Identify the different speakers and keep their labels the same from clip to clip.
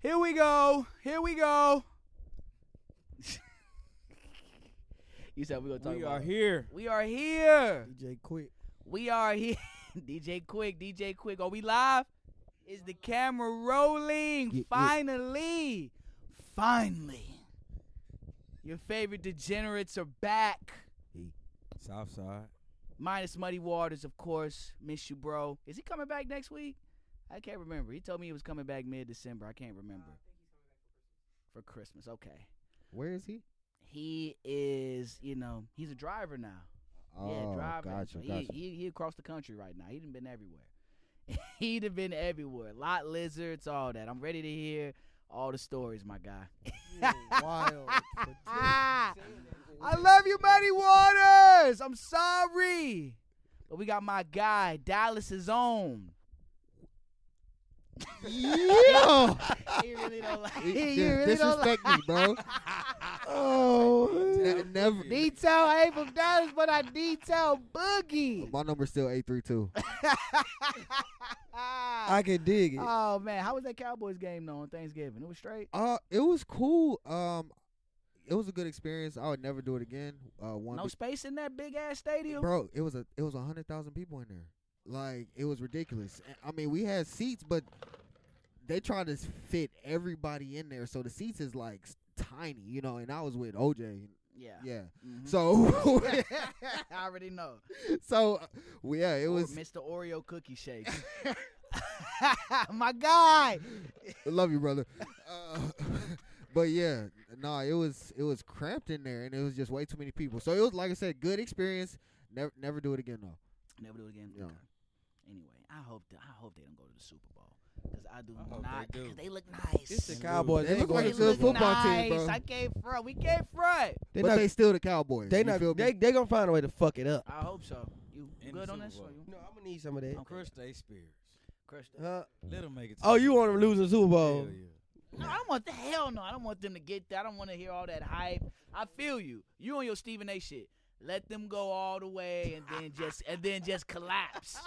Speaker 1: Here we go. Here we go. you said we gonna talk
Speaker 2: we
Speaker 1: about
Speaker 2: are
Speaker 1: it.
Speaker 2: here.
Speaker 1: We are here.
Speaker 2: DJ Quick.
Speaker 1: We are here. DJ Quick, DJ Quick. Are we live? Is the camera rolling?
Speaker 2: Yeah, yeah.
Speaker 1: Finally. Finally. Your favorite degenerates are back.
Speaker 2: Southside.
Speaker 1: Minus Muddy Waters, of course. Miss you, bro. Is he coming back next week? I can't remember. He told me he was coming back mid December. I can't remember. For Christmas. Okay.
Speaker 3: Where is he?
Speaker 1: He is, you know, he's a driver now. yeah, driving.
Speaker 3: Oh, gotcha,
Speaker 1: he,
Speaker 3: gotcha.
Speaker 1: he he across the country right now. He'd been everywhere. He'd have been everywhere. Lot lizards, all that. I'm ready to hear all the stories, my guy.
Speaker 3: wild.
Speaker 1: I love you, Muddy Waters. I'm sorry. But we got my guy, Dallas's own.
Speaker 3: yeah.
Speaker 1: He really don't like
Speaker 3: You
Speaker 1: he really don't like-
Speaker 3: disrespect me, bro.
Speaker 2: Oh,
Speaker 3: Ne- never.
Speaker 1: Detail, I ain't from Dallas, but I detail Boogie.
Speaker 3: My number's still eight three two.
Speaker 2: I can dig it.
Speaker 1: oh man, how was that Cowboys game though on Thanksgiving? It was straight.
Speaker 3: Uh, it was cool. Um, it was a good experience. I would never do it again. Uh, one.
Speaker 1: No space in that big ass stadium.
Speaker 3: bro, it was a it was a hundred thousand people in there. Like it was ridiculous. A- I mean, we had seats, but they tried to fit everybody in there, so the seats is like s- tiny, you know. And I was with OJ.
Speaker 1: Yeah.
Speaker 3: Yeah.
Speaker 1: Mhm.
Speaker 3: So
Speaker 1: I already know.
Speaker 3: so uh, yeah, it
Speaker 1: Or
Speaker 3: was
Speaker 1: Mr. Oreo cookie shake. my guy.
Speaker 3: love you, brother. Uh, but yeah, nah, it was it was cramped in there, and it was just way too many people. So it was like I said, good experience. Never never do it again though.
Speaker 1: Never do it again.
Speaker 3: No.
Speaker 1: Okay. Anyway, I hope th- I hope they don't go to the Super Bowl because I do
Speaker 2: I hope
Speaker 1: not.
Speaker 2: they do.
Speaker 1: Because they look nice.
Speaker 2: It's the
Speaker 3: Dude,
Speaker 2: Cowboys.
Speaker 3: they
Speaker 2: They, ain't
Speaker 3: look
Speaker 2: going
Speaker 3: like
Speaker 1: they
Speaker 2: to
Speaker 3: a
Speaker 2: the
Speaker 3: good
Speaker 1: look
Speaker 2: Super Bowl.
Speaker 3: football
Speaker 1: nice.
Speaker 3: team, bro.
Speaker 1: I came front. We came front.
Speaker 2: They
Speaker 3: but
Speaker 2: not.
Speaker 3: they still the Cowboys.
Speaker 2: They
Speaker 3: you
Speaker 2: not.
Speaker 3: feel me?
Speaker 2: They they gonna find a way to fuck it up.
Speaker 1: I hope so. You
Speaker 4: In the
Speaker 1: good on
Speaker 4: Super
Speaker 1: this?
Speaker 4: Bowl.
Speaker 1: Or you
Speaker 2: No, I'm gonna need some of that.
Speaker 1: Okay.
Speaker 4: Crush they Spears.
Speaker 1: crushed it?
Speaker 2: Huh?
Speaker 4: Let them make it. To
Speaker 2: Oh,
Speaker 4: the
Speaker 2: you
Speaker 4: Super
Speaker 2: want to
Speaker 4: Bowl.
Speaker 2: lose the Super Bowl?
Speaker 4: Hell yeah.
Speaker 1: No, I don't want the hell no. I don't want them to get that. I don't want to hear all that hype. I feel you. You on your Stephen A. shit. Let them go all the way and then just and then just collapse.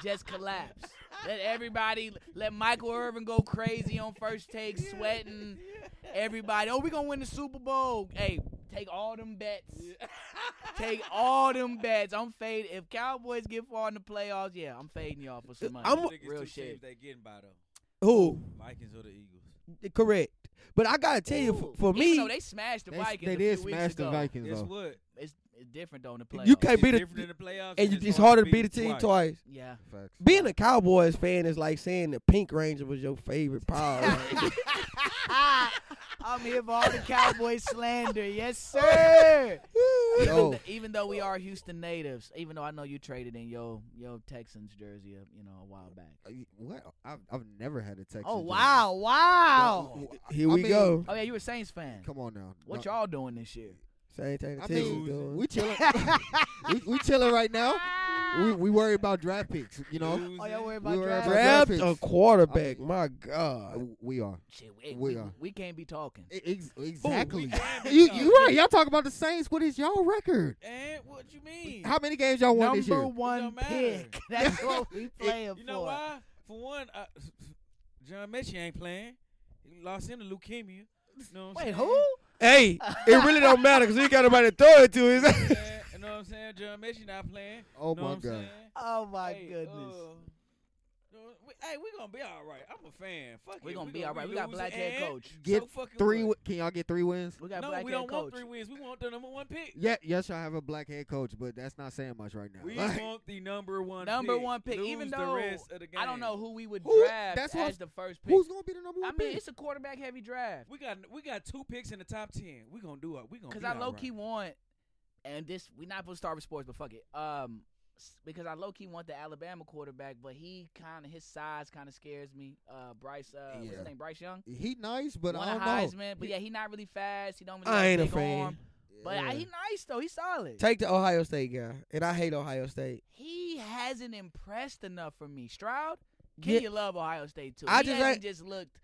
Speaker 1: just collapse. Let everybody let Michael Irvin go crazy on first take, sweating. Everybody, oh, we gonna win the Super Bowl. Hey, take all them bets. Take all them bets. I'm fading. If Cowboys get far in the playoffs, yeah, I'm fading y'all for some money.
Speaker 2: I'm-
Speaker 4: Think it's
Speaker 1: real
Speaker 4: two
Speaker 1: shit.
Speaker 4: teams They getting by though.
Speaker 2: Who?
Speaker 4: Vikings or the Eagles.
Speaker 2: Correct. But I gotta tell you,
Speaker 1: Ooh.
Speaker 2: f- for
Speaker 1: Even
Speaker 2: me,
Speaker 1: though they smashed the
Speaker 3: They,
Speaker 1: Vikings.
Speaker 3: they
Speaker 1: a
Speaker 3: did
Speaker 1: few weeks
Speaker 3: smash the
Speaker 1: ago.
Speaker 3: Vikings
Speaker 4: Guess
Speaker 3: though.
Speaker 4: what?
Speaker 1: It's, it's different though in the playoffs.
Speaker 2: you can't
Speaker 4: It's
Speaker 2: beat a
Speaker 4: different in the playoffs.
Speaker 2: and it's harder to beat a team twice.
Speaker 1: Yeah.
Speaker 3: Facts.
Speaker 2: Being a Cowboys fan is like saying the Pink Ranger was your favorite power. Ranger.
Speaker 1: I'm here for all the Cowboy slander. Yes, sir. Even,
Speaker 3: Yo. uh,
Speaker 1: th- even though we are Houston natives, even though I know you traded in your your Texans jersey, uh, you know, a while back.
Speaker 3: Uh, you- What? I've, I've never had a Texans.
Speaker 1: Oh
Speaker 3: jersey.
Speaker 1: wow, wow.
Speaker 3: Well, w-
Speaker 2: Here
Speaker 3: I
Speaker 2: we
Speaker 3: mean,
Speaker 2: go.
Speaker 1: Oh yeah, you a Saints fan.
Speaker 3: Come on now.
Speaker 1: What
Speaker 3: No,
Speaker 1: y'all doing this year?
Speaker 2: Same thing the
Speaker 3: I
Speaker 2: Texans
Speaker 3: mean,
Speaker 2: doing.
Speaker 3: we chilling. we, we chilling right now. We we worry about draft picks. You know,
Speaker 1: Oh y'all worry about
Speaker 3: We were
Speaker 1: draft?
Speaker 3: about-
Speaker 2: Draft
Speaker 3: Graphics.
Speaker 2: a quarterback.
Speaker 3: I mean-
Speaker 2: My God.
Speaker 3: Uh, we are
Speaker 1: Shit, we,
Speaker 3: We
Speaker 1: we,
Speaker 3: are.
Speaker 1: we can't be talking.
Speaker 3: E- ex- exactly.
Speaker 4: can be
Speaker 3: you
Speaker 4: talking.
Speaker 3: you right. Y'all talk about the Saints. What is y'all record?
Speaker 4: And what you mean?
Speaker 3: How many games y'all won this
Speaker 1: Number
Speaker 3: year?
Speaker 1: one
Speaker 4: don't matter.
Speaker 1: pick. That's what we playing
Speaker 4: you know
Speaker 1: for.
Speaker 4: why? For one, uh, John Mechie ain't playing. He lost him to leukemia. You know what I'm
Speaker 1: Wait,
Speaker 4: saying?
Speaker 1: who?
Speaker 2: Hey, it really don't matter because we got nobody to throw it to. Is
Speaker 4: Yeah, you know what I'm saying? John Mechie not playing.
Speaker 3: Oh
Speaker 4: know
Speaker 3: my
Speaker 4: what I'm
Speaker 3: god.
Speaker 4: saying?
Speaker 1: Oh my
Speaker 4: Hey,
Speaker 1: goodness.
Speaker 4: uh, no, we- Hey, we gonna be all right. I'm a fan. Fuck it.
Speaker 1: We're
Speaker 4: We
Speaker 1: gonna be all right. We got
Speaker 4: losing
Speaker 1: black head
Speaker 4: and
Speaker 1: coach.
Speaker 3: Get
Speaker 4: so fucking
Speaker 3: three.
Speaker 4: what?
Speaker 3: wi- Can y'all get three wins?
Speaker 1: We got
Speaker 4: no,
Speaker 1: black
Speaker 4: we
Speaker 1: head
Speaker 4: don't want
Speaker 1: coach.
Speaker 4: three wins. We want the number one pick.
Speaker 3: Yeah. Yes, y'all have a black head coach, but that's not saying much right now.
Speaker 4: We
Speaker 3: Like,
Speaker 4: want the number one
Speaker 1: Number
Speaker 4: pick.
Speaker 1: one pick,
Speaker 4: Lose
Speaker 1: even
Speaker 4: the
Speaker 1: though
Speaker 4: rest of the game.
Speaker 1: I don't know who we would
Speaker 3: Who-
Speaker 1: draft
Speaker 3: that's what I'm-
Speaker 1: as the first pick.
Speaker 3: who's gonna be the number
Speaker 1: I
Speaker 3: one?
Speaker 1: mean,
Speaker 3: pick?
Speaker 1: it's a quarterback heavy draft.
Speaker 4: We got we got two picks in the top ten. We gonna do it. We gonna
Speaker 1: Because
Speaker 4: be
Speaker 1: I
Speaker 4: all
Speaker 1: low key
Speaker 4: right.
Speaker 1: want, and this we not supposed to start with sports, but fuck it. Um, s- because I low key want the Alabama quarterback, but he kind of his size kind of scares me. Uh, Bryce, uh, what's
Speaker 3: Yeah.
Speaker 1: his name? Bryce Young.
Speaker 3: he nice, but
Speaker 1: Won
Speaker 3: I
Speaker 1: a
Speaker 3: don't know.
Speaker 1: Heisman, but yeah, he not really fast. He don't. Really
Speaker 2: I
Speaker 1: have
Speaker 2: ain't a
Speaker 1: big
Speaker 2: fan.
Speaker 1: arm, but I,
Speaker 3: Yeah.
Speaker 1: he nice though. He's solid.
Speaker 2: Take the Ohio State guy. And I hate Ohio State.
Speaker 1: he hasn't impressed enough for me. Stroud, can
Speaker 2: Yeah,
Speaker 1: you love Ohio State too?
Speaker 2: I
Speaker 1: he
Speaker 2: just
Speaker 1: hasn't
Speaker 2: ain't-
Speaker 1: just looked.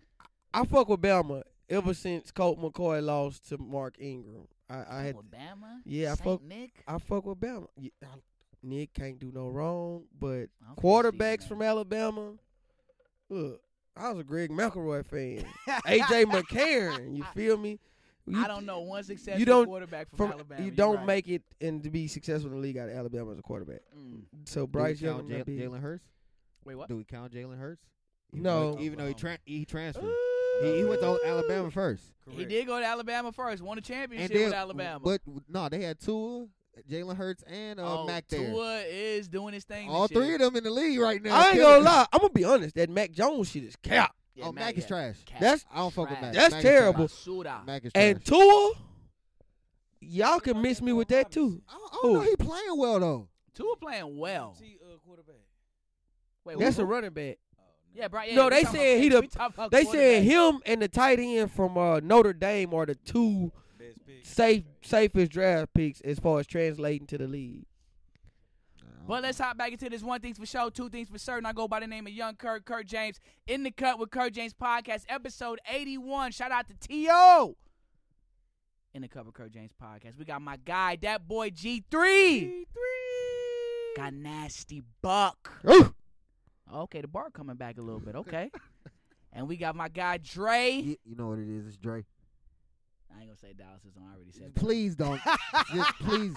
Speaker 2: I fuck with Belma ever since Colt McCoy lost to Mark Ingram. I, I had
Speaker 1: Alabama.
Speaker 2: Yeah, I
Speaker 1: Saint
Speaker 2: fuck-
Speaker 1: Nick.
Speaker 2: I fuck with Bama. Yeah, I- Nick can't do no wrong, but
Speaker 1: I don't think Stephen
Speaker 2: quarterbacks from
Speaker 1: A.
Speaker 2: Alabama, look, I was a Greg McElroy fan. AJ McCarron, you feel me? You-
Speaker 1: I don't know one successful
Speaker 2: don't-
Speaker 1: quarterback from,
Speaker 2: From,
Speaker 1: Alabama.
Speaker 2: you
Speaker 1: You're
Speaker 2: don't
Speaker 1: right.
Speaker 2: make it and to be successful in the league out of Alabama as a quarterback.
Speaker 1: Mm.
Speaker 2: So Bryce
Speaker 3: Do we count
Speaker 2: Young,
Speaker 3: Ja-
Speaker 2: might be-
Speaker 3: Jalen Hurts?
Speaker 1: Wait, what?
Speaker 3: Do we count Jalen Hurts? Even
Speaker 2: No.
Speaker 3: though he- even though he tra- he transferred,
Speaker 1: Ooh.
Speaker 3: he, he went to Alabama first,
Speaker 1: He did go to Alabama first. Won a championship
Speaker 3: then-
Speaker 1: with Alabama.
Speaker 3: But no, they had Tua, Jalen Hurts, and uh,
Speaker 1: oh,
Speaker 3: Mac there.
Speaker 1: Tua is doing his thing.
Speaker 3: All
Speaker 1: this year.
Speaker 3: three of them in the league right now.
Speaker 2: I ain't
Speaker 3: Killing
Speaker 2: gonna
Speaker 3: it.
Speaker 2: lie. I'm gonna be honest. That Mac Jones shit is cap.
Speaker 1: Yeah,
Speaker 3: oh, Mac, is
Speaker 1: yeah.
Speaker 3: trash.
Speaker 1: Cap.
Speaker 2: That's
Speaker 3: I don't fuck with Mac.
Speaker 1: Trash.
Speaker 2: That's
Speaker 3: Mac
Speaker 2: terrible.
Speaker 3: Is
Speaker 1: Basura.
Speaker 3: trash. Mac is trash.
Speaker 2: and Tua. Y'all can miss me with that too.
Speaker 3: I don't, I don't know
Speaker 2: Who?
Speaker 3: he playing well though.
Speaker 1: Tua playing well.
Speaker 4: See, uh, quarterback.
Speaker 1: Wait,
Speaker 2: That's
Speaker 1: who-
Speaker 2: a running back.
Speaker 4: Oh,
Speaker 1: yeah, bro. Yeah,
Speaker 2: No,
Speaker 1: we
Speaker 2: they
Speaker 1: talking
Speaker 2: said
Speaker 1: about-
Speaker 2: he the-
Speaker 1: we talking about
Speaker 2: They said
Speaker 1: quarterback.
Speaker 2: him and the tight end from uh, Notre Dame are the two
Speaker 4: Best pick.
Speaker 2: safe safest draft picks as far as translating to the league.
Speaker 1: But let's hop back into this one thing's for sure, two things for certain. I go by the name of Young Kirk, Kirk James, in the cut with Kirk James podcast, episode 81. Shout out to T.O. In the cut with Kirk James podcast. We got my guy, that boy G3. Got nasty buck.
Speaker 2: Ooh.
Speaker 1: Okay, the bar coming back a little bit. Okay. and we got my guy Dre.
Speaker 3: you, you know what it is? It's Dre.
Speaker 1: I ain't gonna say Dallas is on. I already said that.
Speaker 3: Please don't. Just please.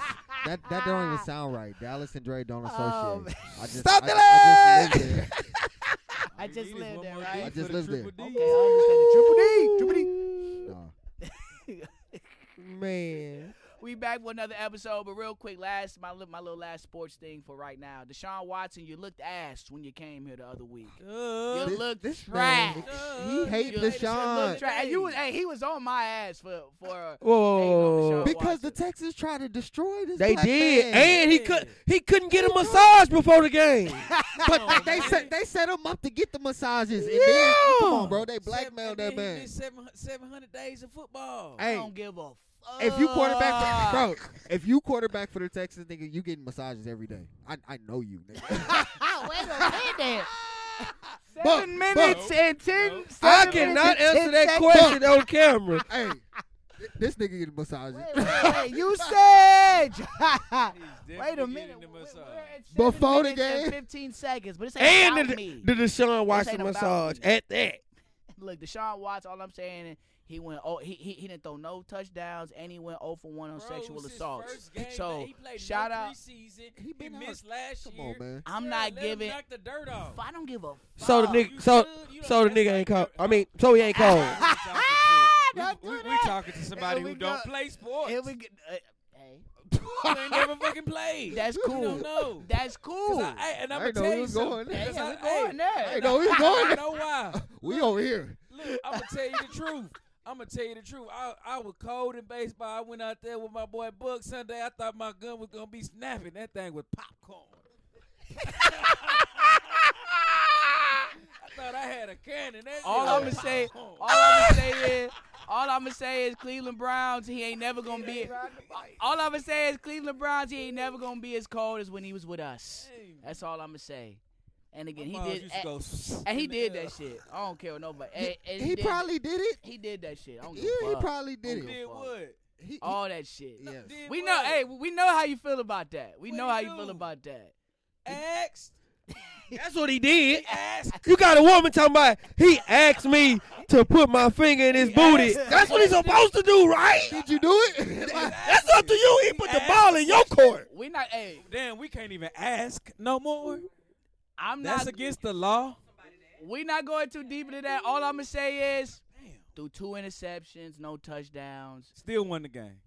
Speaker 3: That that don't even sound right. Dallas and Dre don't associate.
Speaker 1: Oh, man.
Speaker 3: I just,
Speaker 2: Stop
Speaker 3: I,
Speaker 2: the
Speaker 3: I just lived there.
Speaker 1: I just lived there, right?
Speaker 3: I just lived there.
Speaker 1: Okay, I understand the triple D. Triple D.
Speaker 3: No.
Speaker 2: Man,
Speaker 1: We back with another episode, but real quick, last my li- my little last sports thing for right now. Deshaun Watson, you looked ass when you came here the other week. You
Speaker 4: Uh,
Speaker 3: This-
Speaker 1: looked
Speaker 3: this
Speaker 1: trash.
Speaker 3: man- he hate
Speaker 1: You
Speaker 3: Deshaun.
Speaker 1: looked trash. And you was, hey, he was on my ass for for.
Speaker 2: whoa, whoa,
Speaker 1: Ain't no
Speaker 2: whoa.
Speaker 1: Deshaun.
Speaker 3: Because the Texans tried to destroy this.
Speaker 2: they
Speaker 3: black
Speaker 2: did,
Speaker 3: man.
Speaker 2: and he could he couldn't get a massage before the game.
Speaker 3: but
Speaker 4: on,
Speaker 3: they
Speaker 4: man.
Speaker 3: set they set him up to get the massages. And then, come on, bro, they blackmailed that man.
Speaker 4: Seven seven hundred days of football.
Speaker 1: I
Speaker 3: Hey,
Speaker 1: don't give a. Fuck.
Speaker 3: if you quarterback, for, bro, if you quarterback for the Texans, nigga, you getting massages every day. I I know you, nigga.
Speaker 1: wait a minute. Seven
Speaker 2: Buck,
Speaker 1: minutes and ten.
Speaker 4: Buck.
Speaker 2: I
Speaker 1: seven
Speaker 2: cannot
Speaker 1: minutes and
Speaker 2: answer
Speaker 1: 10
Speaker 2: that
Speaker 1: seconds.
Speaker 2: question on camera.
Speaker 3: hey, th- this nigga getting massages.
Speaker 1: Wait, wait, wait, you said.
Speaker 4: He's
Speaker 1: Wait
Speaker 4: definitely
Speaker 1: a
Speaker 4: getting
Speaker 1: minute.
Speaker 4: the
Speaker 1: We're- we're
Speaker 4: massage.
Speaker 1: at seven
Speaker 3: Before the
Speaker 1: minutes and
Speaker 3: game?
Speaker 1: fifteen seconds, but it's ain't
Speaker 2: And
Speaker 1: about
Speaker 2: the,
Speaker 1: me.
Speaker 2: the Deshaun Watson
Speaker 1: ain't about
Speaker 2: massage
Speaker 1: me.
Speaker 2: at that.
Speaker 1: Look, Deshaun Watson. All I'm saying, is he went. Oh, he, he he didn't throw no touchdowns, and he went 0 for one on
Speaker 4: Bro, it
Speaker 1: sexual
Speaker 4: was his
Speaker 1: assaults.
Speaker 4: first game,
Speaker 1: So
Speaker 4: man. He played
Speaker 1: shout
Speaker 4: no
Speaker 1: out.
Speaker 4: preseason.
Speaker 3: He
Speaker 4: He,
Speaker 3: been out.
Speaker 4: missed last
Speaker 3: Come
Speaker 4: year.
Speaker 3: on, man.
Speaker 1: I'm
Speaker 4: Yeah,
Speaker 1: not
Speaker 4: let him
Speaker 1: giving.
Speaker 4: knock the dirt off.
Speaker 1: F- I don't give a. Fuck.
Speaker 2: So the nigga,
Speaker 4: You
Speaker 2: so
Speaker 4: should, you know,
Speaker 2: so the
Speaker 4: that's
Speaker 2: nigga
Speaker 4: like
Speaker 2: ain't cold.
Speaker 4: dirt.
Speaker 2: I mean, so he ain't cold.
Speaker 4: We talking shit.
Speaker 1: Don't
Speaker 4: we,
Speaker 1: do
Speaker 4: we, we
Speaker 1: that.
Speaker 4: talking to somebody
Speaker 1: Here
Speaker 4: who
Speaker 1: we
Speaker 4: don't
Speaker 1: go.
Speaker 4: play sports.
Speaker 1: Here we go. Uh, hey,
Speaker 4: You ain't never fucking played.
Speaker 1: that's
Speaker 4: You
Speaker 1: cool.
Speaker 4: don't know.
Speaker 1: That's
Speaker 4: 'Cause
Speaker 1: cool.
Speaker 4: I, I, and I'm
Speaker 3: I
Speaker 4: gonna
Speaker 3: ain't know
Speaker 4: tell
Speaker 3: he
Speaker 4: you
Speaker 3: was going
Speaker 4: something.
Speaker 3: there.
Speaker 4: 'Cause
Speaker 1: Yeah,
Speaker 4: I-
Speaker 1: we going there.
Speaker 4: hey,
Speaker 1: I
Speaker 3: know he was going
Speaker 4: I
Speaker 3: there.
Speaker 4: know why.
Speaker 3: We over here.
Speaker 4: Look, I'm gonna tell you the truth. I'm gonna tell you the truth. I, I was cold in baseball. I went out there with my boy Buck Sunday. I thought my gun was gonna be snapping. That thing was popcorn. I thought I had a cannon. That
Speaker 1: all
Speaker 4: thing
Speaker 1: I'm
Speaker 4: was
Speaker 1: gonna say,
Speaker 4: popcorn.
Speaker 1: all I'm gonna say is, all I'm gonna say is Cleveland Browns. He ain't never gonna be. All I'm gonna say is Cleveland Browns. He ain't never gonna be as cold as when he was with us.
Speaker 4: Hey,
Speaker 1: That's all I'm gonna say. And
Speaker 4: my
Speaker 1: again, he
Speaker 4: balls
Speaker 1: did.
Speaker 4: used to go
Speaker 1: And he
Speaker 4: in the
Speaker 1: did
Speaker 4: air.
Speaker 1: that shit. I don't care what nobody.
Speaker 3: He,
Speaker 1: and- and
Speaker 3: he
Speaker 1: did-
Speaker 3: probably did it.
Speaker 1: he did that shit. I don't give
Speaker 3: Yeah,
Speaker 1: a
Speaker 3: he
Speaker 1: fuck.
Speaker 3: probably did
Speaker 1: Don't
Speaker 3: it.
Speaker 1: give
Speaker 4: Did
Speaker 1: fuck.
Speaker 4: what?
Speaker 3: He- he-
Speaker 1: All that shit.
Speaker 3: yes.
Speaker 4: Did
Speaker 1: We
Speaker 4: what?
Speaker 1: know. Hey, we know how you feel about that. We
Speaker 4: What
Speaker 1: know
Speaker 4: he
Speaker 1: how you
Speaker 4: do?
Speaker 1: feel about that.
Speaker 4: asked.
Speaker 2: That's what he did.
Speaker 4: He asked.
Speaker 2: You got a woman talking about he asked me to put my finger in his booty. That's what he's supposed to do, right?
Speaker 3: Did you do it? Like,
Speaker 2: That's up to you. He put the ball in your court.
Speaker 1: We not. Hey,
Speaker 4: Damn, we can't even ask no more.
Speaker 1: I'm
Speaker 4: That's
Speaker 1: not.
Speaker 4: against the law.
Speaker 1: we not going too deep into that. All I'm gonna say is,
Speaker 4: Damn.
Speaker 1: through two interceptions, no touchdowns,
Speaker 4: Still won the game.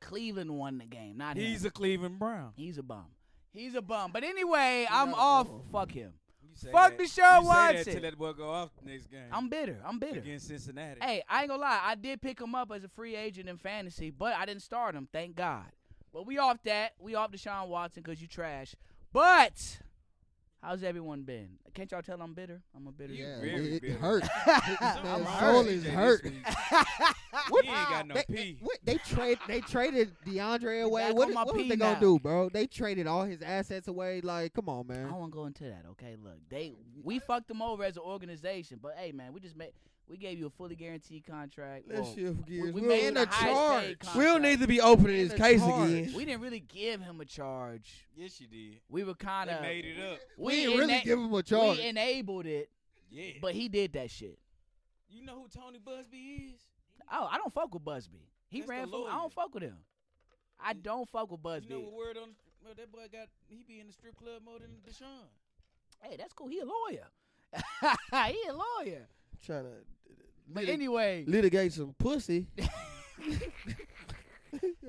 Speaker 1: Cleveland won the game. Not him.
Speaker 4: He's a Cleveland Brown.
Speaker 1: He's a bum. He's a bum. But anyway, I'm off. Fuck him.
Speaker 4: You say
Speaker 1: Fuck
Speaker 4: that-
Speaker 1: the show,
Speaker 4: you Say
Speaker 1: Watson.
Speaker 4: that till that boy go off next game.
Speaker 1: I'm bitter. I'm bitter.
Speaker 4: against Cincinnati.
Speaker 1: Hey, I ain't gonna lie. I did pick him up as a free agent in fantasy, but I didn't start him. Thank God. But we off that. We off Deshaun Watson because you trash. But how's everyone been? Can't y'all tell I'm bitter? I'm a bitter.
Speaker 3: yeah,
Speaker 4: very
Speaker 3: it,
Speaker 4: bitter.
Speaker 3: it hurt.
Speaker 4: I'm
Speaker 3: Man,
Speaker 4: hurt.
Speaker 3: soul
Speaker 4: TJ
Speaker 3: is
Speaker 4: this
Speaker 3: hurt.
Speaker 4: week.
Speaker 3: What?
Speaker 4: He ain't got no
Speaker 3: they,
Speaker 4: pee.
Speaker 3: What? They trade. They traded DeAndre away.
Speaker 1: back
Speaker 3: What?
Speaker 1: on my
Speaker 3: What was
Speaker 1: pee
Speaker 3: they
Speaker 1: now.
Speaker 3: gonna do, bro? They traded all his assets away. Like, come on,
Speaker 1: I
Speaker 3: man.
Speaker 1: won't go into that. Okay, look, they we fucked them over as an organization, but hey, man, we just made we gave you a fully guaranteed contract. Well, We- we made
Speaker 2: We're
Speaker 1: it a high
Speaker 2: charge.
Speaker 1: paid
Speaker 2: We don't need to be opening his
Speaker 3: In a
Speaker 2: case
Speaker 3: charge.
Speaker 2: again.
Speaker 1: we didn't really give him a charge.
Speaker 4: yes, you did.
Speaker 1: We were kind
Speaker 4: They
Speaker 1: of
Speaker 4: made it up.
Speaker 3: We didn't really
Speaker 1: ena-
Speaker 3: give him a charge.
Speaker 1: We enabled it.
Speaker 4: Yeah.
Speaker 1: But he did that shit.
Speaker 4: you know who Tony Busby is?
Speaker 1: Oh, I don't fuck with Busby. He
Speaker 4: That's the
Speaker 1: ran for. I
Speaker 4: lawyer.
Speaker 1: don't fuck with him. I don't fuck with Busby.
Speaker 4: You know what word on well, that boy got he be in the strip club more than Deshaun.
Speaker 1: hey, that's cool. He a lawyer. he a lawyer.
Speaker 2: Trying to
Speaker 1: But anyway,
Speaker 2: litigate some pussy.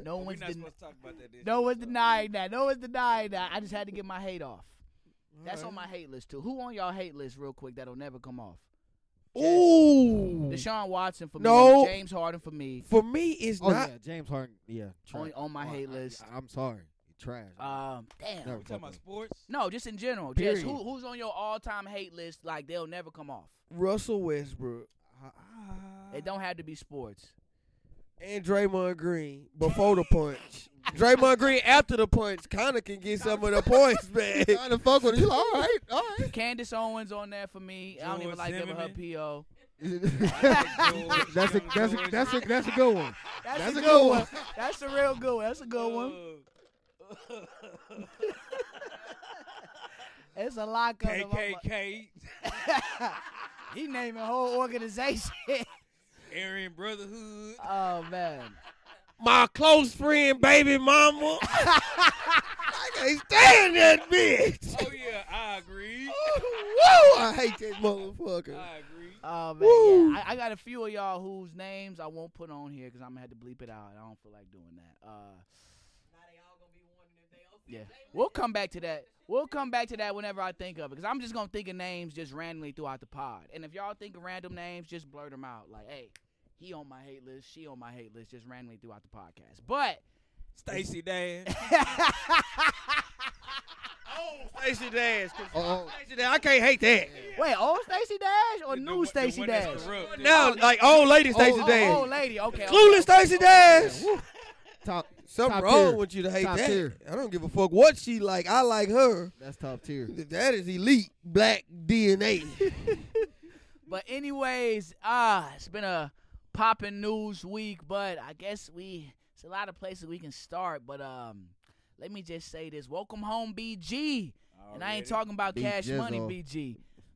Speaker 1: no
Speaker 4: We're
Speaker 1: one's
Speaker 4: not
Speaker 1: den-
Speaker 4: supposed to talk about that. this
Speaker 1: no
Speaker 4: year,
Speaker 1: one's
Speaker 4: so-
Speaker 1: denying that. No one's denying that. I just had to get my hate off. That's on
Speaker 2: Alright.
Speaker 1: my hate list too. Who on y'all hate list real quick that'll never come off?
Speaker 4: Hmm.
Speaker 2: Ooh.
Speaker 1: Deshaun Watson for
Speaker 2: No.
Speaker 1: me. James Harden for me.
Speaker 2: For me, it's
Speaker 3: Oh
Speaker 2: not.
Speaker 3: yeah, James Harden. Yeah,
Speaker 1: On,
Speaker 3: trash.
Speaker 1: on my
Speaker 3: Oh,
Speaker 1: hate
Speaker 3: I-
Speaker 1: list.
Speaker 3: I, am sorry, you trash.
Speaker 1: Um, damn.
Speaker 4: We talking about sports?
Speaker 1: No, just in general. Just who,
Speaker 2: Period.
Speaker 1: who's on your all-time hate list? Like they'll never come off.
Speaker 2: Russell Westbrook
Speaker 4: Uh,
Speaker 1: It don't have to be sports.
Speaker 2: and Draymond Green before the punch. Draymond Green after the punch kind of can get some of the points back.
Speaker 3: Trying to fuck with it. You like, all right, all right.
Speaker 1: Candace Owens on there for me. I don't even
Speaker 4: George
Speaker 1: like giving her
Speaker 4: Zimmerman.
Speaker 1: PO.
Speaker 3: that's a that's a that's a that's a good one.
Speaker 1: That's,
Speaker 3: That's a good one.
Speaker 1: That's a real good one. That's a good one.
Speaker 4: Uh,
Speaker 1: It's a lock up. of them.
Speaker 4: KKK,
Speaker 1: he naming whole organization.
Speaker 4: Aryan Brotherhood.
Speaker 1: oh man.
Speaker 2: My close friend, baby mama. I can't stand that bitch.
Speaker 4: Oh yeah, I agree.
Speaker 2: Woo, I hate that motherfucker.
Speaker 3: Uh,
Speaker 4: I agree.
Speaker 1: Oh
Speaker 2: Woo.
Speaker 1: man. Yeah. I, I got a few of y'all whose names I won't put on here because I'm gonna have to bleep it out. I don't feel like doing that. Uh. Yeah, we'll come back to that. We'll come back to that whenever I think of it, because I'm just gonna think of names just randomly throughout the pod. And if y'all think of random names, just blurt them out. Like, hey, he on my hate list, she on my hate list, just randomly throughout the podcast. But
Speaker 4: Stacy Dan.
Speaker 2: Oh, Stacey Dash.
Speaker 3: Oh,
Speaker 2: Stacey Dash, I can't hate that.
Speaker 1: wait, old Stacy Dash or
Speaker 4: The- the
Speaker 1: new
Speaker 4: one- the
Speaker 1: Oh, Stacy
Speaker 4: one
Speaker 1: Dash?
Speaker 4: that's corrupt.
Speaker 2: Now, like old lady Stacey
Speaker 1: oh,
Speaker 2: Dash.
Speaker 1: old lady. Okay. okay,
Speaker 2: Clueless
Speaker 1: okay.
Speaker 2: Stacey Dash.
Speaker 3: top
Speaker 2: Something
Speaker 3: top
Speaker 2: wrong
Speaker 3: tier.
Speaker 2: with you to hate
Speaker 3: Top
Speaker 2: that.
Speaker 3: tier.
Speaker 2: I don't give a fuck what she like. I like her.
Speaker 3: That's top tier.
Speaker 2: That is elite black DNA.
Speaker 1: But anyways, ah, it's been a popping news week, but I guess we it's a lot of places we can start. But um, let me just say this: Welcome home, BG.
Speaker 4: Oh,
Speaker 1: And I ain't
Speaker 4: Already.
Speaker 1: talking about
Speaker 3: Big
Speaker 1: Cash Money,
Speaker 3: Jizzle.
Speaker 1: BG.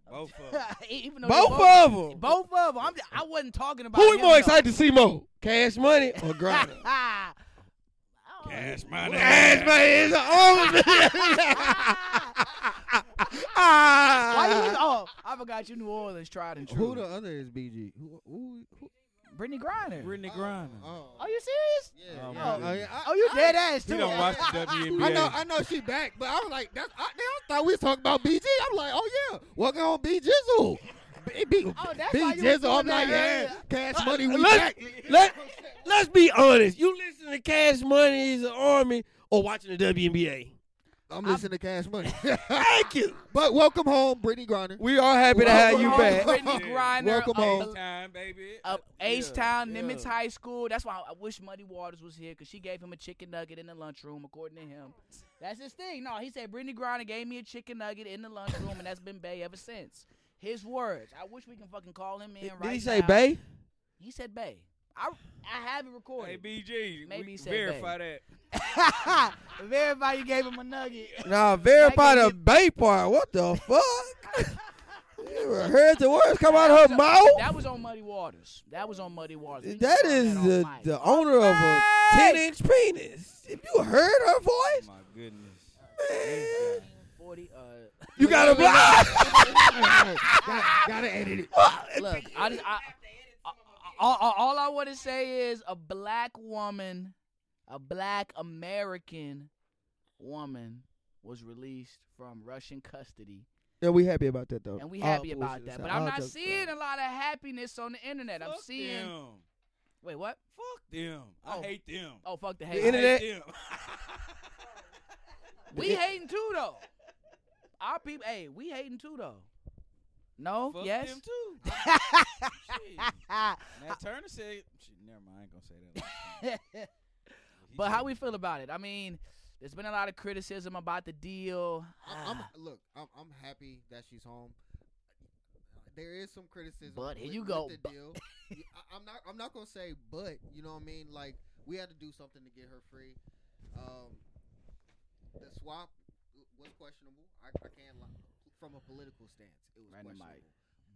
Speaker 4: Both of 'em.
Speaker 1: Even though they
Speaker 2: both of them.
Speaker 1: both of them. I'm, just- I wasn't talking about
Speaker 2: Who we
Speaker 1: him,
Speaker 2: more
Speaker 1: though.
Speaker 2: excited to see more? Cash Money or Grinder?
Speaker 1: I don't know.
Speaker 4: Cash money.
Speaker 2: Cash Money is the
Speaker 1: Why you?
Speaker 2: only.
Speaker 1: Oh, I forgot you New Orleans tried and true.
Speaker 3: Who the other is BG? Who? who, who
Speaker 1: Brittany Griner.
Speaker 4: Brittany Griner.
Speaker 3: Oh.
Speaker 1: Are you serious?
Speaker 3: yeah.
Speaker 4: Oh,
Speaker 3: yeah.
Speaker 4: my
Speaker 3: I- I-
Speaker 1: Oh, you dead ass
Speaker 4: He
Speaker 1: too.
Speaker 4: don't watch the WNBA.
Speaker 3: I know, I know she back, but I was like, that's, I, I thought we was talking about BG. I'm like, oh yeah, welcome on B Jizzle. B, B,
Speaker 1: Oh, that's
Speaker 3: B
Speaker 1: why you was
Speaker 3: Jizzle. I'm
Speaker 1: doing
Speaker 3: like,
Speaker 1: that
Speaker 3: yeah, cash money, we
Speaker 2: Let's,
Speaker 3: back.
Speaker 2: let, let's be honest. You listen to Cash Money is the Army or watching the WNBA?
Speaker 3: I'm listening to Cash Money.
Speaker 2: Thank you.
Speaker 3: but welcome home, Brittany Griner.
Speaker 2: We are happy to have you
Speaker 1: Welcome home,
Speaker 2: back.
Speaker 1: Brittany Griner.
Speaker 3: Welcome
Speaker 1: of
Speaker 3: home.
Speaker 1: the-
Speaker 4: Time, baby.
Speaker 1: Of H Uh, Town,
Speaker 4: Yeah,
Speaker 1: Nimitz
Speaker 4: yeah.
Speaker 1: High School. That's why I wish Muddy Waters was here because she gave him a chicken nugget in the lunchroom, according to him. That's his thing. No, he said Brittany Griner gave me a chicken nugget in the lunchroom, and that's been Bay ever since. His words. I wish we can fucking call him in
Speaker 2: Did
Speaker 1: right
Speaker 2: he say
Speaker 1: now.
Speaker 2: Bay?
Speaker 1: He said Bay. I I have it
Speaker 4: Hey,
Speaker 1: recorded.
Speaker 4: BG.
Speaker 1: Maybe
Speaker 4: we
Speaker 1: he said
Speaker 4: verify
Speaker 1: if everybody gave him a nugget.
Speaker 2: Nah, verify
Speaker 1: Like
Speaker 2: the Bay part. What the fuck? You Never heard the words come out of her mouth.
Speaker 1: That was on Muddy Waters. That was on Muddy Waters. We
Speaker 2: That
Speaker 1: saw
Speaker 2: is
Speaker 1: on
Speaker 2: the,
Speaker 1: mic.
Speaker 2: the owner of a
Speaker 1: Hey!
Speaker 2: 10 inch penis. If you heard her
Speaker 4: that.
Speaker 2: voice,
Speaker 4: My goodness. Oh
Speaker 2: man,
Speaker 1: 40, uh,
Speaker 2: you gotta be.
Speaker 3: gotta, gotta edit it.
Speaker 1: Look, I just, I, I- all, all- all I want to say is a black woman, a black American woman was released from Russian custody,
Speaker 2: And we happy about that though.
Speaker 1: and we
Speaker 2: Oh, All
Speaker 1: happy
Speaker 2: bullshit
Speaker 1: about that.
Speaker 2: aside.
Speaker 1: But I'm
Speaker 2: All
Speaker 1: not
Speaker 2: jokes
Speaker 1: seeing
Speaker 2: aside.
Speaker 1: a lot of happiness on the internet. I'm
Speaker 4: Fuck
Speaker 1: seeing.
Speaker 4: Them.
Speaker 1: Wait, what?
Speaker 4: Fuck them.
Speaker 1: Oh.
Speaker 4: I hate them.
Speaker 1: Oh, fuck the
Speaker 4: I
Speaker 1: hate.
Speaker 4: hate
Speaker 2: internet-
Speaker 4: them.
Speaker 1: we hating too though. Our people, hey, we hating too though. No,
Speaker 4: Fuck
Speaker 1: Oh, yes.
Speaker 4: them too. Shit.
Speaker 1: Ah,
Speaker 4: Nat Turner said, shit, never mind, I ain't gonna say that. He
Speaker 1: but
Speaker 4: said-
Speaker 1: how we feel about it? I mean, there's been a lot of criticism about the deal.
Speaker 3: I,
Speaker 1: Ah.
Speaker 3: I'm, look, I'm, I'm happy that she's home. There is some criticism,
Speaker 1: But here
Speaker 3: with-
Speaker 1: you
Speaker 3: with
Speaker 1: go,
Speaker 3: the
Speaker 1: but-
Speaker 3: deal. Yeah, I, am not. I'm not gonna say, but you know what I mean. Like we had to do something to get her free. Um, the swap was questionable. I, I can't lie. From a political stance, it was
Speaker 1: Random mic.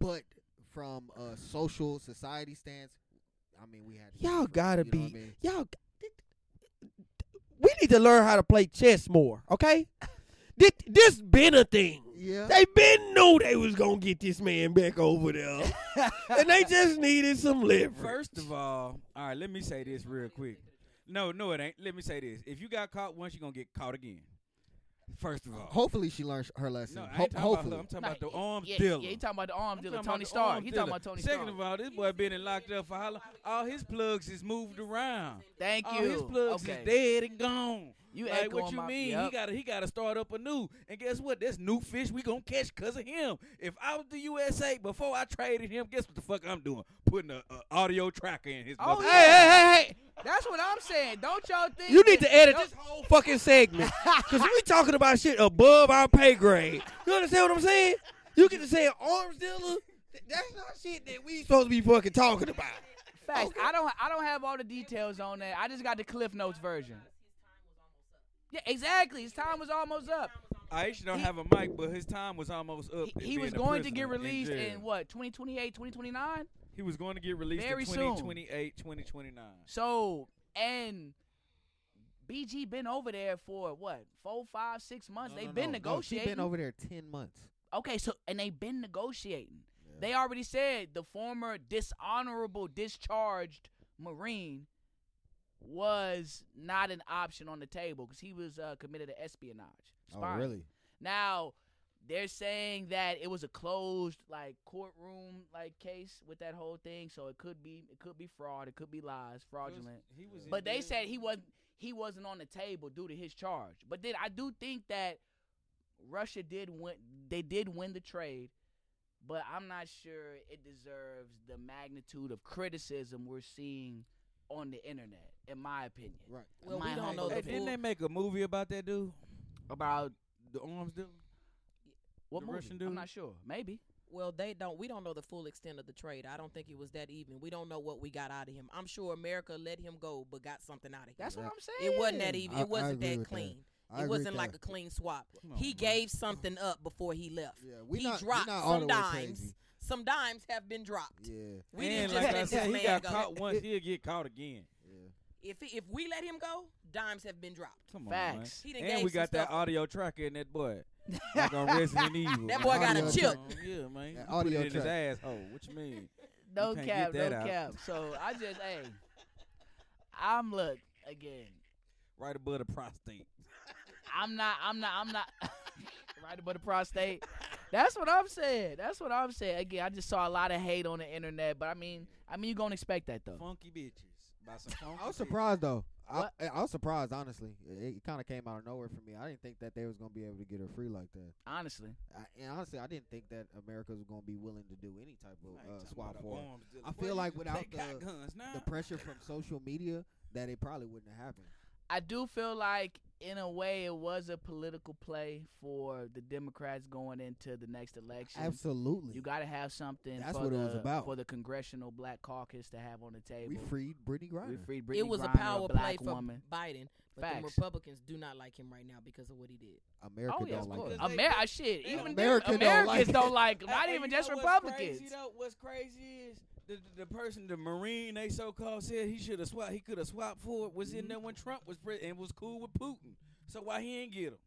Speaker 3: questionable. But from a social society stance, I mean, we had to
Speaker 2: Y'all
Speaker 3: different,
Speaker 2: gotta
Speaker 3: you know
Speaker 2: be.
Speaker 3: what I mean?
Speaker 2: Y'all. g- We need to learn how to play chess more. Okay. This, this been a thing.
Speaker 3: Yeah.
Speaker 2: They been knew they was gonna get this man back over there, and they just needed some leverage.
Speaker 4: First of all, all right, let me say this real quick. No, no, it ain't. Let me say this. If you got caught once, you're gonna get caught again. First of all.
Speaker 3: Hopefully, she learned her lesson.
Speaker 4: No, I ain't
Speaker 3: Ho-
Speaker 4: talking
Speaker 3: hopefully,
Speaker 4: about her. I'm talking about the
Speaker 1: Nah,
Speaker 4: arms
Speaker 1: yeah,
Speaker 4: dealer.
Speaker 1: Yeah, he talking about the arms
Speaker 4: I'm
Speaker 1: dealer,
Speaker 4: talking about
Speaker 1: Tony
Speaker 4: the
Speaker 1: Stark.
Speaker 4: arms
Speaker 1: He talking
Speaker 4: dealer.
Speaker 1: about Tony
Speaker 4: Second
Speaker 1: Stark.
Speaker 4: of all, this boy been in locked up for how long? All his plugs is moved around.
Speaker 1: Thank
Speaker 4: All
Speaker 1: you.
Speaker 4: his plugs
Speaker 1: okay.
Speaker 4: is dead and gone.
Speaker 1: You
Speaker 4: like
Speaker 1: echoing
Speaker 4: what you
Speaker 1: my-
Speaker 4: mean? He
Speaker 1: Yep.
Speaker 4: gotta he gotta start up anew. And guess what? This new fish we gonna catch cause of him. If I was the USA before I traded him, guess what the fuck I'm doing? Putting a, a audio tracker in his.
Speaker 1: Oh,
Speaker 4: mother-
Speaker 1: yeah.
Speaker 2: hey, hey, hey!
Speaker 1: That's what I'm saying. Don't y'all think
Speaker 2: You need
Speaker 1: that-
Speaker 2: to edit
Speaker 1: don't-
Speaker 2: this whole fucking segment because we talking about shit above our pay grade. You understand what I'm saying? You get to say an arms dealer. Th- That's not shit that we supposed to be fucking talking about.
Speaker 1: Facts. I don't. I don't have all the details on that. I just got the Cliff Notes version. Yeah, exactly. His time was almost up.
Speaker 4: Aisha don't
Speaker 1: He-
Speaker 4: have a mic, but his time was almost up.
Speaker 1: He,
Speaker 4: at
Speaker 1: he was
Speaker 4: being a
Speaker 1: going to
Speaker 4: prisoner
Speaker 1: get
Speaker 4: in
Speaker 1: released
Speaker 4: jail.
Speaker 1: in what 2028, 2029.
Speaker 4: He was going to get released
Speaker 1: Very
Speaker 4: in
Speaker 1: soon.
Speaker 4: 2028, 2029.
Speaker 1: So and BG been over there for what four, five, six months. They've been
Speaker 3: she
Speaker 1: negotiating.
Speaker 3: been over there ten months.
Speaker 1: okay, so and they've been negotiating.
Speaker 3: Yeah.
Speaker 1: They already said the former dishonorable discharged Marine was not an option on the table because he was uh, committed to espionage.
Speaker 3: oh,
Speaker 1: spying.
Speaker 3: really?
Speaker 1: Now they're saying that it was a closed like courtroom like case with that whole thing, so it could be it could be fraud, it could be lies, fraudulent.
Speaker 4: He was in
Speaker 1: But they
Speaker 4: jail.
Speaker 1: said he wasn't he wasn't on the table due to his charge. But then I do think that Russia did win they did win the trade, but I'm not sure it deserves the magnitude of criticism we're seeing on the internet, in my opinion.
Speaker 3: Right.
Speaker 5: Well,
Speaker 1: My
Speaker 5: we don't
Speaker 1: whole-
Speaker 5: know
Speaker 4: Hey,
Speaker 5: the
Speaker 4: didn't
Speaker 5: full.
Speaker 4: they make a movie about that dude,
Speaker 1: About
Speaker 4: the arms dealer?
Speaker 1: what
Speaker 4: The
Speaker 1: movie?
Speaker 4: Russian dude?
Speaker 1: I'm not sure. Maybe.
Speaker 5: Well, they don't. We don't know the full extent of the trade. I don't think it was that even. We don't know what we got out of him. I'm sure America let him go, but got something out of him.
Speaker 1: That's what I'm saying.
Speaker 5: it wasn't that e-, even.
Speaker 3: I- I
Speaker 5: It wasn't
Speaker 3: agree
Speaker 5: that
Speaker 3: with that.
Speaker 5: clean.
Speaker 3: I agree
Speaker 5: It
Speaker 3: with
Speaker 5: wasn't like
Speaker 3: that.
Speaker 5: a clean swap.
Speaker 4: Come on,
Speaker 5: he
Speaker 4: man.
Speaker 5: gave something up before he left.
Speaker 3: Yeah, we
Speaker 5: he
Speaker 3: not, we
Speaker 5: dropped
Speaker 3: not all
Speaker 5: some
Speaker 3: the way
Speaker 5: dimes.
Speaker 3: crazy.
Speaker 5: Some dimes have been dropped.
Speaker 3: Yeah,
Speaker 5: We
Speaker 4: and like
Speaker 5: didn't just
Speaker 4: I
Speaker 5: let this
Speaker 4: said,
Speaker 5: man
Speaker 4: he got
Speaker 5: go.
Speaker 4: caught once, he'll get caught again.
Speaker 3: yeah.
Speaker 5: If he, if we let him go, dimes have been dropped.
Speaker 4: Come
Speaker 1: Facts.
Speaker 5: He
Speaker 4: on,
Speaker 5: done
Speaker 4: man. And
Speaker 5: gave
Speaker 4: we
Speaker 5: some
Speaker 4: got that
Speaker 5: stuff.
Speaker 4: audio tracker in that boy. like on Resident Evil.
Speaker 5: That boy
Speaker 3: got a
Speaker 4: Audio
Speaker 3: chip.
Speaker 4: tracker. Yeah, man.
Speaker 3: That
Speaker 4: You put it
Speaker 3: audio
Speaker 4: in his
Speaker 3: tracker.
Speaker 4: asshole. What you mean?
Speaker 1: no
Speaker 4: You can't
Speaker 1: cap, no
Speaker 4: get that out.
Speaker 1: cap. So I just, hey, I'm look again.
Speaker 4: Right above the prostate.
Speaker 1: I'm not, I'm not, I'm not right above the prostate. That's what I'm saying. That's what I'm saying. Again, I just saw a lot of hate on the internet, but I mean, I mean, you gonna expect that though.
Speaker 4: Funky bitches. By some funky
Speaker 3: I was
Speaker 4: bitches.
Speaker 3: surprised though. I,
Speaker 1: What?
Speaker 3: I I was surprised honestly. It, it kind of came out of nowhere for me. I didn't think that they was gonna be able to get her free like that.
Speaker 1: Honestly,
Speaker 3: I, and honestly, I didn't think that America was gonna be willing to do any type
Speaker 4: I ain't
Speaker 3: of uh,
Speaker 4: talking
Speaker 3: swap
Speaker 4: about
Speaker 3: for her.
Speaker 4: arms dealer.
Speaker 3: I
Speaker 4: Boy,
Speaker 3: feel
Speaker 4: you
Speaker 3: like
Speaker 4: just
Speaker 3: without
Speaker 4: ain't got
Speaker 3: the-
Speaker 4: guns now.
Speaker 3: the pressure from social media that it probably wouldn't have happened.
Speaker 1: I do feel like in a way it was a political play for the Democrats going into the next election.
Speaker 3: Absolutely,
Speaker 1: You got to have something
Speaker 3: That's
Speaker 1: for
Speaker 3: what it
Speaker 1: the,
Speaker 3: was about.
Speaker 1: for the Congressional Black Caucus to have on the table.
Speaker 3: we freed Brittany
Speaker 1: We
Speaker 3: Griner.
Speaker 1: freed Britney
Speaker 5: it was
Speaker 1: Griner,
Speaker 5: a power play
Speaker 1: black
Speaker 5: for
Speaker 1: woman.
Speaker 5: Biden, but the
Speaker 1: Facts.
Speaker 5: Republicans do not like him right now because of what he did.
Speaker 3: America
Speaker 1: oh yeah,
Speaker 3: don't
Speaker 1: of
Speaker 3: like
Speaker 1: course.
Speaker 3: that.
Speaker 4: Because they-
Speaker 1: America, shit.
Speaker 4: they-
Speaker 1: Even the
Speaker 3: America don't like
Speaker 1: Americans
Speaker 3: it.
Speaker 1: don't like,
Speaker 4: Hey,
Speaker 1: not
Speaker 4: hey,
Speaker 1: even
Speaker 4: you
Speaker 1: just
Speaker 4: know what's
Speaker 1: Republicans.
Speaker 4: Crazy, though? What's crazy is the, the, the person, the Marine, they so called said he should have swapped. He could have swapped for it. Was in there when Trump was president and was cool with Putin. So why he ain't get him?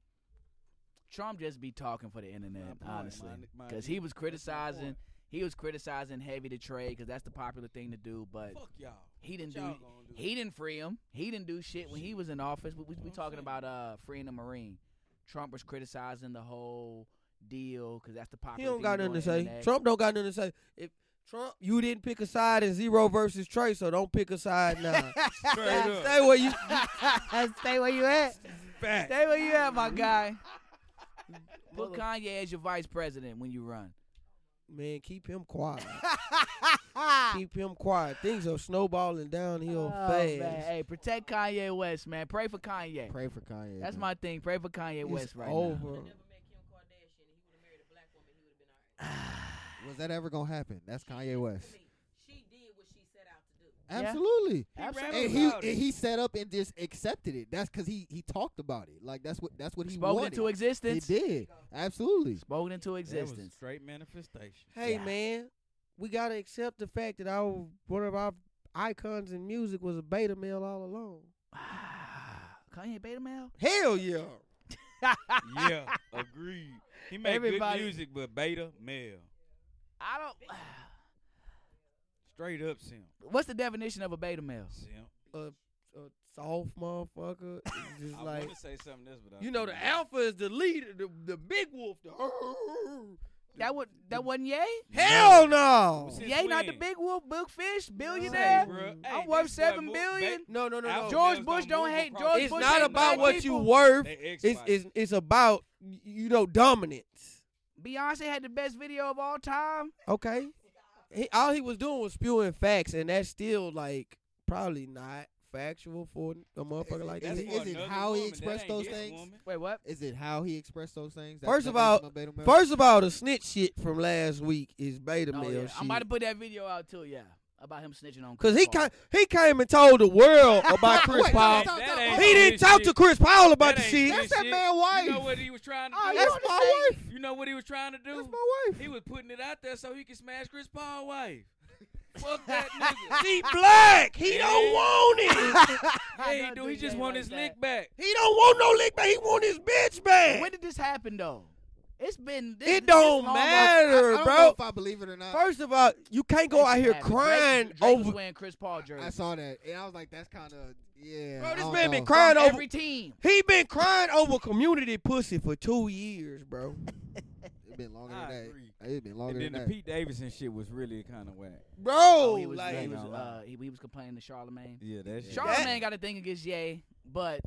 Speaker 1: Trump just be talking for the internet,
Speaker 4: point,
Speaker 1: honestly,
Speaker 4: my- my-
Speaker 1: because he was
Speaker 4: that's my point.
Speaker 1: criticizing. He was criticizing heavy the trade because that's the popular thing to do. But
Speaker 4: Fuck y'all.
Speaker 1: he didn't
Speaker 4: What
Speaker 1: do.
Speaker 4: y'all gonna do?
Speaker 1: He didn't free him. He didn't do shit when he was in office. We, we, we
Speaker 4: I'm
Speaker 1: talking
Speaker 4: saying.
Speaker 1: about uh freeing the Marine. Trump was criticizing the whole deal because that's the
Speaker 2: He
Speaker 1: popular.
Speaker 2: don't
Speaker 1: thing
Speaker 2: got
Speaker 1: do on
Speaker 2: nothing to
Speaker 1: the
Speaker 2: say.
Speaker 1: internet.
Speaker 2: Trump don't got nothing to say. If Trump, you didn't pick a side in zero versus Trey, so don't pick a side now.
Speaker 4: Straight up.
Speaker 2: Stay where you.
Speaker 1: Stay where you at.
Speaker 4: Fact.
Speaker 1: Stay where you at, my guy. Put Kanye as your vice president when you run.
Speaker 2: Man, keep him quiet. keep him quiet. Things are snowballing downhill
Speaker 1: Oh,
Speaker 2: fast.
Speaker 1: man. Hey, protect Kanye West, man. Pray for Kanye.
Speaker 3: Pray for Kanye.
Speaker 1: That's
Speaker 3: man.
Speaker 1: my thing. Pray for Kanye
Speaker 2: It's
Speaker 1: West right now.
Speaker 2: over.
Speaker 3: Was that ever gonna happen? That's Kanye West.
Speaker 5: She did what she set out to do.
Speaker 3: Absolutely.
Speaker 4: He ran
Speaker 1: Absolutely.
Speaker 3: And
Speaker 4: Tell
Speaker 3: he
Speaker 4: about
Speaker 3: and
Speaker 4: it.
Speaker 3: he set up and just accepted it. That's because he he talked about it. Like that's what that's what he
Speaker 1: Spoken
Speaker 3: wanted.
Speaker 1: into
Speaker 3: he
Speaker 1: existence.
Speaker 3: did absolutely.
Speaker 1: Spoken into
Speaker 4: That was
Speaker 1: existence.
Speaker 4: straight manifestation.
Speaker 2: Hey
Speaker 1: Yeah.
Speaker 2: man, we gotta accept the fact that our one of our icons in music was a beta male all along.
Speaker 1: Kanye beta male.
Speaker 2: Hell yeah.
Speaker 4: yeah, agreed. He made
Speaker 1: Everybody-
Speaker 4: good music, but beta male,
Speaker 1: I don't.
Speaker 4: straight up simp,
Speaker 1: What's the definition of a beta male?
Speaker 4: simp.
Speaker 2: A soft motherfucker. It's just
Speaker 4: I
Speaker 2: like
Speaker 4: want to say something else, but I
Speaker 2: you know the
Speaker 4: couldn't.
Speaker 2: alpha is the leader, the, the big wolf. The,
Speaker 1: That would that wasn't Ye?
Speaker 2: hell no.
Speaker 4: Well, see- Since
Speaker 1: Ye not the
Speaker 4: when?
Speaker 1: big wolf, big fish,
Speaker 4: Hey,
Speaker 1: billionaire.
Speaker 4: bro.
Speaker 2: I'm
Speaker 4: Hey,
Speaker 1: worth
Speaker 4: this boy
Speaker 1: seven
Speaker 4: mo-
Speaker 1: billion.
Speaker 2: No no no
Speaker 4: Alpha
Speaker 2: no.
Speaker 1: George
Speaker 4: males
Speaker 1: Bush don't
Speaker 4: move
Speaker 1: hate-
Speaker 4: across
Speaker 1: George
Speaker 4: the
Speaker 2: it's
Speaker 1: Bush
Speaker 2: not
Speaker 1: ain't
Speaker 2: about
Speaker 1: black
Speaker 2: what
Speaker 1: people.
Speaker 2: you worth.
Speaker 4: They
Speaker 2: It's,
Speaker 4: X-Files.
Speaker 2: it's it's about you know dominance.
Speaker 1: Beyonce had the best video of all time.
Speaker 2: Okay. He, all he was doing was spewing facts, and that's still like probably not factual for a motherfucker like
Speaker 3: Is
Speaker 2: that.
Speaker 3: it- is
Speaker 4: for
Speaker 3: it
Speaker 4: another
Speaker 3: how he
Speaker 4: woman. That
Speaker 3: expressed
Speaker 4: ain't
Speaker 3: those
Speaker 4: his
Speaker 3: things?
Speaker 4: woman.
Speaker 1: Wait, what?
Speaker 3: Is it how he expressed those things? That's
Speaker 2: First of
Speaker 3: definition
Speaker 2: all-
Speaker 3: of beta male?
Speaker 2: First of all, the snitch shit from last week is beta
Speaker 1: Oh,
Speaker 2: male
Speaker 1: yeah.
Speaker 2: shit.
Speaker 1: I'm about to put that video out too. Yeah, about him snitching on.
Speaker 2: Cause
Speaker 1: Chris
Speaker 2: he
Speaker 1: Paul.
Speaker 2: came, he came and told the world about Chris
Speaker 3: Wait,
Speaker 2: Paul.
Speaker 3: no, no, no,
Speaker 4: That
Speaker 3: no,
Speaker 4: ain't-
Speaker 3: hold
Speaker 2: He
Speaker 3: on.
Speaker 2: didn't talk to Chris Paul about the
Speaker 4: That ain't
Speaker 2: shit.
Speaker 3: That's
Speaker 4: This
Speaker 3: that
Speaker 4: shit-
Speaker 3: man wife.
Speaker 4: You know what he was trying to
Speaker 1: Oh,
Speaker 4: do?
Speaker 1: yeah.
Speaker 2: That's my wife.
Speaker 4: You know what he was trying to do?
Speaker 2: That's my wife.
Speaker 4: He was putting it out there so he could smash Chris Paul's wife. Fuck that nigga.
Speaker 2: He black. He
Speaker 4: Yeah.
Speaker 2: don't want it.
Speaker 4: yeah,
Speaker 1: don't
Speaker 4: he do. He
Speaker 1: think
Speaker 4: just
Speaker 1: they
Speaker 4: want
Speaker 1: like
Speaker 4: his
Speaker 1: that.
Speaker 4: lick back.
Speaker 2: he don't want no lick back. He want his bitch back.
Speaker 1: When did this happen though? It's been. This,
Speaker 2: It
Speaker 1: this
Speaker 2: don't
Speaker 1: long
Speaker 2: matter.
Speaker 3: I, I don't
Speaker 2: bro.
Speaker 3: know if I believe it or not.
Speaker 2: First of all, you can't go
Speaker 1: ago
Speaker 2: out here
Speaker 1: happened.
Speaker 2: crying
Speaker 1: Drake, Drake
Speaker 2: over
Speaker 1: was wearing Chris Paul jersey.
Speaker 3: I saw that and I was like, that's kind of yeah.
Speaker 2: Bro,
Speaker 3: I
Speaker 2: this
Speaker 3: don't
Speaker 2: man been
Speaker 3: know.
Speaker 2: crying
Speaker 1: From
Speaker 2: over.
Speaker 1: every team.
Speaker 2: he been crying over community pussy for two years, bro.
Speaker 3: It's been longer
Speaker 4: I
Speaker 3: than
Speaker 4: agree.
Speaker 3: that. It's been longer
Speaker 4: And then
Speaker 3: than
Speaker 4: the
Speaker 3: that.
Speaker 4: Pete Davidson shit was really kind of whack.
Speaker 2: Bro,
Speaker 1: Oh, he was,
Speaker 2: like
Speaker 1: he
Speaker 4: ain't
Speaker 1: was,
Speaker 4: gonna lie.
Speaker 1: uh, he, he was complaining to Charlemagne.
Speaker 4: Yeah, that shit.
Speaker 1: Charlemagne got a thing against Ye, but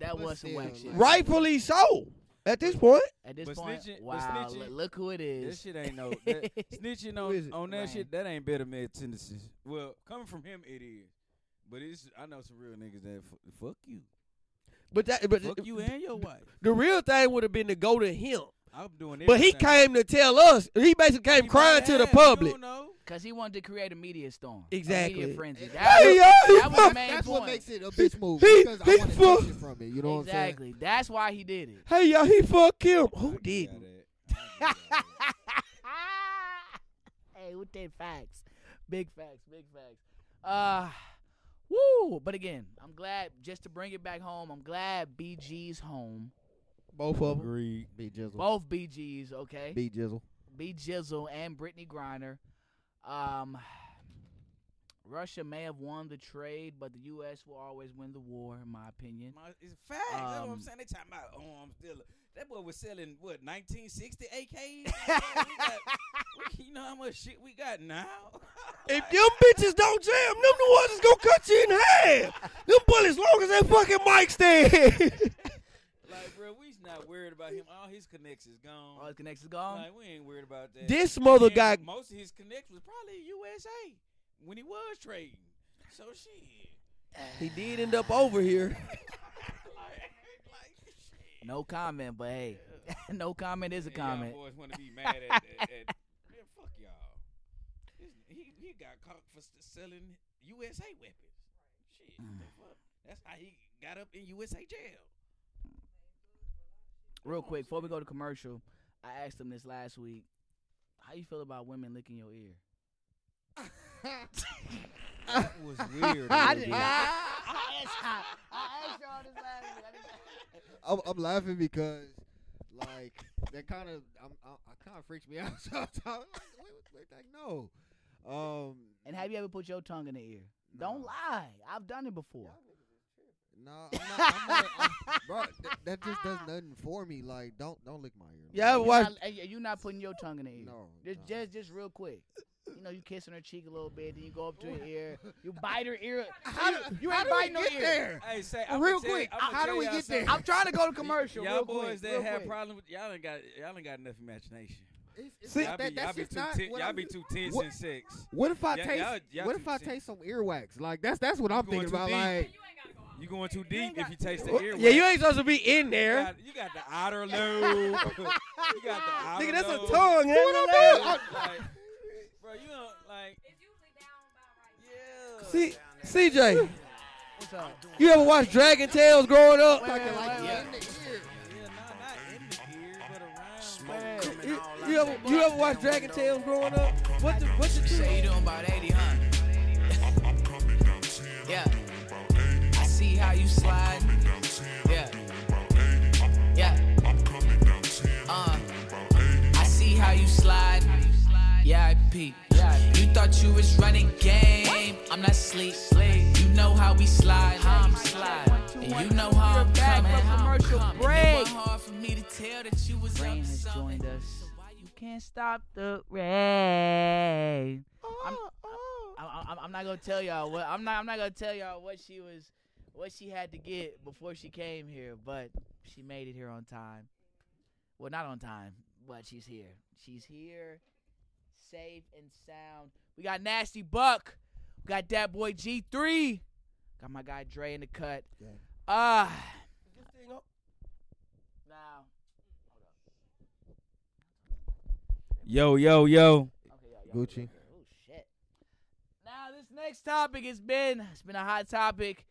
Speaker 1: that
Speaker 3: But
Speaker 1: was some
Speaker 3: still,
Speaker 1: whack
Speaker 3: like-
Speaker 1: shit.
Speaker 2: rightfully so. At this point,
Speaker 1: At this
Speaker 4: But
Speaker 1: point,
Speaker 4: snitching- but
Speaker 1: wow,
Speaker 4: snitching-
Speaker 1: li- look who it
Speaker 4: That
Speaker 1: is.
Speaker 4: shit ain't no that, snitching
Speaker 2: is it?
Speaker 4: on on that
Speaker 1: Rain.
Speaker 4: shit. That ain't better man tendencies. Well, coming from him, it is. But it's I know some real niggas that fu- fuck you,
Speaker 2: but that but
Speaker 4: fuck you and your wife.
Speaker 2: the real thing would have been to go to him.
Speaker 4: I'm doing.
Speaker 2: But he
Speaker 4: everything.
Speaker 2: came to tell us. He basically came
Speaker 4: He
Speaker 2: crying
Speaker 4: might
Speaker 2: to the
Speaker 4: have, you don't
Speaker 2: public.
Speaker 4: know.
Speaker 1: Because he wanted to create a media storm. A
Speaker 2: Exactly.
Speaker 1: media frenzy.
Speaker 3: Hey,
Speaker 1: That,
Speaker 2: Hey, yo,
Speaker 1: that was the
Speaker 2: he-
Speaker 1: main
Speaker 3: That's
Speaker 1: point.
Speaker 3: what makes it a bitch move
Speaker 2: He-
Speaker 3: because
Speaker 2: he
Speaker 3: I want
Speaker 2: full-
Speaker 3: attention from it. You know
Speaker 1: exactly. That's why he did it.
Speaker 2: hey y'all, he fuck him. Who
Speaker 4: I get
Speaker 2: didn't?
Speaker 4: that. I get that.
Speaker 1: hey, with that facts. Big facts, big facts. Uh woo. But again, I'm glad just to bring it back home, I'm glad BG's home.
Speaker 2: Both of them.
Speaker 4: Agreed.
Speaker 3: what I'm saying? Be jizzle.
Speaker 1: Both BG's, okay?
Speaker 3: Be jizzle.
Speaker 1: B Jizzle and Brittany Griner. Um, Russia may have won the trade, but the U.S. will always win the war, in my opinion.
Speaker 4: My, it's facts. That's what
Speaker 1: Um,
Speaker 4: I'm saying. They talking about oh, I'm still. That boy was selling what 1960 AKs. We got- we- you know how much shit we got now.
Speaker 2: If them bitches don't jam, them the ones that's gonna cut you in half. Them bullets long as that fucking mic stand.
Speaker 4: like, bro, we's not worried about him. All his connections gone.
Speaker 2: Oh,
Speaker 1: All his connections
Speaker 3: Um,
Speaker 1: gone.
Speaker 4: Like, we ain't worried about that.
Speaker 2: this mother
Speaker 4: And
Speaker 2: got
Speaker 4: most of his connections was probably USA when he was trading. So shit.
Speaker 2: He did end up over here.
Speaker 4: like, like, shit.
Speaker 1: No comment, but hey, no comment is a
Speaker 4: And y'all
Speaker 1: comment.
Speaker 4: boys want to be mad at, at, at man, fuck y'all. This- He, he got caught for st- selling USA weapons. Shit,
Speaker 1: Mm.
Speaker 4: the fuck? that's how he got up in USA jail.
Speaker 1: Real quick, before we go to commercial, I asked him this last week. How you feel about women licking your ear?
Speaker 4: That was weird.
Speaker 1: I did. I, I, I asked y'all this last week. I didn't-
Speaker 3: I'm, I'm laughing because, like, that kind of I'm, I, I kind of freaks me out sometimes. Like, wait, wait, like, no, um,
Speaker 1: And have you ever put your tongue in the ear? Don't
Speaker 3: No.
Speaker 1: lie. I've done it before.
Speaker 3: no, I'm not, I'm not, I'm, bro, that, that just does nothing for me. Like, don't don't lick my ear.
Speaker 2: Yeah,
Speaker 1: You're
Speaker 2: why-
Speaker 1: not, uh, you- you not putting your tongue in the ear.
Speaker 3: No,
Speaker 1: Just,
Speaker 3: no.
Speaker 1: just, just real quick. You know, you kissing her cheek a little bit, then you go up to her ear, you bite her ear. you, you ain't biting no ear.
Speaker 4: Hey, say
Speaker 3: I'ma Real tell- quick, I'ma how tell do we y'all get there? something.
Speaker 1: I'm trying to go to commercial.
Speaker 4: Y'all
Speaker 1: real quick,
Speaker 4: boys that
Speaker 1: real
Speaker 4: have
Speaker 1: quick.
Speaker 4: problems with y'all ain't got y'all ain't got enough imagination.
Speaker 3: It's, it's
Speaker 2: See-
Speaker 3: not
Speaker 4: Y'all be,
Speaker 3: that, that's
Speaker 4: y'all be
Speaker 3: just
Speaker 4: too
Speaker 3: not
Speaker 4: ten-
Speaker 3: what
Speaker 4: y'all
Speaker 3: I'm-
Speaker 4: be too tense
Speaker 3: What-
Speaker 4: and sex.
Speaker 3: What if I
Speaker 4: y'all-
Speaker 3: taste?
Speaker 4: y'all- y'all
Speaker 3: what
Speaker 4: too
Speaker 3: if I
Speaker 4: sen-
Speaker 3: taste some earwax? Like that's that's what I'm
Speaker 4: going
Speaker 3: thinking
Speaker 4: too
Speaker 3: about.
Speaker 4: deep.
Speaker 3: Like
Speaker 4: You going too deep if you taste the
Speaker 2: Well,
Speaker 4: earwax.
Speaker 2: Yeah, you ain't supposed to be in
Speaker 4: You
Speaker 2: there.
Speaker 4: got, you got the outer lobe. you got the outer
Speaker 2: Nigga, that's a
Speaker 4: lobe.
Speaker 2: tongue.
Speaker 4: Like, bro, you don't like. Yeah.
Speaker 2: See, CJ,
Speaker 1: What's up?
Speaker 2: you ever watch Dragon Tales growing up?
Speaker 1: Wait, wait, wait, wait.
Speaker 4: Yeah, nah, not in the ear, but around.
Speaker 1: Wait, wait, wait.
Speaker 2: You, you ever you ever watch Dragon Tales growing up? What the what the
Speaker 6: Say you
Speaker 2: two?
Speaker 6: doing about 80, huh? Yeah. I see how you slide. Yeah. Yeah. Uh. I see how you slide. Yeah, I peep. You thought you was running game. I'm not sleep. You know how we slide. I'm slide. And you know how I'm
Speaker 1: back
Speaker 6: coming.
Speaker 1: from commercial
Speaker 6: And it
Speaker 1: break.
Speaker 6: wasn't hard for me to tell that you was
Speaker 1: Rain
Speaker 6: up to
Speaker 1: has
Speaker 6: something.
Speaker 1: joined us. You can't stop the rain.
Speaker 6: Oh,
Speaker 1: I'm, I'm, I'm, I'm not gonna tell y'all what I'm not. I'm not gonna tell y'all what she was, what she had to get before she came here. But she made it here on time. Well, not on time, but she's here. She's here, safe and sound. We got Nasty Buck. We got that boy G3. Got my guy Dre in the cut. Ah. now.
Speaker 4: Yo, yo, yo.
Speaker 1: Okay, y'all- y'all
Speaker 3: Gucci.
Speaker 1: Oh shit. Now this next topic has been it's been a hot topic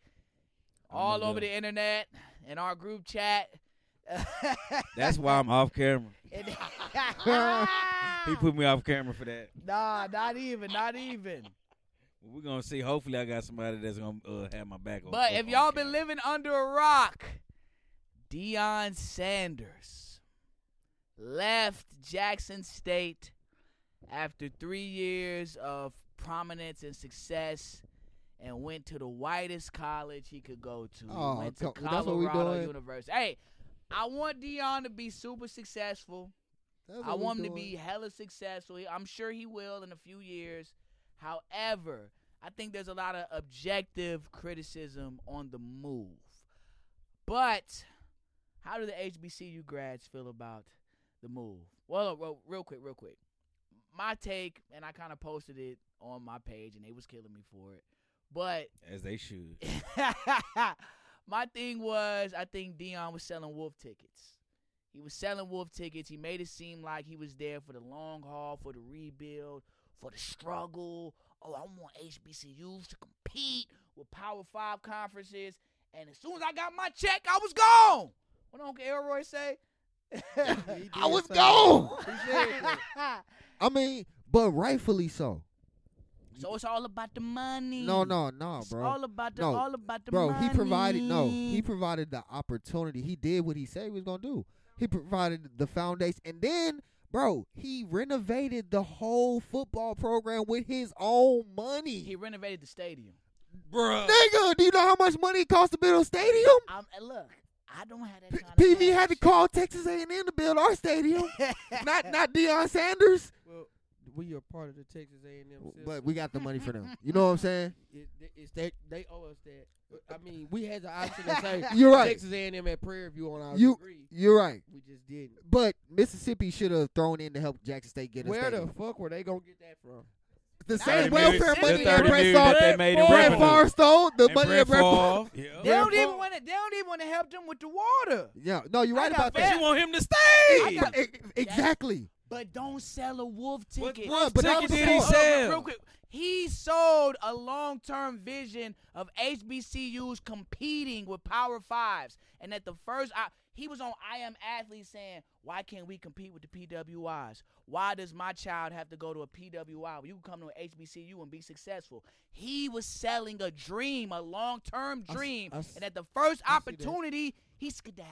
Speaker 1: all
Speaker 4: know
Speaker 1: over
Speaker 4: that.
Speaker 1: the internet in our group chat.
Speaker 4: That's why I'm off camera.
Speaker 1: And-
Speaker 3: Ah.
Speaker 4: He put me off camera for that.
Speaker 1: nah, not even, not even.
Speaker 4: We're gonna see. Hopefully, I got somebody that's gonna uh, have my back. on-
Speaker 1: But
Speaker 4: on-
Speaker 1: if
Speaker 4: on
Speaker 1: y'all been
Speaker 4: camera.
Speaker 1: living under a rock, Deion Sanders left Jackson State after three years of prominence and success and went to the whitest college he could go to. He
Speaker 3: Oh,
Speaker 1: went to
Speaker 3: co- that's what we
Speaker 1: Colorado
Speaker 3: doing?
Speaker 1: University. Hey, I want Dion to be super successful. I want him to be hella successful. He- I'm sure he will in a few years. However, I think there's a lot of objective criticism on the move. But how do the HBCU grads feel about the move? Well, uh, well real quick, real quick. My take, and I kind of posted it on my page, and they was killing me for it. But
Speaker 4: as they should.
Speaker 1: my thing was I think Dion was selling wolf tickets. He was selling wolf tickets. He made it seem like he was there for the long haul, for the rebuild, for the struggle. Oh, I want HBCUs to compete with Power Five conferences. And as soon as I got my check, I was gone. What Uncle Elroy say?
Speaker 3: I was gone.
Speaker 1: so
Speaker 3: I mean, but rightfully so.
Speaker 1: it's all about the money.
Speaker 3: No, no, no,
Speaker 1: It's
Speaker 3: bro.
Speaker 1: all about the
Speaker 3: No,
Speaker 1: all about the
Speaker 3: Bro,
Speaker 1: money.
Speaker 3: he provided no. He provided the opportunity. He did what he said he was gonna do. He provided the foundation, and then, bro, he renovated the whole football program with his own
Speaker 1: he
Speaker 3: money.
Speaker 1: renovated the stadium.
Speaker 4: Bruh.
Speaker 3: Nigga, do you know how much money it cost to build a stadium?
Speaker 1: I'm, and look, I don't have that
Speaker 3: P-
Speaker 1: kind of
Speaker 3: PV had to
Speaker 1: cash.
Speaker 3: call Texas A&M to build our stadium, not not Deion Sanders.
Speaker 2: Well, we are part of the Texas A&M.
Speaker 3: But we got the money for them. You know what I'm saying?
Speaker 2: it, it's that they owe us that. I mean, we had the option to say
Speaker 3: You're right.
Speaker 2: Texas A&M at Prairie View on our
Speaker 3: You-
Speaker 2: degree.
Speaker 3: You're right.
Speaker 2: We just didn't.
Speaker 3: But Mississippi should have thrown in to help Jackson State get a
Speaker 2: Where the
Speaker 3: stadium.
Speaker 2: fuck were they gonna get that from?
Speaker 3: The,
Speaker 1: Thirty
Speaker 3: same welfare
Speaker 1: million-
Speaker 3: money
Speaker 1: the
Speaker 3: that
Speaker 1: thirty
Speaker 3: Brett
Speaker 1: million
Speaker 3: Favre,
Speaker 1: that
Speaker 4: they made in
Speaker 3: Brett
Speaker 4: revenue.
Speaker 3: Favre stole. The
Speaker 4: And
Speaker 3: money
Speaker 4: Brett
Speaker 3: that Brett Favre.
Speaker 4: Favre.
Speaker 1: They
Speaker 4: Yeah.
Speaker 1: don't
Speaker 3: Therefore-
Speaker 1: even want to. They don't even want to help them with the water.
Speaker 3: Yeah, no, you're
Speaker 1: I
Speaker 3: right
Speaker 1: got Favre.
Speaker 3: about
Speaker 4: But
Speaker 3: that.
Speaker 4: you want him to
Speaker 3: I
Speaker 4: stay.
Speaker 3: got- e- exactly.
Speaker 1: But don't sell a wolf
Speaker 4: What
Speaker 1: ticket.
Speaker 4: wolf
Speaker 3: But that
Speaker 4: ticket
Speaker 3: was
Speaker 4: did he
Speaker 3: before-
Speaker 1: Real- Real
Speaker 4: sell?
Speaker 1: quick, he sold a long-term vision of HBCUs competing with Power Fives, and at the first, I, he was on I Am Athlete saying, "Why can't we compete with the PWIs? Why does my child have to go to a PWI? Well, you can come to an HBCU and be successful." He was selling a dream, a long-term
Speaker 2: I s-
Speaker 1: dream,
Speaker 2: I s-
Speaker 1: and at the first
Speaker 2: I see that.
Speaker 1: opportunity, he skedaddled.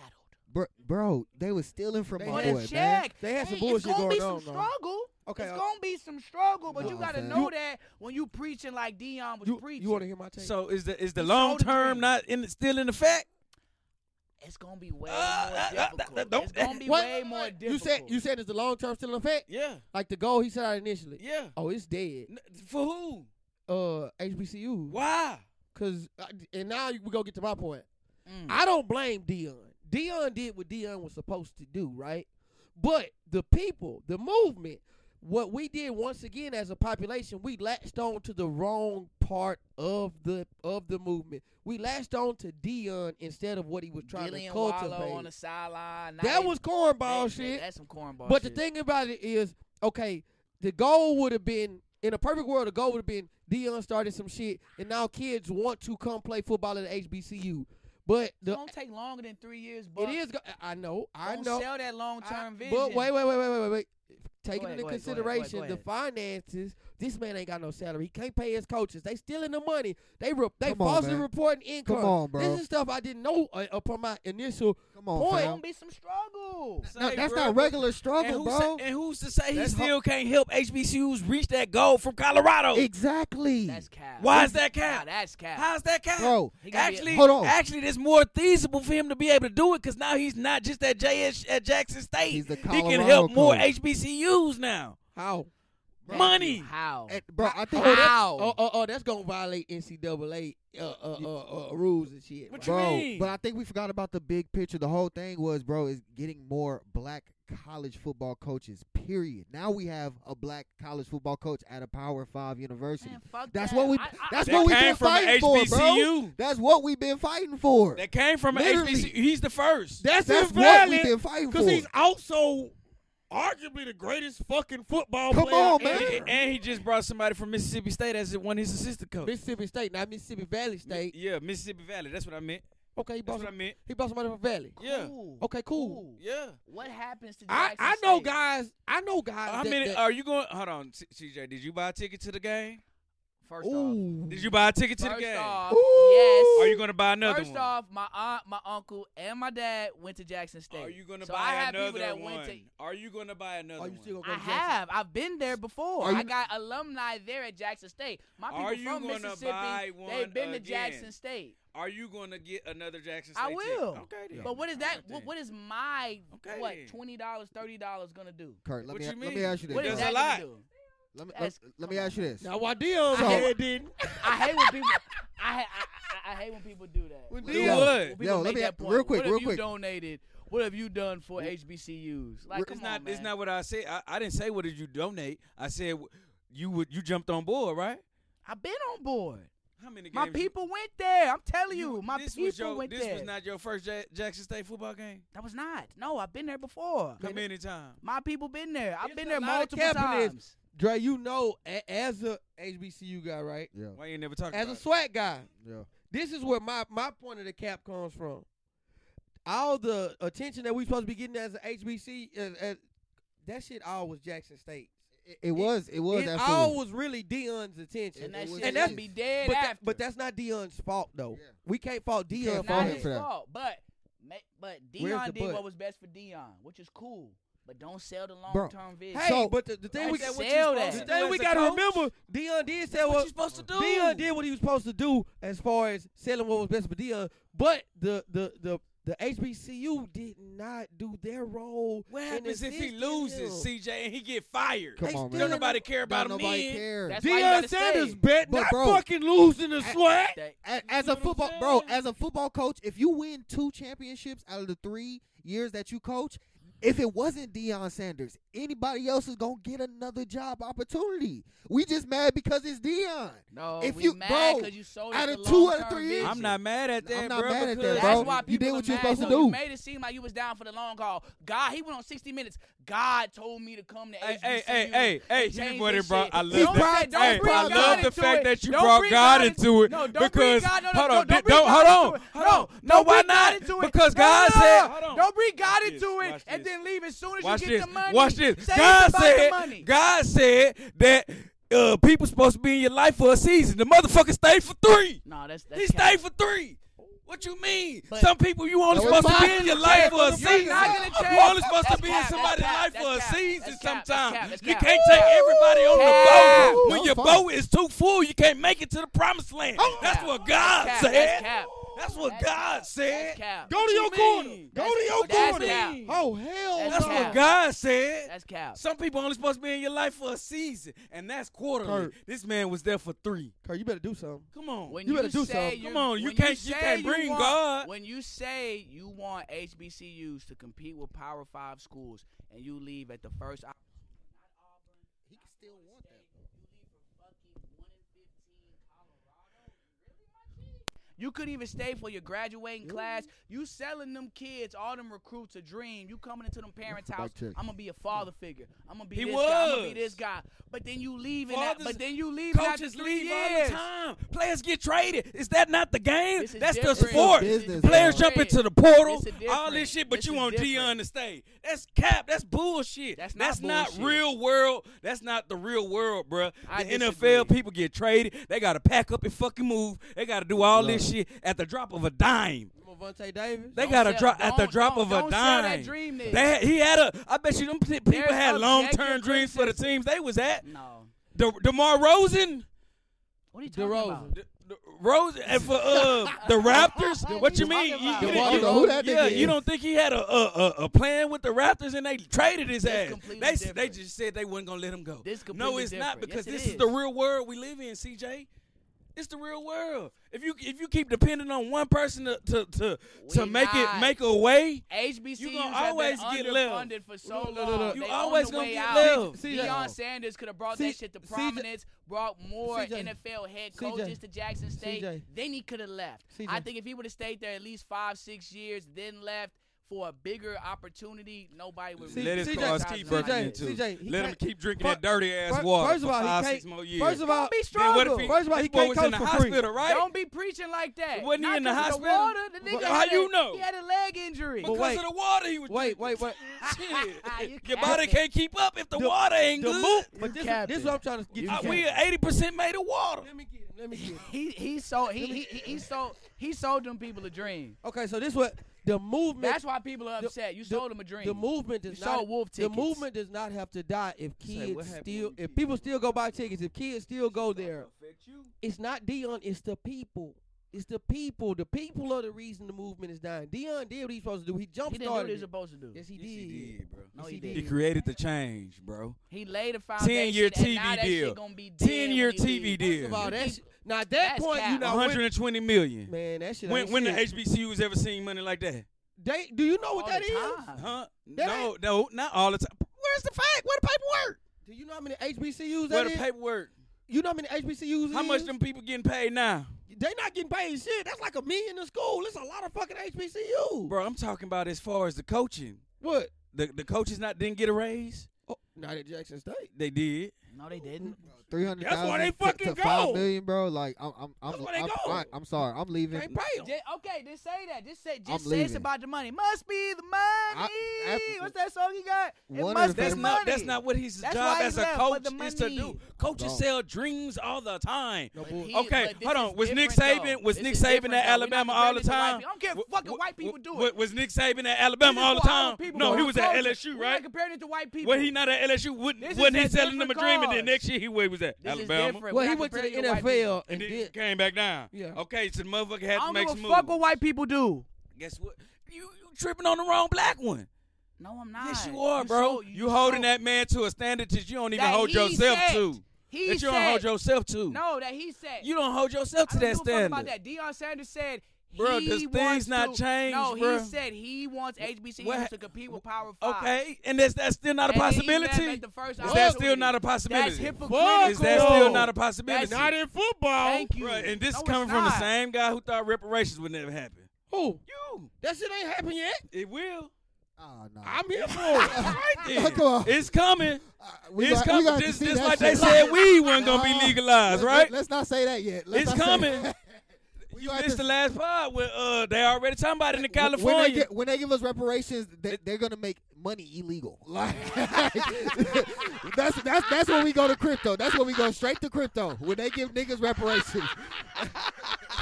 Speaker 3: Bro, bro, they was stealing from
Speaker 2: They
Speaker 3: my
Speaker 1: on
Speaker 2: had
Speaker 3: boy,
Speaker 1: a
Speaker 2: it,
Speaker 3: man.
Speaker 1: check.
Speaker 2: They had some
Speaker 1: Hey,
Speaker 2: bullshit
Speaker 1: It's gonna be
Speaker 2: going on,
Speaker 1: some
Speaker 2: though.
Speaker 1: struggle.
Speaker 2: Okay,
Speaker 1: it's
Speaker 2: uh,
Speaker 1: gonna be some struggle, but
Speaker 3: No,
Speaker 1: you gotta
Speaker 3: fam.
Speaker 1: know
Speaker 3: You-
Speaker 1: that when you preaching like Dion was
Speaker 2: You,
Speaker 1: preaching,
Speaker 2: want to hear my take?
Speaker 4: So is the is the
Speaker 1: He
Speaker 4: long
Speaker 1: sold the
Speaker 4: term
Speaker 1: dream.
Speaker 4: not in still in effect?
Speaker 1: it's gonna be way
Speaker 4: Uh, uh, uh,
Speaker 1: more difficult.
Speaker 4: uh, don't-
Speaker 1: it's gonna be
Speaker 2: What?
Speaker 1: way more difficult.
Speaker 2: you said you said it's the long term still in effect,
Speaker 4: Yeah.
Speaker 2: like the goal he set out initially.
Speaker 4: Yeah.
Speaker 2: Oh, it's dead.
Speaker 4: N- For who?
Speaker 2: Uh, HBCU.
Speaker 4: Why?
Speaker 2: Cause I- and now we gonna get to my point.
Speaker 1: Mm.
Speaker 2: I don't blame Dion. Dion did what Dion was supposed to do, right? But the people, the movement, what we did once again as a population, we latched on to the wrong part of the of the movement. We latched on to Dion instead of what he was trying
Speaker 1: Gillian
Speaker 2: to
Speaker 1: Wallow on the
Speaker 2: cultivate.
Speaker 1: sideline. Now
Speaker 2: That
Speaker 1: they-
Speaker 2: was
Speaker 1: that-
Speaker 2: cornball
Speaker 1: that-
Speaker 2: shit.
Speaker 1: Oh, That's some cornball.
Speaker 2: But the
Speaker 1: shit.
Speaker 2: thing about it is, okay, the goal would have been in a perfect world, the goal would have been Dion started some shit, and now kids want to come play football at a HBCU. But
Speaker 1: It
Speaker 2: the
Speaker 1: don't take longer than three years, but
Speaker 2: it is. Go- I know. I
Speaker 1: don't
Speaker 2: know.
Speaker 1: sell that long
Speaker 2: I-
Speaker 1: term vision.
Speaker 2: But wait, wait, wait, wait, wait, wait, wait. Taking
Speaker 1: ahead,
Speaker 2: into
Speaker 1: go ahead, go ahead, go ahead,
Speaker 2: consideration
Speaker 1: go
Speaker 2: the
Speaker 1: ahead.
Speaker 2: finances, this man ain't got no salary. He can't pay his coaches. They stealing the money. They re- they
Speaker 3: Come on,
Speaker 2: falsely
Speaker 3: man.
Speaker 2: reporting income.
Speaker 3: on, bro.
Speaker 2: This is stuff I didn't know uh, upon my initial.
Speaker 3: Come on,
Speaker 2: Point.
Speaker 1: It's
Speaker 3: fam.
Speaker 1: gonna be some struggle.
Speaker 3: No,
Speaker 4: Say,
Speaker 3: that's
Speaker 4: bro,
Speaker 3: not regular struggle,
Speaker 4: and, who
Speaker 3: bro.
Speaker 4: Say, and who's to say he
Speaker 3: That's
Speaker 4: still can't help HBCUs reach that goal from Colorado?
Speaker 3: Exactly.
Speaker 1: That's cap.
Speaker 4: Why is that
Speaker 1: Nah,
Speaker 4: cap?
Speaker 1: that's cap.
Speaker 4: How's that cap?
Speaker 3: Bro,
Speaker 1: He gotta be-
Speaker 4: actually,
Speaker 3: hold on.
Speaker 4: actually, it's more feasible for him to be able to do it because now he's not just at JS at Jackson State.
Speaker 3: He's the
Speaker 4: he can
Speaker 3: Colorado
Speaker 4: help more
Speaker 3: coach.
Speaker 4: HBCUs now.
Speaker 2: How?
Speaker 4: Money.
Speaker 1: How?
Speaker 3: Eh, bro, I think
Speaker 1: How?
Speaker 2: Oh, oh, oh, that's gonna violate NCAA uh, uh, uh, uh, rules and shit.
Speaker 4: What
Speaker 2: right?
Speaker 4: you
Speaker 3: bro,
Speaker 4: mean?
Speaker 3: but I think we forgot about the big picture. The whole thing was, bro, is getting more black college football coaches. Period. Now we have a black college football coach at a Power Five
Speaker 2: oh,
Speaker 3: university.
Speaker 1: Man, fuck
Speaker 3: that's
Speaker 1: that.
Speaker 3: what we.
Speaker 1: I- I-
Speaker 3: that's
Speaker 4: That
Speaker 3: what we've
Speaker 4: came
Speaker 3: been
Speaker 4: from
Speaker 3: fighting
Speaker 4: a
Speaker 3: for, bro.
Speaker 4: HBCU.
Speaker 3: That's what we've been fighting for.
Speaker 4: That came from an
Speaker 3: Literally.
Speaker 4: HBCU. He's the first.
Speaker 2: That's,
Speaker 3: that's what
Speaker 2: invalid
Speaker 3: we've been fighting
Speaker 2: because
Speaker 3: for.
Speaker 2: he's also arguably the greatest fucking football
Speaker 3: Come
Speaker 2: player.
Speaker 3: on,
Speaker 4: and,
Speaker 3: man.
Speaker 2: ever.
Speaker 4: and he just brought somebody from Mississippi State as one of his assistant coach.
Speaker 2: Mississippi State, not Mississippi Valley State.
Speaker 4: Yeah, Mississippi Valley. That's what I meant.
Speaker 2: Okay, he
Speaker 4: That's
Speaker 2: bought,
Speaker 4: what I meant.
Speaker 2: he bought somebody from Valley.
Speaker 4: Yeah.
Speaker 1: Cool.
Speaker 2: Okay, cool.
Speaker 4: Yeah.
Speaker 1: What happens to
Speaker 2: I,
Speaker 1: Jackson
Speaker 2: I know
Speaker 1: State?
Speaker 2: guys. I know
Speaker 3: Uh,
Speaker 2: guys.
Speaker 4: How
Speaker 2: that-
Speaker 4: many uh,
Speaker 2: that-
Speaker 4: are you going? Hold on, C- CJ. Did you buy a ticket to the game?
Speaker 1: First off,
Speaker 2: Ooh.
Speaker 4: Did you buy a ticket to
Speaker 1: first
Speaker 4: the game?
Speaker 1: off,
Speaker 2: Ooh.
Speaker 1: yes.
Speaker 4: Are you going to buy another
Speaker 1: First
Speaker 4: one?
Speaker 1: off, my aunt, my uncle, and my dad went to Jackson State.
Speaker 4: Are you going to
Speaker 1: so I
Speaker 4: buy
Speaker 1: have
Speaker 4: another
Speaker 1: people that
Speaker 4: one?
Speaker 1: Went to,
Speaker 4: Are you going to buy another
Speaker 2: Are Oh, you still
Speaker 4: one?
Speaker 2: gonna go
Speaker 1: I
Speaker 2: to Jackson?
Speaker 1: have. I've been there before.
Speaker 3: Are
Speaker 1: I
Speaker 3: you-
Speaker 1: got alumni there at Jackson State. My people
Speaker 4: Are you
Speaker 1: from
Speaker 4: gonna buy
Speaker 1: Mississippi,
Speaker 4: one
Speaker 1: they've been
Speaker 4: again?
Speaker 1: to Jackson State.
Speaker 4: Are you going to get another Jackson State
Speaker 1: I will.
Speaker 4: ticket? Okay, then.
Speaker 1: But what is
Speaker 4: All
Speaker 1: that?
Speaker 4: right,
Speaker 1: What,
Speaker 4: then.
Speaker 1: what is my
Speaker 4: Okay,
Speaker 1: what
Speaker 4: then.
Speaker 1: twenty dollars, thirty dollars gonna do?
Speaker 3: Kurt, let
Speaker 4: What
Speaker 3: me
Speaker 4: you
Speaker 3: let me
Speaker 4: mean?
Speaker 3: ask you this.
Speaker 1: What
Speaker 4: It
Speaker 1: is
Speaker 3: bro.
Speaker 4: does
Speaker 1: that
Speaker 4: a lot.
Speaker 1: gonna do?
Speaker 3: Let me let,
Speaker 1: That's-
Speaker 3: let me ask you this.
Speaker 2: Now, why Dion
Speaker 1: So-
Speaker 2: said didn't?
Speaker 1: I hate when people. I, ha- I, I, I hate when people do that.
Speaker 4: When
Speaker 1: When
Speaker 4: people-
Speaker 1: people-
Speaker 4: Yo,
Speaker 1: when people
Speaker 3: yo, let
Speaker 1: make
Speaker 3: me
Speaker 1: that
Speaker 3: a-
Speaker 1: point,
Speaker 3: real quick,
Speaker 1: What have
Speaker 3: real
Speaker 1: you
Speaker 3: quick.
Speaker 1: donated? What have you done for HBCUs? Like, come
Speaker 4: it's
Speaker 1: on,
Speaker 4: not.
Speaker 1: man.
Speaker 4: It's not what I said. I, I didn't say what did you donate. I said wh- you would. You jumped on board, right?
Speaker 1: I've been on board.
Speaker 4: How many? Games
Speaker 1: My
Speaker 4: you-
Speaker 1: people went there. I'm telling you, my
Speaker 4: this
Speaker 1: people
Speaker 4: was your,
Speaker 1: went
Speaker 4: This
Speaker 1: there.
Speaker 4: was not your first Ja- Jackson State football game.
Speaker 1: that was not. No, I've been there before.
Speaker 4: How many times?
Speaker 1: My people been there. I've
Speaker 2: It's
Speaker 1: been
Speaker 2: a
Speaker 1: there
Speaker 2: lot of
Speaker 1: multiple
Speaker 2: Kaepernicks.
Speaker 1: times.
Speaker 2: Dre, you know, a- as a HBCU guy, right?
Speaker 3: Yeah,
Speaker 4: Why you ain't never talking
Speaker 2: As a
Speaker 4: about
Speaker 2: SWAT guy,
Speaker 3: yeah.
Speaker 2: this is where my my point of the cap comes from. All the attention that we supposed to be getting as a HBC, as, as, that shit all was Jackson State.
Speaker 3: It, it was it was
Speaker 2: it
Speaker 3: absolutely.
Speaker 2: all was really Dion's attention.
Speaker 1: And that
Speaker 3: was-
Speaker 1: shit
Speaker 2: and
Speaker 1: and
Speaker 2: that's-
Speaker 1: be dead
Speaker 2: but, that-
Speaker 1: after.
Speaker 2: but that's not Dion's fault though.
Speaker 3: Yeah.
Speaker 2: We can't fault Dion
Speaker 1: it's
Speaker 3: Can't
Speaker 2: for
Speaker 1: not
Speaker 3: fault
Speaker 2: that.
Speaker 3: him
Speaker 1: his
Speaker 3: for that.
Speaker 1: fault. But ma- but
Speaker 3: Where's
Speaker 1: Dion
Speaker 3: the
Speaker 1: did
Speaker 3: but?
Speaker 1: what was best for Dion, which is cool. But don't sell the long
Speaker 3: Bro,
Speaker 1: term vision.
Speaker 2: Hey,
Speaker 3: So-
Speaker 2: but the, the thing
Speaker 1: Like
Speaker 2: we
Speaker 1: that
Speaker 2: the
Speaker 1: what
Speaker 4: you
Speaker 1: Tell
Speaker 4: supposed
Speaker 1: that.
Speaker 4: to do
Speaker 2: thing
Speaker 4: as
Speaker 2: we
Speaker 4: a
Speaker 2: gotta
Speaker 4: coach?
Speaker 2: remember, Dion did say
Speaker 4: What
Speaker 2: what,
Speaker 4: you supposed to do?
Speaker 2: Dion did what he was supposed to do as far as selling what was best for Dion. But the the the the HBCU did not do their role.
Speaker 4: What
Speaker 2: in
Speaker 4: happens if he
Speaker 2: assisting
Speaker 4: loses,
Speaker 2: him.
Speaker 4: CJ, and he get fired?
Speaker 3: Come
Speaker 2: They
Speaker 3: on,
Speaker 2: still
Speaker 3: man.
Speaker 4: Don't nobody care about
Speaker 3: Don't
Speaker 4: him
Speaker 3: nobody
Speaker 4: then.
Speaker 3: care.
Speaker 1: That's why you
Speaker 2: Deion
Speaker 1: gotta
Speaker 2: Sanders
Speaker 1: stay.
Speaker 2: bet
Speaker 3: But
Speaker 2: not
Speaker 3: bro-
Speaker 2: fucking losing the
Speaker 3: I-
Speaker 2: sweat.
Speaker 1: That-
Speaker 3: A- as a
Speaker 4: what I'm
Speaker 3: football
Speaker 4: saying?
Speaker 3: bro, as a football coach, if you win two championships out of the three years that you coach, if it wasn't Deion Sanders, anybody else is gonna get another job opportunity. We just mad because it's Deion.
Speaker 1: no,
Speaker 3: if
Speaker 1: we
Speaker 3: you-
Speaker 1: mad
Speaker 3: bro,
Speaker 1: because you sold
Speaker 3: out
Speaker 1: us
Speaker 3: of
Speaker 1: the
Speaker 3: two out of
Speaker 1: long-term
Speaker 3: three
Speaker 1: vision.
Speaker 3: years-
Speaker 4: I'm not mad at that,
Speaker 3: I'm not
Speaker 4: bro.
Speaker 3: mad at
Speaker 4: because-
Speaker 3: that,
Speaker 1: That's
Speaker 3: bro.
Speaker 1: why
Speaker 3: You
Speaker 1: people
Speaker 3: did what you
Speaker 1: are
Speaker 3: was
Speaker 1: mad,
Speaker 3: supposed to
Speaker 1: though. You
Speaker 3: do.
Speaker 1: made it seem like you was down for the long haul. God, he went on 60 Minutes. God told me to come to
Speaker 4: Hey,
Speaker 1: HBCU.
Speaker 4: hey, hey, hey, hey,
Speaker 1: and
Speaker 4: you
Speaker 1: change
Speaker 4: brought it,
Speaker 1: this
Speaker 4: bro.
Speaker 1: shit.
Speaker 4: I love
Speaker 1: Don't
Speaker 3: that.
Speaker 1: say- don't
Speaker 4: Hey,
Speaker 1: bring
Speaker 3: I
Speaker 1: God
Speaker 3: love
Speaker 4: the
Speaker 1: into
Speaker 4: fact
Speaker 1: it.
Speaker 4: that you
Speaker 1: Don't
Speaker 4: brought
Speaker 1: bring
Speaker 4: God
Speaker 1: into
Speaker 4: into it
Speaker 1: No, don't
Speaker 4: because-
Speaker 1: bring God. No, no,
Speaker 4: hold
Speaker 1: no,
Speaker 4: on,
Speaker 1: don't
Speaker 4: di-
Speaker 1: bring
Speaker 4: don't-
Speaker 1: God into
Speaker 4: hold on,
Speaker 1: it.
Speaker 4: hold
Speaker 1: No,
Speaker 4: on.
Speaker 1: don't
Speaker 4: No, why
Speaker 1: bring God
Speaker 4: not?
Speaker 1: into it.
Speaker 4: Because
Speaker 1: No,
Speaker 4: God
Speaker 1: no,
Speaker 4: said-
Speaker 1: no.
Speaker 4: Hold on.
Speaker 1: Don't bring God into
Speaker 4: Watch this,
Speaker 1: it
Speaker 4: watch
Speaker 1: and
Speaker 4: this.
Speaker 1: then leave as soon as
Speaker 4: Watch
Speaker 1: you
Speaker 4: this.
Speaker 1: get the money.
Speaker 4: Watch this.
Speaker 1: Say
Speaker 4: God
Speaker 1: it's about
Speaker 4: said.
Speaker 1: the money.
Speaker 4: God said that uh, people supposed to be in your life for a season. The motherfucker stayed for three.
Speaker 1: No, that's that's
Speaker 4: He
Speaker 1: cap.
Speaker 4: stayed for three. What you mean?
Speaker 1: But-
Speaker 4: Some people you only
Speaker 3: No,
Speaker 4: supposed
Speaker 3: it's
Speaker 4: to be
Speaker 3: not
Speaker 4: in your
Speaker 3: gonna
Speaker 4: life
Speaker 3: change.
Speaker 4: for a
Speaker 3: You're
Speaker 4: season.
Speaker 1: not gonna change.
Speaker 4: You only supposed to
Speaker 1: That's
Speaker 4: be in
Speaker 1: cap,
Speaker 4: somebody's
Speaker 1: that's
Speaker 4: life
Speaker 1: cap,
Speaker 4: for a
Speaker 1: that's cap,
Speaker 4: season
Speaker 1: that's cap, that's cap,
Speaker 4: sometimes.
Speaker 1: that's
Speaker 4: You
Speaker 1: cap.
Speaker 4: can't take everybody on
Speaker 1: Cap.
Speaker 4: the boat when
Speaker 3: No,
Speaker 4: your
Speaker 3: fuck.
Speaker 4: boat is too full. You can't make it to the promised land. That's
Speaker 1: cap.
Speaker 4: what God
Speaker 1: That's cap,
Speaker 4: said.
Speaker 1: that's cap.
Speaker 4: That's what
Speaker 1: That's
Speaker 4: God
Speaker 1: cap,
Speaker 4: said.
Speaker 1: that's cap.
Speaker 2: Go to your
Speaker 4: What you
Speaker 2: corner.
Speaker 4: mean?
Speaker 2: Go to your
Speaker 1: That's
Speaker 2: corner.
Speaker 1: cap.
Speaker 2: Oh hell
Speaker 1: That's
Speaker 4: That's
Speaker 2: no.
Speaker 1: cap.
Speaker 4: what God said.
Speaker 1: That's cap.
Speaker 4: Some people only supposed to be in your life for a season, and that's quarterly.
Speaker 2: Kurt.
Speaker 4: This man was there for three.
Speaker 2: Kurt, you better do something.
Speaker 4: Come on.
Speaker 1: When
Speaker 2: You
Speaker 1: you,
Speaker 2: better do
Speaker 1: say
Speaker 2: something.
Speaker 1: You,
Speaker 4: Come on, you
Speaker 1: when
Speaker 4: can't- you
Speaker 1: say
Speaker 4: can't bring
Speaker 1: want,
Speaker 4: God.
Speaker 1: When you say you want HBCUs to compete with Power Five schools, and you leave at the first. op-
Speaker 3: He can still want that.
Speaker 1: You leave for fucking one and fifteen Colorado. Really, my G? You couldn't even stay for your graduating class. You selling them kids, all them recruits a dream. You coming into them parents' house.
Speaker 3: check.
Speaker 1: I'm gonna be a father figure. I'm gonna be
Speaker 4: He
Speaker 1: this guy. I'm gonna be
Speaker 4: was.
Speaker 1: this guy. But then you leaving. That,
Speaker 4: Fathers-
Speaker 1: but then you leaving after
Speaker 4: Coaches
Speaker 1: three
Speaker 4: leave all
Speaker 1: years.
Speaker 4: the time. Players get traded. Is that not the game?
Speaker 1: This is
Speaker 4: That's the
Speaker 1: different.
Speaker 4: sport.
Speaker 3: This is business,
Speaker 4: Players
Speaker 1: bro.
Speaker 4: jump into the portal,
Speaker 1: This is
Speaker 4: all
Speaker 1: different.
Speaker 4: this shit, but
Speaker 1: This
Speaker 4: you
Speaker 1: is
Speaker 4: want Dion
Speaker 1: different.
Speaker 4: to stay. That's cap. That's bullshit.
Speaker 1: That's not bullshit.
Speaker 4: real world. That's not the real world, bro.
Speaker 1: I
Speaker 4: the NFL
Speaker 1: disagree.
Speaker 4: people get traded. They got to pack up and fucking move. They got to do all this shit at the drop of a dime.
Speaker 2: Vontae Davis.
Speaker 4: They
Speaker 1: Don't
Speaker 4: got to
Speaker 1: sell-
Speaker 4: drop at the
Speaker 1: don't-
Speaker 4: drop
Speaker 1: don't-
Speaker 4: of a
Speaker 1: don't sell
Speaker 4: dime.
Speaker 1: that dream, nigga.
Speaker 4: They had- he had a. I bet you them p- people
Speaker 1: There's
Speaker 4: had
Speaker 1: objective
Speaker 4: long term dreams for the teams they was at.
Speaker 1: No.
Speaker 4: De- Demar Rosen.
Speaker 1: What are you talking
Speaker 2: DeRozan.
Speaker 1: about?
Speaker 4: The- the Rose and for uh the Raptors. what you
Speaker 1: you
Speaker 4: mean?
Speaker 1: talking
Speaker 4: You,
Speaker 1: about?
Speaker 4: you
Speaker 2: The
Speaker 4: didn't-
Speaker 2: one-
Speaker 4: you-
Speaker 2: the who
Speaker 3: that
Speaker 4: yeah,
Speaker 3: nigga
Speaker 4: you
Speaker 3: is?
Speaker 4: don't think he had a a, a a plan with the Raptors and they traded his
Speaker 1: That's
Speaker 4: ass.
Speaker 1: completely
Speaker 4: They s- they
Speaker 1: different.
Speaker 4: just said they wasn't gonna let him go.
Speaker 1: This
Speaker 4: no,
Speaker 1: completely
Speaker 4: it's
Speaker 1: different.
Speaker 4: not because
Speaker 1: Yes, it
Speaker 4: this is. the
Speaker 1: is.
Speaker 4: real world we live in, CJ. It's the real world. If you if you keep depending on one person to to to, to
Speaker 1: We
Speaker 4: make
Speaker 1: not.
Speaker 4: it make a way,
Speaker 1: HBCUs
Speaker 4: You
Speaker 1: you
Speaker 4: gonna
Speaker 1: always
Speaker 4: always get
Speaker 1: have been
Speaker 4: love.
Speaker 1: underfunded for so
Speaker 2: Look,
Speaker 1: long.
Speaker 2: look, look, look.
Speaker 1: They
Speaker 4: You
Speaker 1: on
Speaker 4: always
Speaker 1: the
Speaker 4: gonna
Speaker 1: way
Speaker 4: get
Speaker 1: out.
Speaker 4: love.
Speaker 2: See,
Speaker 1: Deion
Speaker 2: see,
Speaker 1: Sanders could have brought
Speaker 2: see,
Speaker 1: that shit to
Speaker 2: see,
Speaker 1: prominence, brought more
Speaker 2: CJ,
Speaker 1: NFL head
Speaker 2: CJ,
Speaker 1: coaches to Jackson State.
Speaker 2: CJ.
Speaker 1: Then he could have left. I
Speaker 2: CJ.
Speaker 1: think if he would have stayed there at least five, six years, then left for a bigger opportunity, nobody would.
Speaker 2: See,
Speaker 4: let
Speaker 1: really
Speaker 4: his
Speaker 2: CJ,
Speaker 4: cause
Speaker 1: criticize
Speaker 4: keep
Speaker 1: him.
Speaker 4: burning
Speaker 2: CJ,
Speaker 4: into.
Speaker 2: CJ, he
Speaker 4: Let him
Speaker 2: can't-
Speaker 4: keep drinking
Speaker 2: fir-
Speaker 4: that dirty ass
Speaker 2: fir-
Speaker 4: water
Speaker 2: first of
Speaker 4: for
Speaker 2: all, he
Speaker 4: five,
Speaker 2: can't-
Speaker 4: six more years.
Speaker 2: first of all-
Speaker 1: Don't be
Speaker 4: Then what if
Speaker 1: strong.
Speaker 4: he,
Speaker 2: First of all,
Speaker 4: this
Speaker 2: he
Speaker 4: boy
Speaker 2: can't
Speaker 4: was in
Speaker 2: coach
Speaker 4: the
Speaker 2: for free.
Speaker 4: hospital, right?
Speaker 1: Don't be preaching like that.
Speaker 4: Wasn't he
Speaker 1: Not
Speaker 4: in the
Speaker 1: 'cause of
Speaker 4: hospital?
Speaker 1: water, the
Speaker 4: Well,
Speaker 1: nigga
Speaker 4: how
Speaker 1: had a-
Speaker 4: you know?
Speaker 1: He had a leg injury.
Speaker 4: Because
Speaker 2: wait.
Speaker 4: of the water he was
Speaker 2: Wait,
Speaker 4: drinking.
Speaker 2: wait, wait.
Speaker 4: Shit.
Speaker 1: You
Speaker 4: Your
Speaker 1: capping.
Speaker 4: body can't keep up if the,
Speaker 2: The-
Speaker 4: water ain't
Speaker 2: The
Speaker 4: good.
Speaker 2: move, but this,
Speaker 1: capped
Speaker 2: this is
Speaker 1: it.
Speaker 2: what I'm trying to. Get
Speaker 1: You
Speaker 2: you
Speaker 4: I-
Speaker 1: capped
Speaker 4: we
Speaker 1: it.
Speaker 2: Let
Speaker 4: eighty percent made of water.
Speaker 2: me get him. Let me get him.
Speaker 1: He he sold he he, he sold he sold them people a dream.
Speaker 2: Okay, so this what the movement.
Speaker 1: That's why people are
Speaker 2: the-
Speaker 1: upset. You
Speaker 2: the-
Speaker 1: sold them a dream.
Speaker 2: The movement does
Speaker 1: You
Speaker 2: not
Speaker 1: sold wolf
Speaker 2: the
Speaker 1: tickets.
Speaker 2: movement does not have to die if
Speaker 4: Say, what
Speaker 2: kids
Speaker 4: happened
Speaker 2: still
Speaker 4: when you
Speaker 2: if
Speaker 4: kids
Speaker 2: people
Speaker 4: went
Speaker 2: still go buy tickets if kids still go there. It's not Dion, it's the people. It's the people. The people are the reason the movement is dying. Dion did what he's supposed to do. He jump
Speaker 1: he didn't do what
Speaker 2: started.
Speaker 1: he was supposed to do.
Speaker 2: yes, he
Speaker 4: Yes,
Speaker 2: did.
Speaker 4: he did, bro.
Speaker 1: No,
Speaker 2: Yes,
Speaker 1: he
Speaker 2: he
Speaker 1: didn't.
Speaker 4: He
Speaker 2: did.
Speaker 4: created the change, bro.
Speaker 1: He laid a foundation.
Speaker 4: 10-year
Speaker 1: and now
Speaker 4: TV
Speaker 1: that shit
Speaker 4: deal.
Speaker 1: gonna be dead
Speaker 4: 10-year
Speaker 1: when you
Speaker 4: TV
Speaker 1: leave.
Speaker 4: deal.
Speaker 2: First of all,
Speaker 4: You
Speaker 2: that
Speaker 1: keep-
Speaker 2: shit- now at that
Speaker 1: that's
Speaker 2: point you
Speaker 1: cap.
Speaker 2: know
Speaker 4: One hundred and twenty million.
Speaker 2: man that shit.
Speaker 4: When
Speaker 2: ain't
Speaker 4: when the
Speaker 2: shit.
Speaker 4: HBCUs ever seen money like that?
Speaker 2: they do you know what
Speaker 1: All
Speaker 2: that
Speaker 1: the
Speaker 2: is?
Speaker 1: time.
Speaker 4: Huh?
Speaker 2: That
Speaker 4: no, no, not all the time. Where's the fact? Where the paperwork?
Speaker 2: Do you know how many HBCUs
Speaker 4: Where
Speaker 2: that
Speaker 4: the
Speaker 2: is?
Speaker 4: paperwork?
Speaker 2: you know how many HBCUs?
Speaker 4: How
Speaker 2: it
Speaker 4: much
Speaker 2: is?
Speaker 4: them people getting paid now?
Speaker 2: They not getting paid shit. That's like a million in school. It's a lot of fucking HBCU.
Speaker 4: Bro, I'm talking about as far as the coaching.
Speaker 2: What?
Speaker 4: The the coaches not didn't get a raise.
Speaker 2: Oh, not at Jackson State.
Speaker 4: They did.
Speaker 1: No, they didn't.
Speaker 3: Three hundred
Speaker 2: That's why they
Speaker 3: thousand to,
Speaker 2: fucking
Speaker 3: to five
Speaker 2: go.
Speaker 3: million, bro. Like I'm, I'm, I'm,
Speaker 2: That's why they
Speaker 3: I'm,
Speaker 2: go.
Speaker 3: I, am sorry, I'm leaving.
Speaker 2: Can't pay 'em.
Speaker 1: Just, okay, just say that. Just say
Speaker 3: I'm
Speaker 1: just say it's
Speaker 3: leaving.
Speaker 1: about the money. Must be the money.
Speaker 3: I- I-
Speaker 1: What's that song he got? It
Speaker 3: One of
Speaker 1: must
Speaker 3: the
Speaker 1: be
Speaker 4: That's
Speaker 1: the
Speaker 3: first-
Speaker 1: money.
Speaker 4: not that's not what his
Speaker 1: That's
Speaker 4: job
Speaker 1: why he
Speaker 4: as a
Speaker 1: left,
Speaker 4: coach
Speaker 1: but the
Speaker 4: is to
Speaker 1: money.
Speaker 4: do. Coaches
Speaker 3: Wrong.
Speaker 4: sell dreams all the time.
Speaker 2: No
Speaker 1: But
Speaker 2: bull-
Speaker 1: he- but
Speaker 4: Okay,
Speaker 1: this is
Speaker 4: hold on. Was Nick
Speaker 1: different,
Speaker 4: Saban
Speaker 1: though.
Speaker 4: was
Speaker 1: This
Speaker 4: Nick
Speaker 1: is different,
Speaker 4: Saban at
Speaker 1: though. We not
Speaker 4: Alabama all
Speaker 1: comparing
Speaker 4: the
Speaker 1: this to white
Speaker 4: time?
Speaker 1: people. I don't care if
Speaker 4: Wa-
Speaker 1: fucking
Speaker 4: wa-
Speaker 1: white people do
Speaker 4: wa-
Speaker 1: it.
Speaker 4: Was Nick Saban at Alabama
Speaker 1: This is
Speaker 4: all the
Speaker 1: for our
Speaker 4: time?
Speaker 1: people,
Speaker 4: No,
Speaker 1: for
Speaker 4: he
Speaker 1: our
Speaker 4: was at
Speaker 1: culture.
Speaker 4: LSU,
Speaker 1: We're not
Speaker 4: right?
Speaker 1: comparing it to white people.
Speaker 4: Was he not at LSU? Wouldn't-
Speaker 1: This is
Speaker 4: Wasn't he
Speaker 1: a
Speaker 4: selling them a
Speaker 1: different
Speaker 4: dream? And then
Speaker 1: cause.
Speaker 4: next year he where he was at
Speaker 1: This is
Speaker 4: Alabama.
Speaker 1: different.
Speaker 2: Well,
Speaker 1: We're
Speaker 2: he
Speaker 1: not
Speaker 2: went to the
Speaker 1: comparing it white people.
Speaker 2: NFL
Speaker 4: And
Speaker 2: and
Speaker 4: then
Speaker 2: did.
Speaker 4: came back down.
Speaker 2: Yeah.
Speaker 4: Okay, so the motherfucker had
Speaker 1: I
Speaker 4: to
Speaker 1: don't
Speaker 4: make
Speaker 1: give a
Speaker 4: some
Speaker 1: fuck
Speaker 4: moves.
Speaker 1: what white people do.
Speaker 4: Guess what? You, you tripping on the wrong black one.
Speaker 1: No, I'm not.
Speaker 4: Yes, you are, bro.
Speaker 1: sold-
Speaker 4: you holding
Speaker 1: sold-
Speaker 4: that man to a standard that you don't even
Speaker 1: That
Speaker 4: hold
Speaker 1: he
Speaker 4: yourself
Speaker 1: set.
Speaker 4: to.
Speaker 1: He
Speaker 4: that you
Speaker 1: set.
Speaker 4: don't hold yourself to.
Speaker 1: No, that he said.
Speaker 4: You don't hold yourself to
Speaker 1: I don't
Speaker 4: that
Speaker 1: give a fuck
Speaker 4: standard.
Speaker 1: about that. Deion Sanders said.
Speaker 4: Bruh,
Speaker 1: he
Speaker 4: does
Speaker 1: wants
Speaker 4: things not
Speaker 1: to-
Speaker 4: change,
Speaker 1: No,
Speaker 4: bruh?
Speaker 1: he said he wants HBCUs
Speaker 4: What-
Speaker 1: to compete with Power Five.
Speaker 4: Okay, and that's that's still not a
Speaker 1: And then he left
Speaker 4: possibility.
Speaker 1: at the first
Speaker 4: Is that still
Speaker 1: opportunity.
Speaker 4: not a possibility?
Speaker 1: That's hypocritical.
Speaker 2: Fuck
Speaker 4: Is that
Speaker 2: no.
Speaker 4: still not a possibility?
Speaker 1: That's not
Speaker 2: in football.
Speaker 1: Thank you.
Speaker 4: Bruh, and this
Speaker 1: No,
Speaker 4: is
Speaker 1: it's
Speaker 4: coming from the
Speaker 1: not.
Speaker 4: same guy who thought reparations would never happen.
Speaker 2: Who?
Speaker 4: You,
Speaker 2: That shit ain't happened yet.
Speaker 4: it will.
Speaker 3: Ah, nah.
Speaker 2: I'm here for it.
Speaker 4: Right then.
Speaker 3: Come on.
Speaker 4: It's coming.
Speaker 3: Uh, we
Speaker 4: it's
Speaker 3: got- we
Speaker 4: coming.
Speaker 3: got to
Speaker 4: Just,
Speaker 3: see
Speaker 4: just
Speaker 3: that
Speaker 4: like they
Speaker 3: shit.
Speaker 4: said, weed wasn't gonna
Speaker 3: Nah.
Speaker 4: be legalized,
Speaker 3: Let-
Speaker 4: right?
Speaker 3: Let, us not say that yet. Let's
Speaker 4: It's
Speaker 3: not say
Speaker 4: coming.
Speaker 3: that. We
Speaker 4: You
Speaker 3: got
Speaker 4: missed
Speaker 3: to-
Speaker 4: the last part where uh, they already talking about it in California.
Speaker 3: When they, get, when they give us reparations, they, they're gonna make money illegal. Like that's that's that's when we go to crypto. That's when we go straight to crypto. When they give niggas reparations,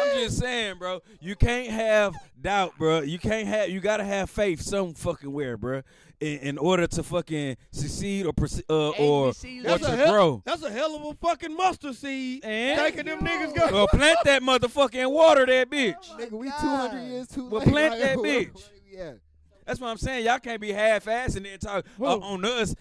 Speaker 4: I'm just saying, bro. You can't have doubt, bro. You can't have. You gotta have faith some fucking where, bro. In, in order to fucking succeed or proce- uh, or or
Speaker 1: HBCUs.
Speaker 4: to
Speaker 1: That's
Speaker 2: a hell,
Speaker 4: grow.
Speaker 2: That's a hell of a fucking mustard seed.
Speaker 4: And-
Speaker 2: Taking them niggas go.
Speaker 4: Well, plant that motherfucking water, that bitch.
Speaker 1: Oh
Speaker 3: nigga, we two hundred years too
Speaker 4: Oh, Well,
Speaker 3: late.
Speaker 4: plant
Speaker 3: Like,
Speaker 4: that
Speaker 3: where-
Speaker 4: bitch.
Speaker 3: where we at?
Speaker 4: That's what I'm saying. Y'all can't be half-assed and then talk uh,
Speaker 2: Whoa.
Speaker 4: on us and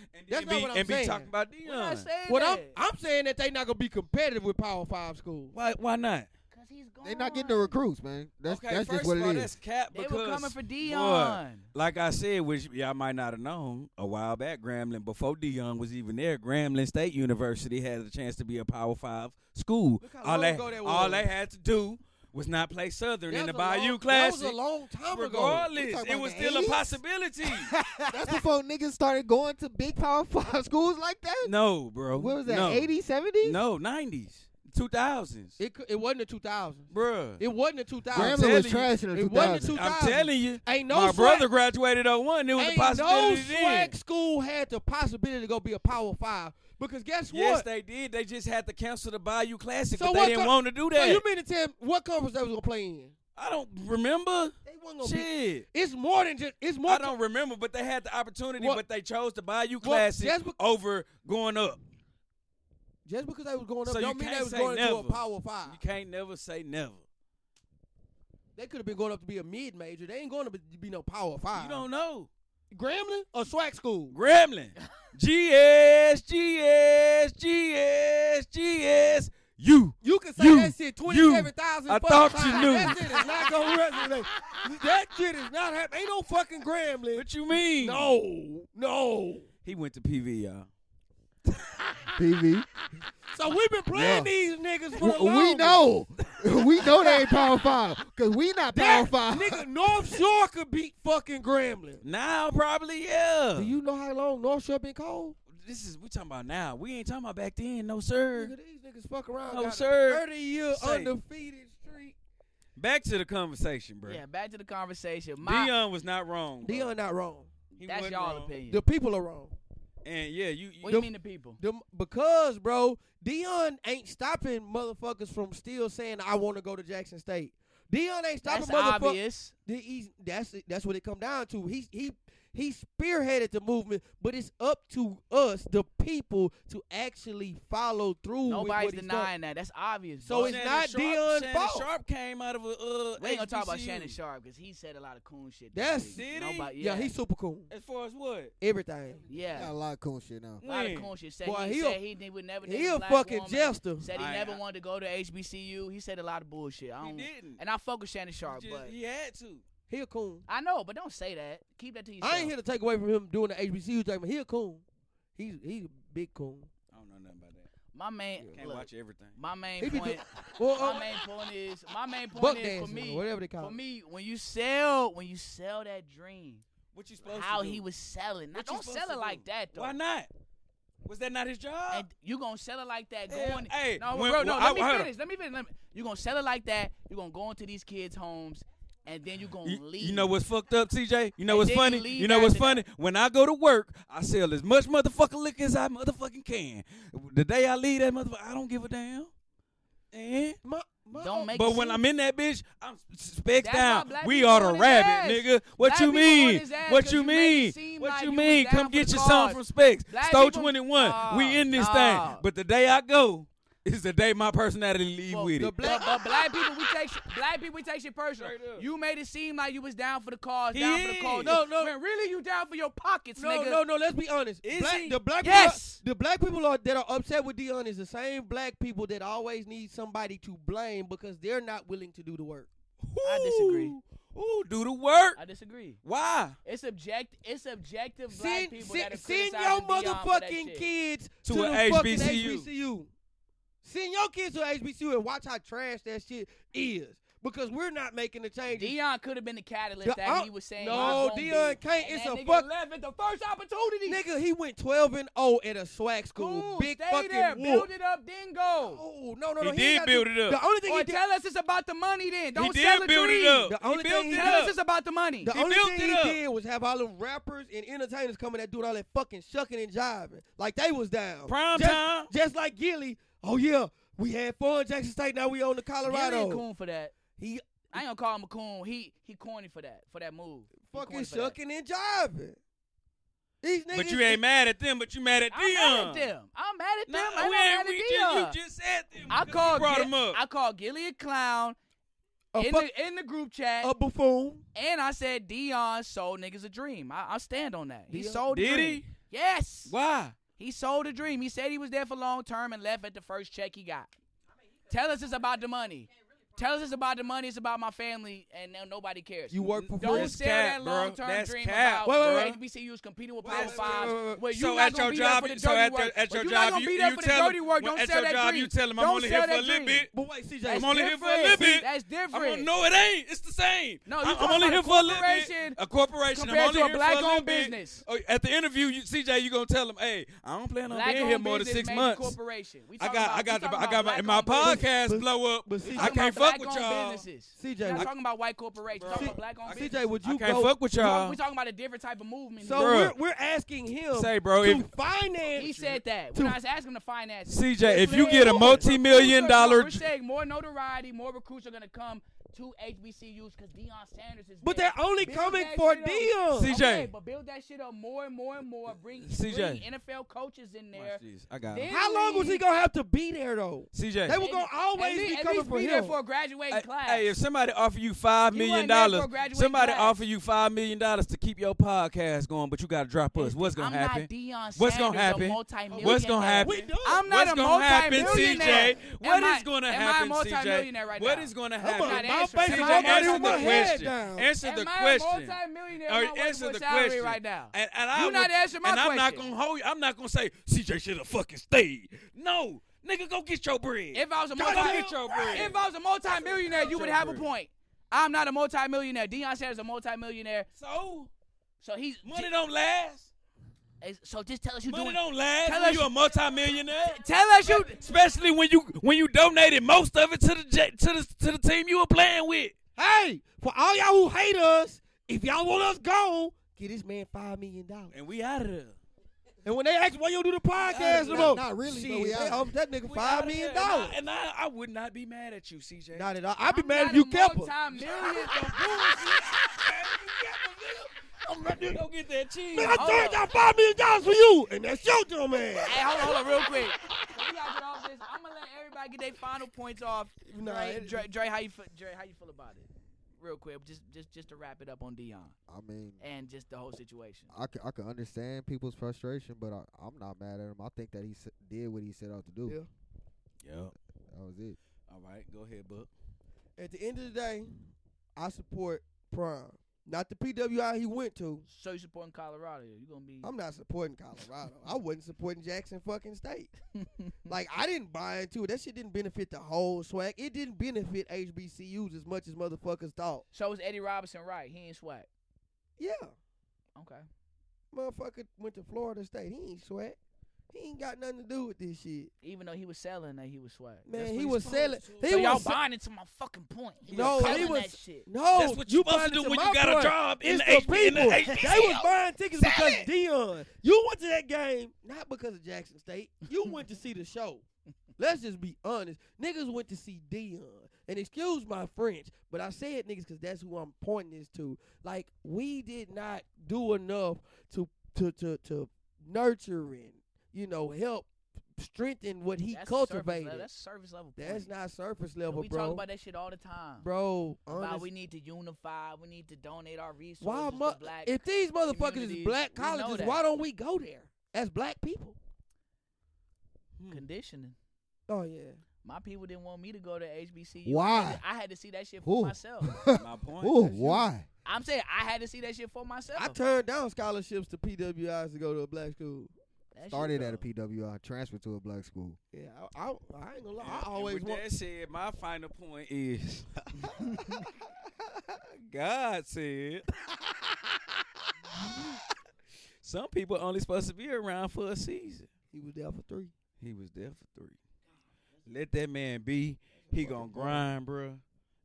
Speaker 4: then
Speaker 2: That's not
Speaker 4: be,
Speaker 2: what I'm
Speaker 4: and be
Speaker 2: saying.
Speaker 4: talking about
Speaker 1: We're not
Speaker 4: Dion.
Speaker 1: saying
Speaker 2: What I'm
Speaker 1: that.
Speaker 2: I'm saying that they not gonna be competitive with Power Five schools.
Speaker 4: Why? Why not?
Speaker 1: Cause he's gone.
Speaker 3: They not getting the recruits, man. That's
Speaker 4: okay,
Speaker 3: that's
Speaker 4: first
Speaker 3: just what
Speaker 4: of all,
Speaker 3: it
Speaker 4: that's
Speaker 3: is.
Speaker 4: cap
Speaker 1: They
Speaker 4: because
Speaker 1: were coming for Dion.
Speaker 4: like I said, which y'all might not have known a while back, Grambling before Dion was even there, Grambling State University had a chance to be a Power Five school.
Speaker 2: Look how
Speaker 4: All
Speaker 2: long
Speaker 4: they,
Speaker 2: ago that
Speaker 4: all
Speaker 2: was.
Speaker 4: they had to do was not play Southern in the
Speaker 2: That was a
Speaker 4: Bayou
Speaker 2: long-
Speaker 4: Classic.
Speaker 2: That was a long time ago.
Speaker 3: We
Speaker 4: Regardless,
Speaker 3: talking
Speaker 4: it
Speaker 3: about
Speaker 4: was
Speaker 3: the
Speaker 4: still a
Speaker 3: 80s?
Speaker 4: possibility.
Speaker 3: That's before niggas started going to big power five schools like that.
Speaker 4: no, bro.
Speaker 3: What was
Speaker 4: No.
Speaker 3: that? Eighties, seventies?
Speaker 4: No, nineties, two thousands,
Speaker 2: It cou- it wasn't the 2000s.
Speaker 4: bruh.
Speaker 2: It wasn't the 2000s.
Speaker 4: telling
Speaker 3: Grambling was
Speaker 4: you,
Speaker 3: trash in the
Speaker 2: it
Speaker 3: two
Speaker 2: wasn't
Speaker 3: thousand.
Speaker 2: the
Speaker 4: I'm
Speaker 2: 2000s.
Speaker 4: telling you,
Speaker 2: Ain't no
Speaker 4: my
Speaker 2: swag.
Speaker 4: brother graduated on one. It was a
Speaker 2: Ain't no
Speaker 4: possibility then.
Speaker 2: swag school had the possibility to go be a power five because guess
Speaker 4: Yes,
Speaker 2: what?
Speaker 4: they did. They just had to cancel the Bayou Classic,
Speaker 2: So
Speaker 4: but they
Speaker 2: what
Speaker 4: didn't
Speaker 2: co-
Speaker 4: want to do
Speaker 2: so
Speaker 4: that.
Speaker 2: you mean to tell me what conference they was gonna play in?
Speaker 4: I don't remember.
Speaker 2: They wasn't gonna be.
Speaker 4: Shit.
Speaker 2: It's more than just. It's more.
Speaker 4: I don't remember, but they had the opportunity,
Speaker 2: What-
Speaker 4: but they chose the Bayou
Speaker 2: Well,
Speaker 4: Classic
Speaker 2: that's bec-
Speaker 4: over going up.
Speaker 2: just because they was going up,
Speaker 4: So you
Speaker 2: don't mean
Speaker 4: can't
Speaker 2: they was
Speaker 4: say
Speaker 2: going to a
Speaker 4: never.
Speaker 2: power five.
Speaker 4: You can't never say never.
Speaker 2: They could have been going up to be a mid major. They ain't going to be, be no power five.
Speaker 4: You don't know.
Speaker 2: Gremlin or swag school.
Speaker 4: Gremlin. GS, GS, GS, GS. You.
Speaker 2: You can say
Speaker 4: You-
Speaker 2: that shit twenty-seven thousand.
Speaker 4: I thought you knew.
Speaker 2: That shit is not gonna resonate. that shit is not happening. Ain't no fucking Gremlin.
Speaker 4: What you mean?
Speaker 2: No, no.
Speaker 4: He went to PV, y'all.
Speaker 3: PV.
Speaker 2: So we've been playing
Speaker 3: Yeah.
Speaker 2: these niggas for the
Speaker 3: W- We
Speaker 2: longest.
Speaker 3: know, we know they ain't power five because we not power
Speaker 2: That
Speaker 3: five.
Speaker 2: nigga North Shore could beat fucking Gremlin.
Speaker 4: Now, probably, yeah.
Speaker 2: Do you know how long North Shore been cold?
Speaker 4: this is, we talking about now. We ain't talking about back then, no, sir.
Speaker 2: Nigga, these niggas fuck around.
Speaker 4: No,
Speaker 2: got
Speaker 4: sir.
Speaker 2: A 30 year
Speaker 4: Say.
Speaker 2: undefeated streak.
Speaker 4: Back to the conversation, bro.
Speaker 1: Yeah, back to the conversation. My,
Speaker 4: Dion was not wrong. bro.
Speaker 2: Dion not wrong.
Speaker 4: He
Speaker 1: that's
Speaker 4: wasn't
Speaker 1: y'all
Speaker 4: wrong.
Speaker 1: opinion.
Speaker 2: The people are wrong.
Speaker 4: And yeah, you. you
Speaker 1: what do you mean the people?
Speaker 2: Them- because, bro, Dion ain't stopping motherfuckers from still saying I want to go to Jackson State. Dion ain't stopping
Speaker 1: That's
Speaker 2: motherfuckers.
Speaker 1: obvious.
Speaker 2: the- he's that's it- that's what it come down to. He he he spearheaded the movement, but it's up to us, the people, to actually follow through. with
Speaker 1: Nobody's
Speaker 2: what he's done.
Speaker 1: denying that. That's obvious.
Speaker 2: So
Speaker 1: bro.
Speaker 2: it's
Speaker 4: Oh, Shannon
Speaker 2: not
Speaker 4: Sharp,
Speaker 2: Dion's
Speaker 4: Shannon
Speaker 2: fault.
Speaker 4: Sharp came out of a. Uh,
Speaker 1: we ain't gonna talk about
Speaker 4: HBCU.
Speaker 1: Shannon Sharp because he said a lot of coon shit.
Speaker 2: That's-
Speaker 1: this
Speaker 4: Did
Speaker 1: week.
Speaker 4: he?
Speaker 1: Nobody,
Speaker 2: Yeah,
Speaker 1: yeah,
Speaker 2: he's super cool.
Speaker 4: As far as what?
Speaker 2: Everything.
Speaker 1: yeah.
Speaker 3: Got a lot of cool shit now.
Speaker 1: A lot
Speaker 4: When?
Speaker 1: of cool shit. Said
Speaker 2: Boy,
Speaker 1: he,
Speaker 2: he a-
Speaker 1: said he, he would never. date
Speaker 2: he a
Speaker 1: black
Speaker 2: fucking
Speaker 1: woman.
Speaker 2: jester.
Speaker 1: Said he
Speaker 4: I-
Speaker 1: never
Speaker 4: I-
Speaker 1: wanted to go to HBCU. He said a lot of bullshit. I
Speaker 4: He
Speaker 1: don't,
Speaker 4: didn't.
Speaker 1: And I fuck with Shannon Sharp,
Speaker 4: Just-
Speaker 1: but
Speaker 4: he had to.
Speaker 2: He a coon.
Speaker 1: I know, but don't say that. Keep that to yourself.
Speaker 2: I ain't here to take away from him doing the HBCU thing, but he a coon. He's he's a big coon.
Speaker 4: I don't know nothing about that.
Speaker 1: My main,
Speaker 4: Can't
Speaker 1: look,
Speaker 4: watch everything.
Speaker 1: my main
Speaker 2: He be
Speaker 1: point.
Speaker 2: doing well, uh,
Speaker 1: my main point is my main point
Speaker 2: buck
Speaker 1: is for
Speaker 2: dancing,
Speaker 1: me.
Speaker 2: or whatever they call
Speaker 1: For
Speaker 2: it.
Speaker 1: me, when you sell, when you sell that dream,
Speaker 4: What you supposed
Speaker 1: how
Speaker 4: to do?
Speaker 1: he was selling. Now,
Speaker 4: What you
Speaker 1: don't
Speaker 4: supposed
Speaker 1: sell
Speaker 4: to
Speaker 1: it
Speaker 4: do?
Speaker 1: like that though.
Speaker 4: Why not? Was that not his job?
Speaker 1: And you gonna sell it like that?
Speaker 4: Yeah,
Speaker 1: Going,
Speaker 4: hey,
Speaker 1: no,
Speaker 4: when-
Speaker 1: bro, no.
Speaker 4: when I-
Speaker 1: let, me
Speaker 4: hold on.
Speaker 1: finish, let me finish. Let me You gonna sell it like that? You gonna go into these kids' homes, and then you gonna
Speaker 4: You,
Speaker 1: leave.
Speaker 4: you know what's fucked up, CJ? You know
Speaker 1: And
Speaker 4: what's
Speaker 1: then you
Speaker 4: funny?
Speaker 1: leave
Speaker 4: You know what's
Speaker 1: after
Speaker 4: funny?
Speaker 1: that.
Speaker 4: When I go to work, I sell as much motherfucking liquor as I motherfucking can. The day I leave that motherfucker, I don't give a damn. And
Speaker 2: My, my
Speaker 1: Don't make-
Speaker 4: but
Speaker 1: it
Speaker 4: when
Speaker 1: seem-
Speaker 4: I'm in that bitch, I'm specs
Speaker 1: That's why
Speaker 4: down.
Speaker 1: black
Speaker 4: We
Speaker 1: people
Speaker 4: are
Speaker 1: on
Speaker 4: the
Speaker 1: his
Speaker 4: rabbit,
Speaker 1: ass.
Speaker 4: nigga. What
Speaker 1: Black
Speaker 4: you
Speaker 1: people on
Speaker 4: mean?
Speaker 1: his ass
Speaker 4: What
Speaker 1: 'cause
Speaker 4: you
Speaker 1: you made
Speaker 4: mean?
Speaker 1: it seem
Speaker 4: What
Speaker 1: like
Speaker 4: you
Speaker 1: you
Speaker 4: mean?
Speaker 1: was down
Speaker 4: Come
Speaker 1: for
Speaker 4: get
Speaker 1: the
Speaker 4: your son
Speaker 1: cause.
Speaker 4: from Specs.
Speaker 1: Black
Speaker 4: Stole
Speaker 1: people-
Speaker 4: 21. we
Speaker 1: Nah,
Speaker 4: in this
Speaker 1: nah.
Speaker 4: thing. But the day I go is the day my personality leave
Speaker 1: Well,
Speaker 4: with
Speaker 2: the
Speaker 4: it.
Speaker 1: But, but black people, we take shit- black people, we take shit personal.
Speaker 4: Straight up.
Speaker 1: You made it seem like you was down for the cause,
Speaker 4: He
Speaker 1: down for the
Speaker 4: is.
Speaker 1: cause.
Speaker 2: No, no.
Speaker 1: When really you down for your pockets,
Speaker 2: No,
Speaker 1: nigga.
Speaker 2: no, no. Let's be honest.
Speaker 4: Is
Speaker 2: Black-
Speaker 4: he?
Speaker 2: The black
Speaker 1: Yes.
Speaker 2: people, are, the black people are, that are upset with Dion is the same black people that always need somebody to blame because they're not willing to do the work.
Speaker 1: I disagree.
Speaker 4: Ooh, Ooh, do the work.
Speaker 1: I disagree.
Speaker 4: Why?
Speaker 1: It's object, it's objective. black
Speaker 2: Send,
Speaker 1: people that are
Speaker 2: send, send your
Speaker 1: criticizing Deion for that
Speaker 2: motherfucking
Speaker 1: shit.
Speaker 2: kids
Speaker 4: To
Speaker 2: to,
Speaker 4: a
Speaker 2: the fucking
Speaker 4: HBCU.
Speaker 2: HBCU. Send your kids to HBCU and watch how trash that shit is because we're not making the changes.
Speaker 1: Dion could have been the catalyst
Speaker 2: The-
Speaker 1: that
Speaker 2: I-
Speaker 1: he was saying.
Speaker 2: No,
Speaker 1: he was gonna
Speaker 2: Deion
Speaker 1: be.
Speaker 2: can't.
Speaker 1: And
Speaker 2: It's
Speaker 1: that
Speaker 2: a
Speaker 1: nigga
Speaker 2: fuck-
Speaker 1: Left at the first opportunity.
Speaker 2: Nigga, he went 12 and 0 at a swag school.
Speaker 1: Cool,
Speaker 2: Big
Speaker 1: stay
Speaker 2: fucking
Speaker 1: there.
Speaker 2: whoop.
Speaker 1: Build it up, then go.
Speaker 2: Oh, no, no, no.
Speaker 4: He
Speaker 2: ain't
Speaker 4: did
Speaker 2: gotta
Speaker 4: build
Speaker 2: do-
Speaker 4: it up.
Speaker 2: The only thing
Speaker 1: Or
Speaker 2: he did,
Speaker 1: tell us it's about the money then. Don't
Speaker 4: he
Speaker 1: sell
Speaker 4: did
Speaker 1: the
Speaker 4: build
Speaker 1: dream.
Speaker 4: it up.
Speaker 2: The only
Speaker 4: he built
Speaker 2: thing he
Speaker 4: it
Speaker 2: did-
Speaker 1: Tell us
Speaker 4: up.
Speaker 1: it's about the money.
Speaker 2: The
Speaker 4: He
Speaker 2: only
Speaker 4: built
Speaker 2: thing
Speaker 4: it
Speaker 2: he
Speaker 4: up.
Speaker 2: did was have all them rappers and entertainers coming at doing all that fucking shucking and jiving. Like they was down.
Speaker 4: Prime
Speaker 2: just,
Speaker 4: time.
Speaker 2: Just like Gilly. Oh yeah. We had fun Jackson State, now we on the
Speaker 1: He ain't
Speaker 2: Colorado.
Speaker 1: coon for that.
Speaker 2: He
Speaker 1: I ain't gonna call him a coon. He he corny for that for that move. He
Speaker 2: fucking
Speaker 1: corny for that.
Speaker 2: shucking and jiving. These niggas
Speaker 4: But you ain't mad at them, but you mad at
Speaker 1: I'm
Speaker 4: Dion.
Speaker 1: mad at them. I'm mad at them.
Speaker 4: Nah,
Speaker 1: I'm
Speaker 4: we
Speaker 1: not
Speaker 4: ain't-
Speaker 1: mad at
Speaker 4: we
Speaker 1: Dion.
Speaker 4: Just, you just said them.
Speaker 1: I
Speaker 4: because you
Speaker 1: called
Speaker 4: brought
Speaker 1: Gi-
Speaker 4: him up.
Speaker 1: I called Gilly a clown
Speaker 2: a,
Speaker 1: in
Speaker 2: fuck,
Speaker 1: the in the group chat,
Speaker 2: a buffoon.
Speaker 1: and I said Dion sold niggas a dream. I, I stand on that. He
Speaker 2: Dion-
Speaker 1: sold a
Speaker 4: Did
Speaker 1: dream.
Speaker 4: he?
Speaker 1: Yes.
Speaker 4: Why?
Speaker 1: He sold a dream. He said he was there for long term and left at the first check he got. Tell us it's about the money. Tell us it's about the money, it's about my family, and now nobody cares.
Speaker 2: You work for free.
Speaker 1: Don't
Speaker 4: That's
Speaker 1: sell
Speaker 4: cap,
Speaker 1: that
Speaker 4: bro.
Speaker 1: long term
Speaker 4: That's
Speaker 1: dream
Speaker 4: cap,
Speaker 1: about
Speaker 4: Wait, wait,
Speaker 1: where
Speaker 4: wait.
Speaker 1: HBCUs competing with
Speaker 4: Wait,
Speaker 1: Power
Speaker 4: wait,
Speaker 1: Fives.
Speaker 4: wait, wait, wait.
Speaker 1: Where you
Speaker 4: So
Speaker 1: not
Speaker 4: at
Speaker 1: gonna
Speaker 4: your
Speaker 1: be
Speaker 4: job,
Speaker 1: there for the
Speaker 4: so
Speaker 1: dirty
Speaker 4: at
Speaker 1: work.
Speaker 4: your, at your
Speaker 1: Where you
Speaker 4: job,
Speaker 1: not gonna
Speaker 4: you,
Speaker 1: be there
Speaker 4: you
Speaker 1: for
Speaker 4: tell
Speaker 1: the dirty
Speaker 4: him,
Speaker 1: work. Don't
Speaker 4: at
Speaker 1: sell
Speaker 4: your
Speaker 1: that
Speaker 4: job,
Speaker 1: dream.
Speaker 4: you tell him I'm
Speaker 1: Don't
Speaker 4: only
Speaker 1: sell
Speaker 4: here for a
Speaker 1: that
Speaker 4: little
Speaker 1: dream.
Speaker 4: bit.
Speaker 2: But wait, CJ,
Speaker 1: That's
Speaker 4: I'm only here for a little
Speaker 1: different.
Speaker 4: bit.
Speaker 1: That's different.
Speaker 4: I'm on, no, it ain't. It's the same.
Speaker 1: No, you
Speaker 4: I'm, I'm
Speaker 1: talking
Speaker 4: only
Speaker 1: about
Speaker 4: here
Speaker 1: a
Speaker 4: for a little bit.
Speaker 1: corporation
Speaker 4: A corporation. I'm
Speaker 1: compared
Speaker 4: only
Speaker 1: to a
Speaker 4: here for a little
Speaker 1: black-owned
Speaker 4: bit.
Speaker 1: business.
Speaker 4: Oh, at the interview, you, CJ, you gonna tell him, hey, I don't plan on
Speaker 1: Black
Speaker 4: being
Speaker 1: owned
Speaker 4: here more than
Speaker 1: business,
Speaker 4: six
Speaker 1: major
Speaker 4: months.
Speaker 1: Corporation. We
Speaker 4: I
Speaker 1: talking
Speaker 4: got,
Speaker 1: about-
Speaker 4: I
Speaker 1: we
Speaker 4: got,
Speaker 1: talking
Speaker 4: the, I got my,
Speaker 1: black
Speaker 4: and my
Speaker 1: owned business.
Speaker 4: podcast
Speaker 2: but-
Speaker 4: blow up.
Speaker 2: but see,
Speaker 4: I
Speaker 1: Talking
Speaker 4: can't
Speaker 1: about
Speaker 4: fuck with
Speaker 1: black-owned
Speaker 4: y'all.
Speaker 1: Businesses.
Speaker 2: CJ,
Speaker 1: We're
Speaker 2: I-
Speaker 1: not talking about white corporations. We're
Speaker 4: See-
Speaker 1: talking about black owned businesses.
Speaker 2: CJ, would
Speaker 4: I
Speaker 2: you
Speaker 4: can't
Speaker 2: go?
Speaker 4: fuck with y'all.
Speaker 1: We're talking about a different type of movement.
Speaker 2: so
Speaker 1: here.
Speaker 4: Bruh.
Speaker 2: we're, we're asking him
Speaker 4: Say, bro,
Speaker 2: to
Speaker 4: if-
Speaker 2: finance.
Speaker 1: he said that.
Speaker 2: To-
Speaker 1: We're not asking him to finance. it.
Speaker 4: CJ, if
Speaker 1: We're
Speaker 4: you
Speaker 1: saying
Speaker 4: get a
Speaker 1: more
Speaker 4: multi-million
Speaker 1: recruits are-
Speaker 4: dollar-
Speaker 1: we're saying more notoriety, more recruits are going to come to HBCUs because Deion Sanders is.
Speaker 2: But
Speaker 1: there.
Speaker 2: they're only
Speaker 1: Build
Speaker 2: coming
Speaker 1: that
Speaker 2: for
Speaker 1: shit up.
Speaker 2: Dion.
Speaker 4: See-
Speaker 1: Okay,
Speaker 4: CJ.
Speaker 1: but build that shit up more and more and more. Bring,
Speaker 4: CJ.
Speaker 1: bring NFL coaches in there.
Speaker 4: I got
Speaker 1: Then
Speaker 2: How long was he
Speaker 1: leave.
Speaker 2: gonna have to be there though? They
Speaker 4: CJ.
Speaker 2: were gonna always
Speaker 1: at least,
Speaker 2: be
Speaker 1: at
Speaker 2: coming
Speaker 1: least
Speaker 2: for
Speaker 1: be
Speaker 2: him.
Speaker 1: there for a graduating
Speaker 4: Hey,
Speaker 1: class.
Speaker 4: hey, if somebody offer you five
Speaker 1: You
Speaker 4: million
Speaker 1: wasn't there for
Speaker 4: dollars,
Speaker 1: a graduating
Speaker 4: somebody
Speaker 1: class.
Speaker 4: offer you five million dollars to keep your podcast going, but you got to drop us. What's gonna
Speaker 1: I'm
Speaker 4: happen?
Speaker 1: Not Deion
Speaker 4: What's
Speaker 1: Sanders,
Speaker 4: gonna happen?
Speaker 1: A multimillionaire.
Speaker 4: What's gonna happen?
Speaker 2: We do.
Speaker 1: I'm not
Speaker 4: What's
Speaker 1: a
Speaker 4: gonna happen,
Speaker 1: multi-millionaire.
Speaker 4: CJ? What
Speaker 1: Am I-
Speaker 4: is gonna
Speaker 1: am I a
Speaker 4: happen,
Speaker 1: multi-millionaire
Speaker 4: CJ?
Speaker 1: right
Speaker 4: What
Speaker 1: now?
Speaker 4: is gonna
Speaker 2: I'm
Speaker 1: not
Speaker 4: happen?
Speaker 2: my
Speaker 1: answering.
Speaker 2: face is
Speaker 1: Am I
Speaker 4: CJ,
Speaker 2: already
Speaker 4: answer
Speaker 2: with my
Speaker 4: the
Speaker 2: head
Speaker 4: question.
Speaker 2: down.
Speaker 4: Answer
Speaker 1: Am
Speaker 4: the
Speaker 1: I a
Speaker 4: question.
Speaker 1: multi-millionaire?
Speaker 4: Or
Speaker 1: Am I
Speaker 4: answer
Speaker 1: working
Speaker 4: the
Speaker 1: for salary
Speaker 4: question
Speaker 1: right now?
Speaker 4: And, and I
Speaker 1: You
Speaker 4: would,
Speaker 1: not answering my
Speaker 4: And I'm not
Speaker 1: question.
Speaker 4: gonna hold you. I'm not gonna say CJ should have fucking stayed. No, nigga, go get your bread.
Speaker 1: If I was a
Speaker 4: Go
Speaker 1: multi,
Speaker 4: get your bread.
Speaker 1: if I was a multi-millionaire, you would
Speaker 4: your
Speaker 1: have a
Speaker 4: bread.
Speaker 1: point. I'm not a multi-millionaire. Deion Sanders is a multi-millionaire,
Speaker 4: so
Speaker 1: so he's
Speaker 4: money don't last.
Speaker 1: is- So just tell us you
Speaker 4: Money
Speaker 1: doing.
Speaker 4: don't last.
Speaker 1: Tell
Speaker 4: when
Speaker 1: us-
Speaker 4: you a multimillionaire.
Speaker 1: Tell us you.
Speaker 4: Especially when you when you donated most of it to the J- to the to the team you were playing with.
Speaker 2: Hey, for all y'all who hate us, if y'all want us gone, get this man five million dollars.
Speaker 4: And we out of there.
Speaker 2: And when they ask why you don't do the podcast no
Speaker 3: Not-
Speaker 2: more,
Speaker 3: not really, but
Speaker 2: shit,
Speaker 3: we
Speaker 2: they
Speaker 3: out.
Speaker 2: offer that nigga
Speaker 4: We
Speaker 2: five
Speaker 4: outta
Speaker 2: million
Speaker 4: there.
Speaker 2: dollars.
Speaker 4: And, I, and I, I would not be mad at you, CJ.
Speaker 2: Not at all. I'd be
Speaker 1: I'm
Speaker 2: mad
Speaker 1: not
Speaker 2: if you
Speaker 1: a
Speaker 2: kept him.
Speaker 1: multi-millionaire.
Speaker 4: Go get that cheese.
Speaker 2: Man, I
Speaker 1: Hold
Speaker 2: turned
Speaker 1: up.
Speaker 2: down five million dollars for you, and that's your dumb ass.
Speaker 1: Hey, hold on, hold on, real quick. So we gotta get off this. I'm gonna let everybody get their final points off.
Speaker 2: Nah,
Speaker 1: Dre,
Speaker 2: it-
Speaker 1: Dre, Dre, how you feel, Dre, how you feel about it? Real quick, just just just to wrap it up on Dion
Speaker 3: I mean,
Speaker 1: and just the whole situation.
Speaker 3: I can, I can understand people's frustration, but I, I'm not mad at him. I think that he s- did what he set out to do.
Speaker 2: Yeah.
Speaker 4: Yep.
Speaker 3: That was it.
Speaker 4: All right, go ahead, Buck.
Speaker 2: At the end of the day, I support Prime, not the PWI he went to.
Speaker 1: So you supporting Colorado? You gonna be?
Speaker 2: I'm not supporting Colorado. I wasn't supporting Jackson fucking State. like I didn't buy into it. That shit didn't benefit the whole swag. It didn't benefit HBCUs as much as motherfuckers thought.
Speaker 1: so is Eddie Robinson right? He ain't swag.
Speaker 2: Yeah,
Speaker 1: Okay.
Speaker 2: motherfucker went to Florida State. He ain't swag. He ain't got nothing to do with this shit.
Speaker 1: Even though he was selling that he was swag.
Speaker 2: Man, he was selling. He
Speaker 1: so y'all
Speaker 2: was se-
Speaker 1: buying into my fucking point. He
Speaker 2: No,
Speaker 1: was
Speaker 2: he
Speaker 1: selling
Speaker 2: was-
Speaker 1: that shit.
Speaker 2: No,
Speaker 4: That's what you supposed
Speaker 2: buying
Speaker 4: to do
Speaker 2: into
Speaker 4: when
Speaker 2: my
Speaker 4: you got a
Speaker 2: point.
Speaker 4: job in
Speaker 2: It's
Speaker 4: the
Speaker 2: the
Speaker 4: HB in the
Speaker 2: people. They
Speaker 4: HBCU.
Speaker 2: was buying tickets
Speaker 4: Sell
Speaker 2: because
Speaker 4: it.
Speaker 2: Dion. You went to that game not because of Jackson State. You went to see the show. Let's just be honest. Niggas went to see Dion. And excuse my French, but I said niggas because that's who I'm pointing this to. Like we did not do enough to to to to nurture and you know help strengthen what he
Speaker 1: That's Service level.
Speaker 2: cultivated.
Speaker 1: That's service level.
Speaker 2: That's
Speaker 1: point.
Speaker 2: not surface
Speaker 1: And
Speaker 2: level,
Speaker 1: We
Speaker 2: bro.
Speaker 1: talk about that shit all the time.
Speaker 2: bro,
Speaker 1: about
Speaker 2: honest-
Speaker 1: we need to unify. We need to donate our resources
Speaker 2: Why
Speaker 1: to
Speaker 2: mu-
Speaker 1: black.
Speaker 2: if these motherfuckers is
Speaker 1: communities,
Speaker 2: black
Speaker 1: we know
Speaker 2: colleges,
Speaker 1: that.
Speaker 2: why don't we go there as black people?
Speaker 1: conditioning.
Speaker 2: Oh yeah,
Speaker 1: My people didn't want me to go to HBCU. I had
Speaker 3: Why?
Speaker 1: to, I had to see that shit for
Speaker 3: Who?
Speaker 1: myself.
Speaker 4: My point.
Speaker 3: Ooh,
Speaker 2: that's you.
Speaker 3: why?
Speaker 1: I'm saying I had to see that shit for myself.
Speaker 2: I turned down scholarships to PWIs to go to a black school.
Speaker 1: That shit
Speaker 3: Started at a
Speaker 1: though.
Speaker 3: PWI, transferred to a black school.
Speaker 2: Yeah, I, I, I ain't gonna lie.
Speaker 4: And-
Speaker 2: I
Speaker 4: and
Speaker 2: always
Speaker 4: with
Speaker 2: want.
Speaker 4: that said, my final point is God said some people only supposed to be around for a season.
Speaker 2: He was there for three.
Speaker 4: He was there for three. Let that man be. He gonna grind, bruh.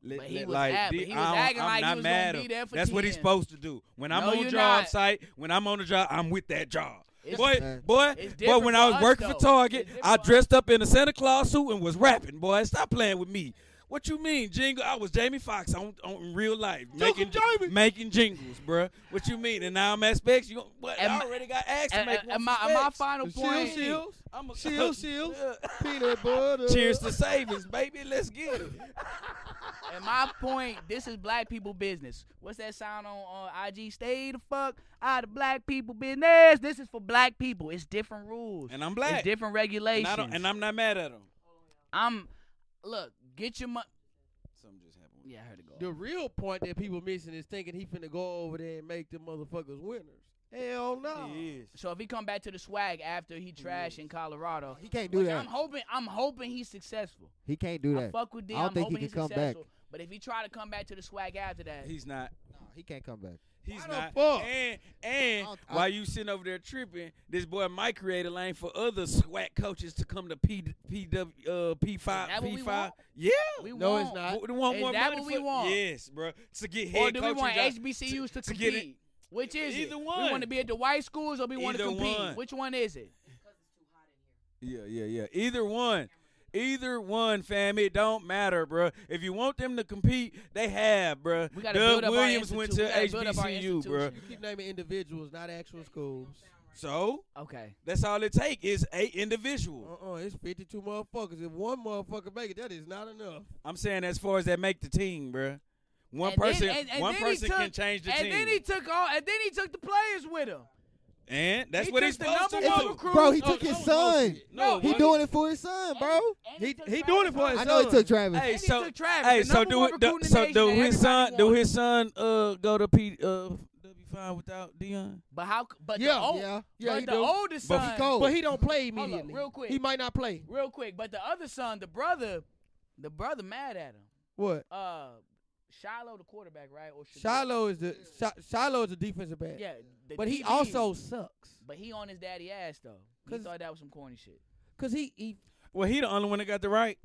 Speaker 4: Let,
Speaker 1: But he
Speaker 4: let-
Speaker 1: was
Speaker 4: like,
Speaker 1: at- but
Speaker 4: di-
Speaker 1: he was
Speaker 4: I don't-
Speaker 1: acting
Speaker 4: I'm
Speaker 1: like he
Speaker 4: not
Speaker 1: was gonna
Speaker 4: mad
Speaker 1: be
Speaker 4: at him.
Speaker 1: there for
Speaker 4: That's what he's
Speaker 1: 10.
Speaker 4: supposed to do. When I'm
Speaker 1: No,
Speaker 4: on
Speaker 1: you're
Speaker 4: job
Speaker 1: not.
Speaker 4: site, when I'm on the job, I'm with that job.
Speaker 1: It's-
Speaker 4: boy,
Speaker 3: Uh,
Speaker 4: boy,
Speaker 1: it's
Speaker 4: boy. When
Speaker 1: different
Speaker 4: I
Speaker 1: for
Speaker 4: was
Speaker 1: us,
Speaker 4: working
Speaker 1: though.
Speaker 4: for Target,
Speaker 1: It's different
Speaker 4: I
Speaker 1: for us.
Speaker 4: dressed up in a Santa Claus suit and was rapping. Boy, stop playing with me. What you mean, jingle? I was Jamie Foxx on, on in real life, making
Speaker 2: Jamie.
Speaker 4: making jingles, bruh. What you mean? And now I'm at Specs. You, what?
Speaker 1: And
Speaker 4: I
Speaker 1: my-
Speaker 4: already got asked to
Speaker 1: And,
Speaker 4: make
Speaker 1: and-
Speaker 4: one
Speaker 1: and
Speaker 4: for
Speaker 1: my, and my
Speaker 4: Specs.
Speaker 1: final
Speaker 2: Shield,
Speaker 1: point.
Speaker 2: shields,
Speaker 4: I'm a
Speaker 2: shield, shields,
Speaker 4: Yeah.
Speaker 2: peanut butter.
Speaker 4: Cheers to savings, baby. Let's get it.
Speaker 1: And my point, this is black people business. What's that sound on uh, IG? Stay the fuck out of black people business. This is for black people. It's different rules.
Speaker 4: And I'm black.
Speaker 1: It's different
Speaker 4: And,
Speaker 1: regulations.
Speaker 4: I don't, and I'm not mad at them.
Speaker 1: I'm- look, get your money.
Speaker 4: So
Speaker 1: Yeah, I heard it go.
Speaker 2: The real point that people missing is thinking he finna go over there and make them motherfuckers winners. Hell no.
Speaker 1: So if he come back to the swag after he trash in Colorado,
Speaker 3: Oh, He can't do
Speaker 1: which
Speaker 3: that.
Speaker 1: I'm hoping I'm hoping he's successful.
Speaker 3: He can't do
Speaker 1: I
Speaker 3: that.
Speaker 1: fuck with D.
Speaker 3: I don't
Speaker 1: am
Speaker 3: think he
Speaker 1: hoping
Speaker 3: can
Speaker 1: he's
Speaker 3: come back.
Speaker 1: successful. But if he try to come back to the swag after that,
Speaker 4: He's not.
Speaker 3: Nah, he can't come back.
Speaker 4: He's
Speaker 2: Why the
Speaker 4: not.
Speaker 2: fuck?
Speaker 4: And and
Speaker 3: I don't- I-
Speaker 4: while you sitting over there tripping, this boy Mike created a lane for other swag coaches to come to P PW uh P five
Speaker 1: that what
Speaker 4: P
Speaker 1: we
Speaker 4: five.
Speaker 1: want?
Speaker 4: Yeah.
Speaker 1: we
Speaker 2: No, it's
Speaker 1: won't.
Speaker 2: not.
Speaker 4: W- want
Speaker 1: Is
Speaker 4: more
Speaker 1: that
Speaker 4: money
Speaker 1: what we
Speaker 4: for-
Speaker 1: want?
Speaker 4: Yes, bro. To get head
Speaker 1: Or do we
Speaker 4: coaching
Speaker 1: want
Speaker 4: jobs.
Speaker 1: HBCUs to,
Speaker 4: to get it-
Speaker 1: compete? Which is
Speaker 4: Either
Speaker 1: it?
Speaker 4: one.
Speaker 1: We want to be at the white schools or we want to
Speaker 4: Either
Speaker 1: compete.
Speaker 4: one.
Speaker 1: Which one is it?
Speaker 4: Yeah, yeah, yeah. Either one. Either one, fam. It don't matter, bruh. If you want them to compete, they have, bruh.
Speaker 1: We gotta
Speaker 4: Doug
Speaker 1: build up our
Speaker 4: Williams went to
Speaker 1: institute. We gotta build up our
Speaker 4: HBCU, bruh.
Speaker 1: institution.
Speaker 2: Keep naming individuals, not actual schools.
Speaker 4: So
Speaker 1: Okay.
Speaker 4: that's all it take is a individual.
Speaker 2: Uh-uh, it's 52 motherfuckers. If one motherfucker make it, that is not enough.
Speaker 4: I'm saying as far as that make the team, bruh. One
Speaker 1: And then-
Speaker 4: person,
Speaker 1: and- and
Speaker 4: one
Speaker 1: then he
Speaker 4: person can
Speaker 1: took-
Speaker 4: change the
Speaker 1: and
Speaker 4: team,
Speaker 1: then he took all. And then he took the players with him.
Speaker 4: and that's
Speaker 1: he
Speaker 4: what
Speaker 1: took
Speaker 4: he's
Speaker 1: the
Speaker 4: supposed to
Speaker 1: number one
Speaker 4: do.
Speaker 1: recruit.
Speaker 3: Bro, he
Speaker 1: No,
Speaker 3: took his
Speaker 1: no,
Speaker 3: son.
Speaker 4: No,
Speaker 3: He
Speaker 4: what-
Speaker 3: doing it for his son, bro.
Speaker 1: And
Speaker 2: He-
Speaker 1: took
Speaker 2: he
Speaker 1: Travis
Speaker 2: doing it for
Speaker 1: Hunter.
Speaker 2: his
Speaker 3: I know he
Speaker 2: son.
Speaker 3: took Travis.
Speaker 4: Hey,
Speaker 1: And he
Speaker 4: so
Speaker 1: took Travis,
Speaker 4: hey,
Speaker 1: the
Speaker 4: so
Speaker 1: number
Speaker 4: do
Speaker 1: one
Speaker 4: it. do-
Speaker 1: recruit in the
Speaker 4: So do
Speaker 1: nation that
Speaker 4: his son?
Speaker 1: everybody
Speaker 4: Do
Speaker 1: wants.
Speaker 4: his son uh go to P uh W five without Dion?
Speaker 1: But how? c- But the
Speaker 2: Yeah,
Speaker 1: old,
Speaker 3: yeah,
Speaker 2: yeah,
Speaker 1: but
Speaker 2: he
Speaker 1: the
Speaker 2: do.
Speaker 1: oldest
Speaker 4: But
Speaker 1: son,
Speaker 3: he cold.
Speaker 2: But he don't play
Speaker 1: Hold up,
Speaker 2: immediately.
Speaker 1: real quick.
Speaker 2: He might not play.
Speaker 1: real quick. But the other son, the brother, the brother, mad at him.
Speaker 2: What?
Speaker 1: Uh, Shiloh, the quarterback, right? Or Shadur.
Speaker 2: Shiloh is the Shi- Shiloh is a defensive back.
Speaker 1: Yeah, the
Speaker 2: But he
Speaker 1: DB.
Speaker 2: also sucks.
Speaker 1: But he on his daddy ass though. He
Speaker 2: 'Cause-
Speaker 1: thought that was some corny shit.
Speaker 2: Cause he, he
Speaker 4: Well, he the only one that got the right.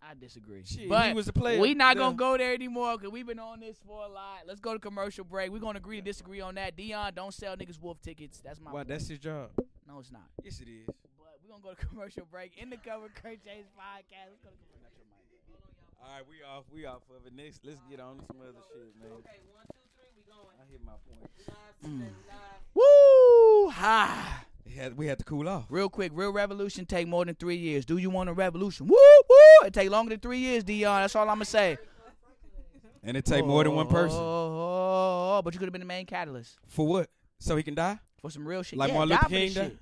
Speaker 1: I disagree.
Speaker 4: Shit,
Speaker 1: but
Speaker 4: he was the player.
Speaker 1: we not
Speaker 4: The-
Speaker 1: gonna go there anymore because we've been on this for a lot. Let's go to commercial break. We're gonna agree to disagree on that. Dion, don't sell niggas wolf tickets. That's my.
Speaker 4: Wow,
Speaker 1: point.
Speaker 4: that's his job.
Speaker 1: no, it's not.
Speaker 4: Yes, it is.
Speaker 1: But we're gonna go to commercial break. In the cover, Kurt James podcast. Let's go to commercial.
Speaker 4: All right, we off. We off of it. Next, let's get on to some other shit, man. I hit my point.
Speaker 1: Woo! Ha!
Speaker 4: we had to cool off.
Speaker 1: Real quick, real revolution take more than three years. Do you want a revolution? Woo woo! It take longer than three years, Dion. That's all I'ma say.
Speaker 4: And it take more than one
Speaker 1: Oh,
Speaker 4: person
Speaker 1: oh, oh, oh, but you could have been the main catalyst
Speaker 4: for what? So he can die?
Speaker 1: for some real shit.
Speaker 4: Like
Speaker 1: yeah,
Speaker 4: Martin
Speaker 1: die
Speaker 4: Luther
Speaker 1: for the
Speaker 4: King died?
Speaker 1: shit.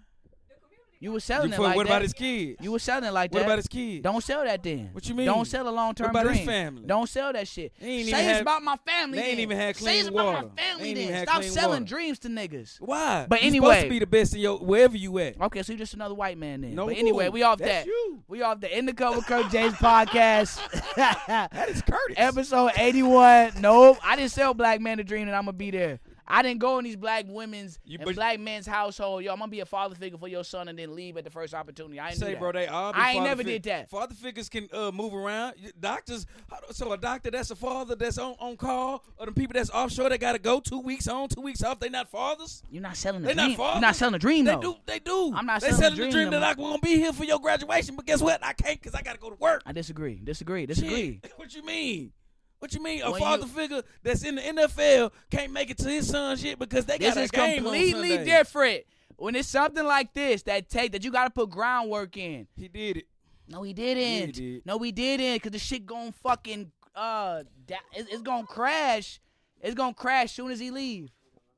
Speaker 1: You were
Speaker 4: You
Speaker 1: selling it
Speaker 4: fuck-
Speaker 1: like
Speaker 4: what
Speaker 1: that.
Speaker 4: about his kids?
Speaker 1: you were selling it like
Speaker 4: what
Speaker 1: that.
Speaker 4: about his kids?
Speaker 1: Don't sell that then.
Speaker 4: What you mean?
Speaker 1: Don't sell a long term
Speaker 4: What about
Speaker 1: dream.
Speaker 4: his family?
Speaker 1: Don't sell that shit.
Speaker 4: They ain't
Speaker 1: Say
Speaker 4: even
Speaker 1: it's
Speaker 4: had-
Speaker 1: about my family.
Speaker 4: they ain't
Speaker 1: then.
Speaker 4: even had
Speaker 1: Say it's
Speaker 4: clean water.
Speaker 1: about my
Speaker 4: They
Speaker 1: family
Speaker 4: ain't even
Speaker 1: then.
Speaker 4: had
Speaker 1: Stop
Speaker 4: clean
Speaker 1: selling
Speaker 4: water.
Speaker 1: dreams to niggas.
Speaker 4: Why?
Speaker 1: But
Speaker 4: you supposed
Speaker 1: anyway-
Speaker 4: to be the best in your wherever you at.
Speaker 1: Okay, so you're just another white man then.
Speaker 4: No,
Speaker 1: but anyway, we off
Speaker 4: that's
Speaker 1: that.
Speaker 4: you.
Speaker 1: We off the In the Cover Kirk James podcast.
Speaker 4: That is Curtis.
Speaker 1: Episode 81. Nope. I didn't sell Black Man to Dream and I'm going to be there. I didn't go in these black women's
Speaker 4: You-
Speaker 1: and
Speaker 4: but-
Speaker 1: black men's household. Yo, I'm going to be a father figure for your son and then leave at the first opportunity. I ain't
Speaker 4: Say, bro, they all. Be
Speaker 1: I ain't
Speaker 4: father
Speaker 1: never did
Speaker 4: fig-
Speaker 1: that.
Speaker 4: Father figures can uh, move around. You- Doctors, how do- so a doctor that's a father that's on, on call, or the people that's offshore that gotta go two weeks on, two weeks off. They not fathers.
Speaker 1: You're not selling a
Speaker 4: They not
Speaker 1: dream. You're
Speaker 4: fathers.
Speaker 1: not selling a dream,
Speaker 4: They
Speaker 1: though.
Speaker 4: do. They do.
Speaker 1: I'm not
Speaker 4: They
Speaker 1: selling
Speaker 4: selling
Speaker 1: dream
Speaker 4: the dream
Speaker 1: no
Speaker 4: that I'm gonna be here for your graduation, but guess what? I can't because I gotta go to work.
Speaker 1: I disagree. Disagree. Disagree.
Speaker 4: Shit. What you mean? What you mean? A
Speaker 1: When
Speaker 4: father
Speaker 1: you-
Speaker 4: figure that's in the NFL can't make it to his son's shit because they
Speaker 1: This
Speaker 4: got a
Speaker 1: is
Speaker 4: game on
Speaker 1: completely
Speaker 4: Sunday.
Speaker 1: different. When it's something like this that take that you got to put groundwork in.
Speaker 4: He did it.
Speaker 1: No, he didn't.
Speaker 4: did.
Speaker 1: No, we didn't. Cause the shit gon' fucking uh, da- it's, it's gonna crash. It's gonna crash soon as he leave.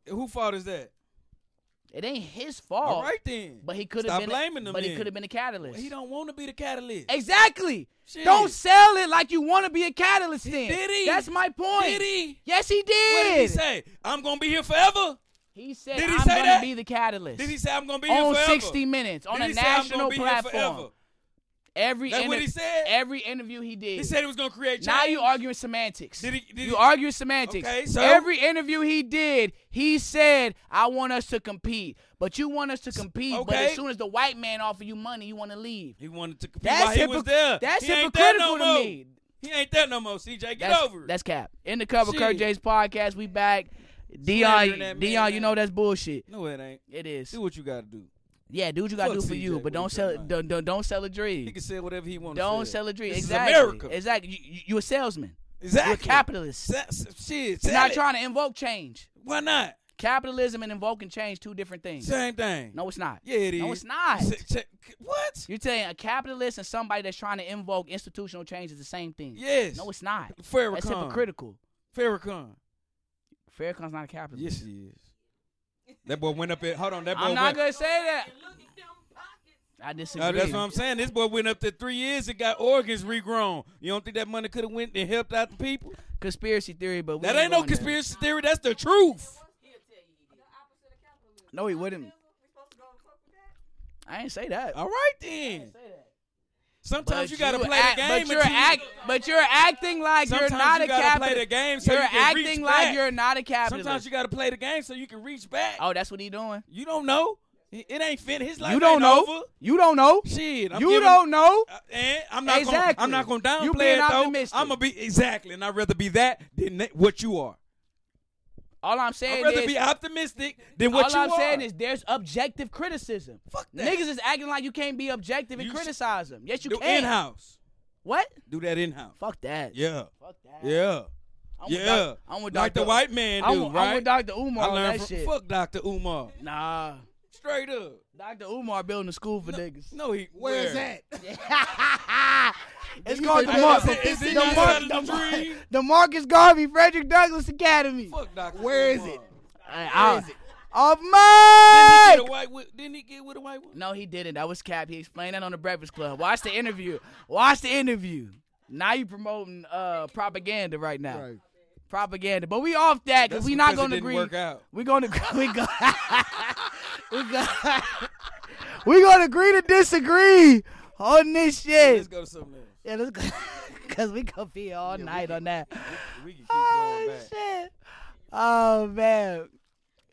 Speaker 4: Who fault is that?
Speaker 1: It ain't his fault.
Speaker 4: All right then.
Speaker 1: But he could have
Speaker 4: Stop
Speaker 1: been.
Speaker 4: blaming them
Speaker 1: But he
Speaker 4: then.
Speaker 1: could have been a catalyst.
Speaker 4: He don't want to be the catalyst.
Speaker 1: Exactly.
Speaker 4: Shit.
Speaker 1: Don't sell it like you want to be a catalyst. Then
Speaker 4: did he?
Speaker 1: That's my point.
Speaker 4: Did he?
Speaker 1: Yes, he did.
Speaker 4: What did he say? I'm gonna be here forever.
Speaker 1: He said,
Speaker 4: Did he
Speaker 1: "I'm
Speaker 4: say
Speaker 1: gonna
Speaker 4: that?
Speaker 1: be the catalyst."
Speaker 4: Did he say I'm gonna be
Speaker 1: on
Speaker 4: here forever?
Speaker 1: 60 Minutes on
Speaker 4: Did
Speaker 1: a
Speaker 4: he say, "I'm
Speaker 1: national
Speaker 4: gonna be here
Speaker 1: platform?
Speaker 4: forever"?
Speaker 1: Every
Speaker 4: That's what
Speaker 1: inter-
Speaker 4: he said?
Speaker 1: Every interview he did.
Speaker 4: He said he was gonna create. Change.
Speaker 1: now you arguing semantics.
Speaker 4: Did he- did
Speaker 1: you
Speaker 4: he-
Speaker 1: argue semantics.
Speaker 4: Okay, so?
Speaker 1: Every interview he did, he said, "I want us to compete," but you want us to compete. But
Speaker 4: okay.
Speaker 1: as soon as the white man offer you money, you want to leave.
Speaker 4: He wanted to compete
Speaker 1: That's
Speaker 4: while he was
Speaker 1: hypocr-
Speaker 4: there.
Speaker 1: that's
Speaker 4: he ain't there
Speaker 1: hypocritical
Speaker 4: no
Speaker 1: to
Speaker 4: more.
Speaker 1: me.
Speaker 4: He ain't there no more. CJ, get
Speaker 1: that's,
Speaker 4: over it.
Speaker 1: That's cap. In the cover, Kurt
Speaker 4: Shit.
Speaker 1: J's podcast. We back.
Speaker 4: Slandering
Speaker 1: Dion,
Speaker 4: that
Speaker 1: Dion,
Speaker 4: man,
Speaker 1: you
Speaker 4: man.
Speaker 1: know that's bullshit.
Speaker 4: no, it ain't.
Speaker 1: It is.
Speaker 4: Do what you gotta do.
Speaker 1: Yeah, do what you gotta
Speaker 4: Fuck
Speaker 1: do for
Speaker 4: CJ,
Speaker 1: you,
Speaker 4: what
Speaker 1: but don't
Speaker 4: you
Speaker 1: sell.
Speaker 4: talking
Speaker 1: Don't, don't don't sell a
Speaker 4: He
Speaker 1: dream.
Speaker 4: can say whatever he wants.
Speaker 1: Don't sell a dream.
Speaker 4: This is
Speaker 1: exactly.
Speaker 4: America.
Speaker 1: Exactly. You, you, you a salesman.
Speaker 4: Exactly.
Speaker 1: You're a capitalist.
Speaker 4: Se- se- shit.
Speaker 1: You're
Speaker 4: Sell
Speaker 1: not
Speaker 4: it.
Speaker 1: trying to invoke change.
Speaker 4: Why not?
Speaker 1: Capitalism and invoking change two different things.
Speaker 4: Same thing.
Speaker 1: No, it's not.
Speaker 4: Yeah, it is.
Speaker 1: No, it's not.
Speaker 4: Se- se- what?
Speaker 1: You're saying a capitalist and somebody that's trying to invoke institutional change is the same thing.
Speaker 4: Yes.
Speaker 1: No, it's not.
Speaker 4: Farrakhan.
Speaker 1: That's hypocritical.
Speaker 4: Farrakhan.
Speaker 1: Farrakhan's not a capitalist.
Speaker 4: Yes, he is. That boy went up in. Hold on. That boy
Speaker 1: I'm
Speaker 4: went.
Speaker 1: not gonna say that. I disagree.
Speaker 4: Uh, that's what I'm saying. This boy went up there three years and got organs regrown. You don't think that money could have went and helped out the people?
Speaker 1: conspiracy theory, but we
Speaker 4: That ain't no
Speaker 1: going there.
Speaker 4: conspiracy theory. That's the truth.
Speaker 1: No, he wouldn't. I ain't say that.
Speaker 4: All right then.
Speaker 1: But
Speaker 4: Sometimes you gotta
Speaker 1: you
Speaker 4: play
Speaker 1: act-
Speaker 4: the game.
Speaker 1: But you're,
Speaker 4: until you-
Speaker 1: act, but you're acting like
Speaker 4: Sometimes
Speaker 1: you're not
Speaker 4: you
Speaker 1: a
Speaker 4: gotta
Speaker 1: capitalist.
Speaker 4: play the game so
Speaker 1: you're
Speaker 4: you can
Speaker 1: acting
Speaker 4: reach
Speaker 1: like
Speaker 4: back.
Speaker 1: you're not a capitalist.
Speaker 4: Sometimes you gotta play the game so you can reach back.
Speaker 1: oh, that's what he doing.
Speaker 4: You don't know. It it ain't finished. His life
Speaker 1: you don't
Speaker 4: ain't
Speaker 1: know.
Speaker 4: over.
Speaker 1: You don't know.
Speaker 4: Shit, I'm
Speaker 1: you
Speaker 4: giving-
Speaker 1: don't know.
Speaker 4: Uh, and I'm not
Speaker 1: Exactly.
Speaker 4: gonna I'm not gonna downplay
Speaker 1: You being
Speaker 4: it
Speaker 1: optimistic.
Speaker 4: though. I'm gonna be exactly, and I'd rather be that than that, what you are.
Speaker 1: All I'm
Speaker 4: I'd
Speaker 1: saying
Speaker 4: rather
Speaker 1: is.
Speaker 4: be optimistic than what
Speaker 1: all
Speaker 4: you
Speaker 1: I'm
Speaker 4: are.
Speaker 1: saying is there's objective criticism.
Speaker 4: Fuck that.
Speaker 1: Niggas is acting like you can't be objective and
Speaker 4: You s-
Speaker 1: criticize them. Yes, you
Speaker 4: do
Speaker 1: can.
Speaker 4: in house.
Speaker 1: What?
Speaker 4: Do that in house.
Speaker 1: Fuck that.
Speaker 4: Yeah.
Speaker 1: Fuck that.
Speaker 4: Yeah.
Speaker 1: I'm with
Speaker 4: yeah.
Speaker 1: Doc- I'm with
Speaker 4: like
Speaker 1: Dr.
Speaker 4: the white man do,
Speaker 1: I'm, with-
Speaker 4: right?
Speaker 1: I'm with Dr. Umar
Speaker 4: I
Speaker 1: on
Speaker 4: learned
Speaker 1: that
Speaker 4: from
Speaker 1: shit.
Speaker 4: fuck Dr. Umar.
Speaker 1: Nah.
Speaker 4: Straight up.
Speaker 1: Dr. Umar building a school for niggas.
Speaker 4: No, he
Speaker 3: Where's that?
Speaker 1: it's
Speaker 3: You
Speaker 1: called the,
Speaker 3: think that
Speaker 1: Mar-
Speaker 3: is a-
Speaker 1: the,
Speaker 3: is it
Speaker 1: Mar-
Speaker 3: not
Speaker 4: out of the
Speaker 1: Mar-
Speaker 4: dream?
Speaker 1: the Marcus Garvey Frederick Douglass Academy.
Speaker 4: Fuck Dr.
Speaker 3: Where is
Speaker 4: Umar.
Speaker 3: it?
Speaker 1: I- I-
Speaker 3: Where is it?
Speaker 1: Of
Speaker 4: Didn't he get a
Speaker 1: Mike!
Speaker 4: white wi- didn't he get with a white one?
Speaker 1: No, he didn't. That was Cap. He explained that on the Breakfast Club. Watch the interview. Watch the interview. Now you promoting uh, propaganda right now.
Speaker 3: Right.
Speaker 1: Propaganda. But we off that
Speaker 4: That's
Speaker 1: because we not
Speaker 4: because it
Speaker 1: going to
Speaker 4: didn't
Speaker 1: agree.
Speaker 4: work out.
Speaker 1: We're going to we go, we go, we going to agree to disagree on this shit.
Speaker 4: Let's go to something else.
Speaker 1: Yeah, let's go. Cause we gonna be here all night on that.
Speaker 4: We can keep going
Speaker 1: Oh
Speaker 4: back.
Speaker 1: shit. Oh man.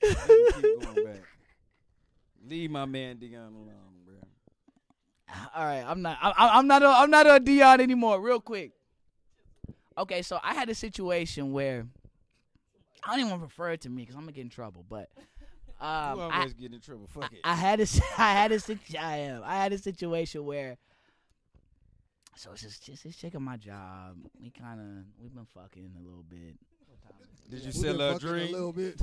Speaker 4: We can keep going back. Leave my man Dion alone, bro.
Speaker 1: All right, I'm not. I'm, I'm not. A, I'm not a Dion anymore. Real quick. Okay, so I had a situation where I don't even want to refer it to me because I'm gonna get in trouble. But um,
Speaker 4: You
Speaker 1: I,
Speaker 4: always get in trouble. Fuck it.
Speaker 1: I had a, si- I had a, sit- I am. I had a situation where, so it's just, just this chick at my job. We kind of, we've been fucking a little bit.
Speaker 4: Did you
Speaker 3: We've been
Speaker 4: sell a
Speaker 3: fucking
Speaker 4: drink?
Speaker 3: A little bit.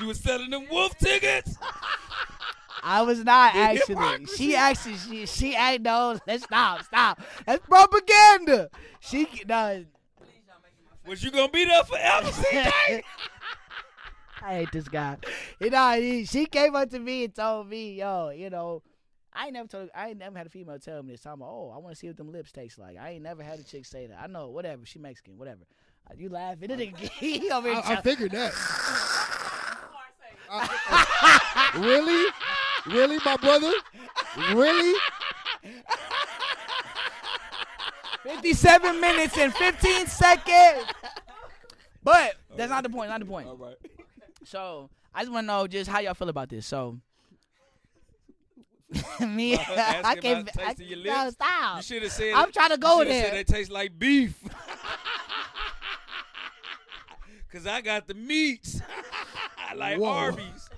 Speaker 4: You was selling them wolf tickets?
Speaker 1: I was not
Speaker 4: The
Speaker 1: actually.
Speaker 4: hypocrisy.
Speaker 1: She actually. She. She. I no. Let's stop. Stop. That's propaganda. She. No.
Speaker 4: Was you gonna be there forever?
Speaker 1: I hate this guy. You know. what I mean? She came up to me and told me, "Yo, you know." I ain't never told. I ain't never had a female tell me this. I'm like, oh, I want to see what them lips taste like. I ain't never had a chick say that. I know, whatever. She Mexican, whatever. Uh, You laughing? It again? He over here.
Speaker 3: I, I
Speaker 1: chuck-
Speaker 3: figured that. I- I- really? Really, my brother? Really?
Speaker 1: 57 minutes and 15 seconds. But that's not the point. Not the point.
Speaker 4: All right.
Speaker 1: So I just want to know just how y'all feel about this. So me,
Speaker 4: About her asking
Speaker 1: I can't.
Speaker 4: about the
Speaker 1: I,
Speaker 4: taste of your
Speaker 1: no,
Speaker 4: lips?
Speaker 1: stop.
Speaker 4: You should have said.
Speaker 1: I'm trying to
Speaker 4: you
Speaker 1: go
Speaker 4: shoulda
Speaker 1: there.
Speaker 4: Said they taste like beef. Cause I got the meats, like
Speaker 3: Whoa.
Speaker 4: Arby's.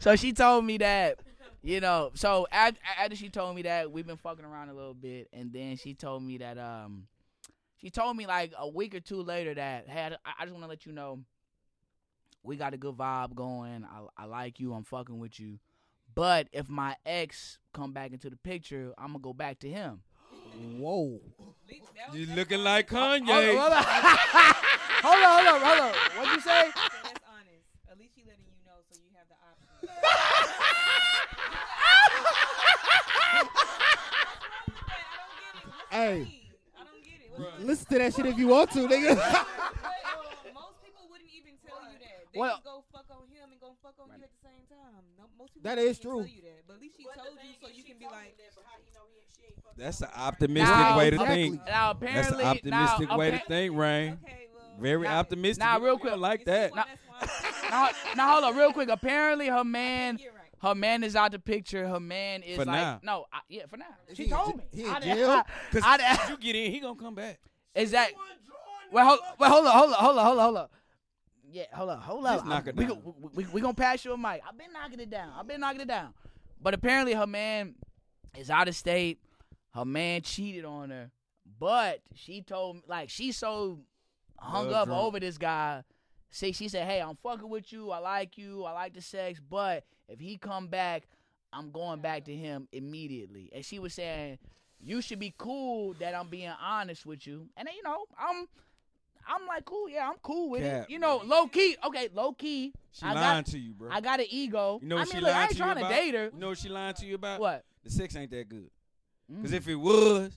Speaker 1: So she told me that, you know. So after, after she told me that, we've been fucking around a little bit, and then she told me that um, she told me like a week or two later that hey, I, I just want to let you know, we got a good vibe going. I I like you. I'm fucking with you, but if my ex come back into the picture, I'm gonna go back to him.
Speaker 3: Whoa.
Speaker 4: You looking like
Speaker 1: Oh, Hold on,
Speaker 4: Kanye?
Speaker 1: hold on, hold on, hold on, hold on. What'd you say?
Speaker 7: that's honest. At least she letting you know so you have the option.
Speaker 3: Hey.
Speaker 7: I don't get it. What's wrong?
Speaker 3: Listen to that shit if you want to, nigga.
Speaker 7: But uh, most people wouldn't even tell you that. They
Speaker 1: Well-
Speaker 7: just go fuck on him and go fuck on you at the same time. No, most people
Speaker 3: That
Speaker 7: wouldn't
Speaker 3: is
Speaker 7: even
Speaker 3: true.
Speaker 7: Tell you that. But at least she told you so you can be like,
Speaker 1: oh.
Speaker 4: That's an optimistic way to
Speaker 3: Exactly.
Speaker 4: think.
Speaker 1: Now
Speaker 4: That's
Speaker 1: apparently,
Speaker 4: an optimistic
Speaker 1: now,
Speaker 4: way to
Speaker 1: appa-
Speaker 4: think, Rain.
Speaker 7: okay, well,
Speaker 4: Very
Speaker 1: Now-
Speaker 4: optimistic.
Speaker 1: now, real
Speaker 4: You
Speaker 1: quick.
Speaker 4: like
Speaker 7: you see
Speaker 4: that.
Speaker 7: why that's why.
Speaker 1: Now, now hold on, real quick. Apparently, her man,
Speaker 7: You're right.
Speaker 1: her man is out the picture. Her man is
Speaker 4: For
Speaker 1: like,
Speaker 4: now.
Speaker 1: no, I, yeah, for now.
Speaker 3: Is
Speaker 1: She
Speaker 3: he in
Speaker 1: told
Speaker 3: j-
Speaker 1: me.
Speaker 3: he in
Speaker 1: I didn't-
Speaker 3: jail?
Speaker 4: Cause
Speaker 1: I didn't-
Speaker 4: if you get in, he gonna come back.
Speaker 1: Is that? Well, hold, wait, hold on, hold on, hold on, hold on, hold on. Yeah, hold on, hold on.
Speaker 4: Just knock it
Speaker 1: we,
Speaker 4: down.
Speaker 1: go- we, we, we gonna pass you a mic. I've been knocking it down. I've been knocking it down. But apparently, her man is out of state. Her man cheated on her, but she told me like she so hung
Speaker 4: Love
Speaker 1: up
Speaker 4: drunk.
Speaker 1: over this guy. See, she said, "Hey, I'm fucking with you. I like you. I like the sex, but if he come back, I'm going back to him immediately." And she was saying, "You should be cool that I'm being honest with you." And then, you know, I'm I'm like, cool, yeah, I'm cool with
Speaker 4: Cap.
Speaker 1: it. You know, low key, okay, low key.
Speaker 4: She
Speaker 1: I
Speaker 4: lying
Speaker 1: got,
Speaker 4: to you, bro.
Speaker 1: I got an ego.
Speaker 4: You know
Speaker 1: I
Speaker 4: what
Speaker 1: mean,
Speaker 4: she
Speaker 1: look, I
Speaker 4: lying
Speaker 1: ain't
Speaker 4: to you
Speaker 1: trying to
Speaker 4: about?
Speaker 1: date her.
Speaker 4: you know what she lying to you about?
Speaker 1: What?
Speaker 4: The sex ain't that good. Cause
Speaker 1: Mm.
Speaker 4: if it was,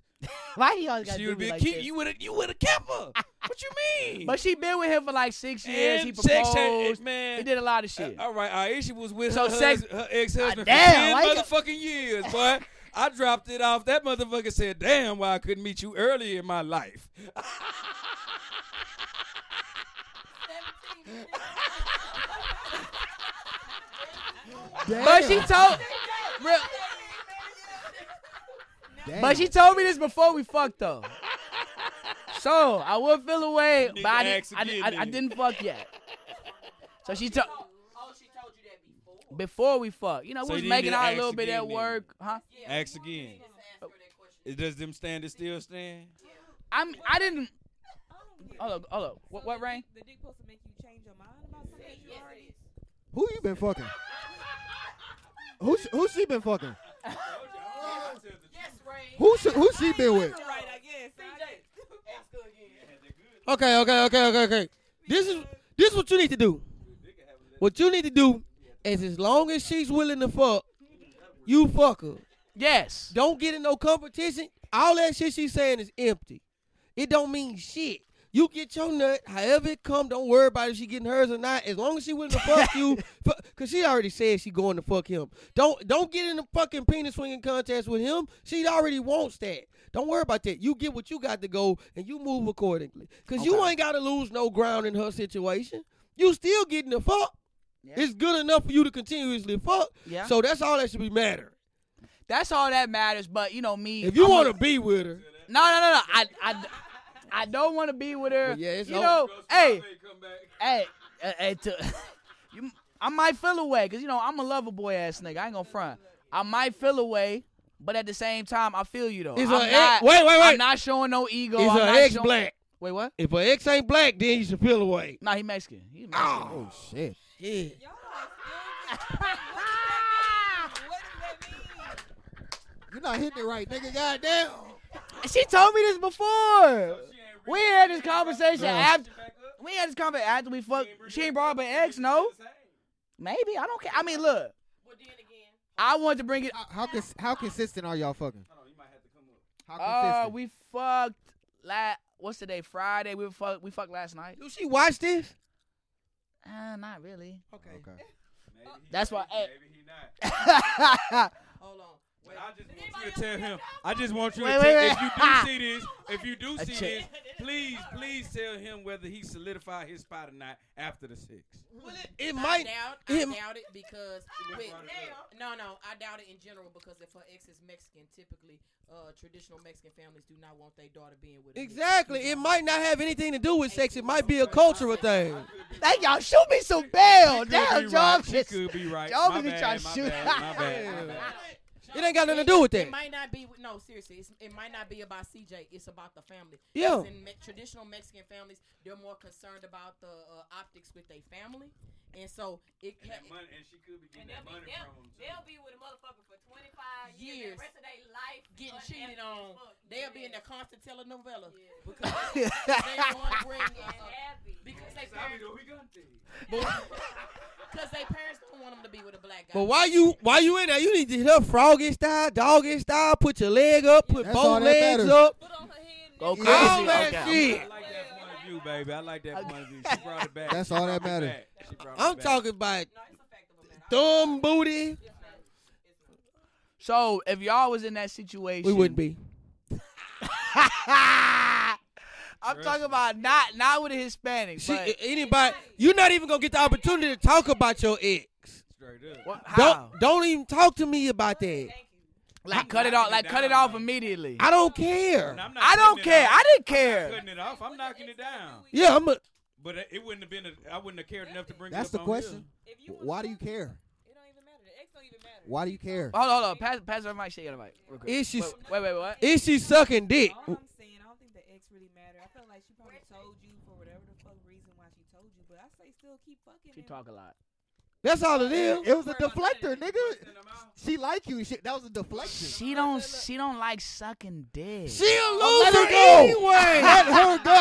Speaker 1: Why he always got
Speaker 4: she
Speaker 1: to
Speaker 4: would
Speaker 1: be
Speaker 4: be
Speaker 1: like
Speaker 4: keep
Speaker 1: this?
Speaker 4: you would have you would have kept her. what you mean?
Speaker 1: But she been with him for like six years.
Speaker 4: And
Speaker 1: he
Speaker 4: sex
Speaker 1: proposed.
Speaker 4: ain't- man.
Speaker 1: he did a lot of shit.
Speaker 4: Uh, all right, Aisha was with
Speaker 1: So
Speaker 4: her,
Speaker 1: sex-
Speaker 4: hus- her ex-husband
Speaker 1: Ah, damn, why you
Speaker 4: for ten motherfucking years, boy. I dropped it off. That motherfucker said, "Damn, why I couldn't meet you earlier in my life."
Speaker 1: but she told. Real, but she told me this before we fucked though. So I would feel away, but I,
Speaker 4: Nigga
Speaker 1: didn't- I,
Speaker 4: asked
Speaker 1: didn't- I,
Speaker 4: again,
Speaker 1: I
Speaker 4: nigga.
Speaker 1: didn't fuck yet. So Oh, she told. Before we fuck, you know,
Speaker 4: So
Speaker 1: we was
Speaker 4: you need
Speaker 1: making
Speaker 4: to
Speaker 1: out a
Speaker 4: ask
Speaker 1: little bit
Speaker 4: again
Speaker 1: at
Speaker 4: then.
Speaker 1: work, huh?
Speaker 4: Ask again. It- Does them standards still stand?
Speaker 1: I'm. I didn't. Hold up. Hold up. What? What rain?
Speaker 7: The dick supposed to make you change your mind about something that you already.
Speaker 3: Who you been fucking? Who sh- who she been fucking? Who sh- who she been with?
Speaker 7: Right, I guess. CJ.
Speaker 2: Okay, okay, okay, okay, okay. This is this is what you need to do. What you need to do is as long as she's willing to fuck, you fuck her.
Speaker 1: Yes.
Speaker 2: Don't get in no competition. All that shit she's saying is empty. It don't mean shit. You get your nut, however it come. Don't worry about if she getting hers or not. As long as she willing to fuck you, fu- cause she already said she going to fuck him. Don't don't get in the fucking penis swinging contest with him. She already wants that. Don't worry about that. You get what you got to go, and you move accordingly. Cause you
Speaker 1: Okay.
Speaker 2: ain't gotta lose no ground in her situation. You still getting the fuck.
Speaker 1: Yeah.
Speaker 2: It's good enough for you to continuously fuck.
Speaker 1: Yeah.
Speaker 2: So that's all that should be matter.
Speaker 1: That's all that matters. But you know me.
Speaker 2: If you
Speaker 1: I'm a-
Speaker 2: want to be with her.
Speaker 1: No, no, no, no. I, I, I don't want to be with her.
Speaker 2: Well, yeah, it's
Speaker 1: you
Speaker 2: over.
Speaker 1: know, hey, hey, uh, hey, to, you, I might feel away because you know I'm a lover boy ass nigga. I ain't gonna front. I might feel away, but at the same time, I feel you though.
Speaker 2: Is
Speaker 1: I'm
Speaker 2: her ex-
Speaker 1: not,
Speaker 2: wait, wait, wait.
Speaker 1: I'm not showing no ego.
Speaker 2: Is
Speaker 1: I'm
Speaker 2: her
Speaker 1: not
Speaker 2: ex
Speaker 1: showing-
Speaker 2: black?
Speaker 1: Wait, what?
Speaker 2: If her ex ain't black, then you should feel away.
Speaker 1: Nah, he Mexican. He Mexican.
Speaker 3: Oh shit!
Speaker 2: Shit.
Speaker 7: Y'all are still getting- What does that mean? What does that mean?
Speaker 3: You're not hitting it right, nigga. Goddamn.
Speaker 1: She told me this before. We had this conversation
Speaker 2: No.
Speaker 1: after. We had this conversation after we fucked. She ain't brought up an ex, no? Maybe I don't care. I mean, look. I wanted to bring it.
Speaker 3: How how, cons- how consistent are y'all fucking? How
Speaker 1: Uh,
Speaker 3: consistent?
Speaker 1: we fucked la- What's today? Friday. We fuck. We fucked last night.
Speaker 2: Do she watch this?
Speaker 1: Uh, not really.
Speaker 2: Okay.
Speaker 3: okay.
Speaker 1: That's why. eh,
Speaker 5: Hold on.
Speaker 4: I just want you to tell him. I just want you
Speaker 1: Wait,
Speaker 4: to
Speaker 1: wait,
Speaker 4: tell
Speaker 1: wait. Ah.
Speaker 4: if you do see this, if you do
Speaker 1: A
Speaker 4: see this,
Speaker 1: check.
Speaker 4: please, please tell him whether he solidified his spot or not after the six.
Speaker 5: Well, it,
Speaker 2: It
Speaker 5: I
Speaker 2: might-
Speaker 5: Doubt,
Speaker 2: it-
Speaker 5: I doubt it because with, no, no, I doubt it in general because if her ex is Mexican, typically uh, traditional Mexican families do not want their daughter being with. a nigga.
Speaker 2: Exactly. It might not have anything to do with sex. It might be a cultural thing.
Speaker 1: Thank y'all. Shoot me some bail.
Speaker 4: She could
Speaker 1: Damn,
Speaker 4: be
Speaker 1: John.
Speaker 4: Right. She could be right.
Speaker 1: Y'all
Speaker 4: My
Speaker 1: niggas
Speaker 4: bad,
Speaker 1: tryna
Speaker 4: my
Speaker 1: shoot.
Speaker 4: bad, my bad, my bad.
Speaker 2: It ain't got nothing to do with that.
Speaker 5: It might not be. No, seriously, it's, it might not be about CJ. It's about the family.
Speaker 2: Yeah.
Speaker 5: As In me- traditional Mexican families, they're more concerned about the uh, optics with their family, and so it.
Speaker 4: And that money, and she could be getting that money from him.
Speaker 8: They'll be with a motherfucker for 25 years.
Speaker 5: Years.
Speaker 8: The rest of their life
Speaker 5: Getting
Speaker 8: unhappy
Speaker 5: cheated
Speaker 8: as
Speaker 5: on,
Speaker 8: fuck.
Speaker 5: they'll be in
Speaker 8: Yeah.
Speaker 5: the constant telenovela
Speaker 8: Yeah.
Speaker 5: because they want to bring uh, uh,
Speaker 8: Unhappy.
Speaker 5: because they
Speaker 4: Sabe
Speaker 5: parents
Speaker 4: do we got things.
Speaker 5: Because they parents don't want them to be with a black guy.
Speaker 2: But why you why you in there? You need to hit up froggy style, doggy style. Put your leg up. Put
Speaker 3: That's all
Speaker 2: both
Speaker 3: that
Speaker 2: legs
Speaker 3: matters.
Speaker 2: up.
Speaker 8: Put on her head and
Speaker 1: Go
Speaker 8: neck.
Speaker 1: crazy.
Speaker 2: All
Speaker 1: Okay,
Speaker 2: that
Speaker 1: I'm-
Speaker 2: shit.
Speaker 4: I like that point of view, baby. I like that point of view. She brought it back.
Speaker 3: That's
Speaker 4: She
Speaker 3: all
Speaker 4: brought
Speaker 3: that matter.
Speaker 4: it back. She brought it
Speaker 2: I'm
Speaker 4: back.
Speaker 2: talking about
Speaker 8: No, it's a fact of a matter.
Speaker 2: thumb booty.
Speaker 1: So if y'all was in that situation,
Speaker 2: We wouldn't be.
Speaker 1: I'm
Speaker 4: Trust
Speaker 1: talking
Speaker 4: me.
Speaker 1: about not not with a Hispanic.
Speaker 2: She,
Speaker 1: but,
Speaker 2: anybody, you're not even gonna get the opportunity to talk about your ex.
Speaker 4: Straight up.
Speaker 1: what, how?
Speaker 2: Don't don't even talk to me about that.
Speaker 1: like cut it off. Like cut it
Speaker 4: down,
Speaker 1: off
Speaker 4: though.
Speaker 1: immediately.
Speaker 2: I don't care.
Speaker 4: And I'm not
Speaker 1: I don't
Speaker 4: cutting it
Speaker 1: care.
Speaker 4: off.
Speaker 1: I didn't
Speaker 4: I'm not
Speaker 1: care.
Speaker 4: cutting it off. I'm knocking it down.
Speaker 2: Yeah, I'm a,
Speaker 4: But it- it wouldn't have been. A, I wouldn't have cared enough to bring.
Speaker 3: That's
Speaker 4: it
Speaker 3: the
Speaker 4: up on
Speaker 3: question.
Speaker 7: If you
Speaker 3: Why do you care?
Speaker 7: It don't even matter. The ex don't even matter.
Speaker 3: Why do you care?
Speaker 1: Hold on, hold on. Pass, pass her mic. Shake her mic. Real quick.
Speaker 2: Is she-
Speaker 1: Wait, wait, wait, what?
Speaker 2: is she sucking dick?
Speaker 7: All I'm saying, I don't think the ex really matter. I feel like she probably told you for whatever the fuck reason why she told you, but I say still keep fucking.
Speaker 1: She
Speaker 7: and-
Speaker 1: talk a lot.
Speaker 2: That's all it is.
Speaker 3: It was a deflector, nigga. She like you. She, that was a deflection.
Speaker 1: She don't. She don't like sucking dick.
Speaker 2: She'll
Speaker 1: Oh, let
Speaker 2: lose her
Speaker 1: her go.
Speaker 2: anyway. Let her go.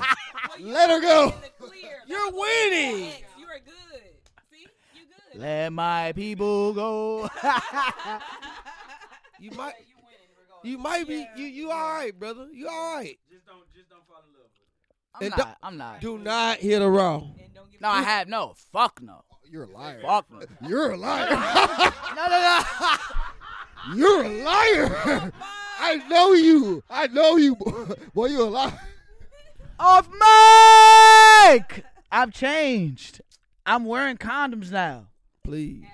Speaker 7: Well,
Speaker 8: you
Speaker 3: Let her go.
Speaker 8: in the clear.
Speaker 2: You're winning.
Speaker 7: Ex, you are good. See, you good.
Speaker 1: Let my people go.
Speaker 8: You winning
Speaker 2: You might,
Speaker 8: regardless.
Speaker 2: you might be,
Speaker 7: Yeah.
Speaker 2: you you all right, brother. You all right.
Speaker 4: Just don't, just don't fall in love with
Speaker 1: I'm
Speaker 2: And
Speaker 1: not. I'm not.
Speaker 2: Do not hit a row.
Speaker 7: and don't give
Speaker 1: No,
Speaker 7: a
Speaker 1: I
Speaker 7: fuck.
Speaker 1: have no. Fuck no.
Speaker 3: You're a liar.
Speaker 1: Fuck no.
Speaker 3: You're a liar.
Speaker 1: No, no, no.
Speaker 3: You're a liar. I know you. I know you. Boy, you're a liar.
Speaker 1: Off mic. I've changed. I'm wearing condoms now.
Speaker 2: Please.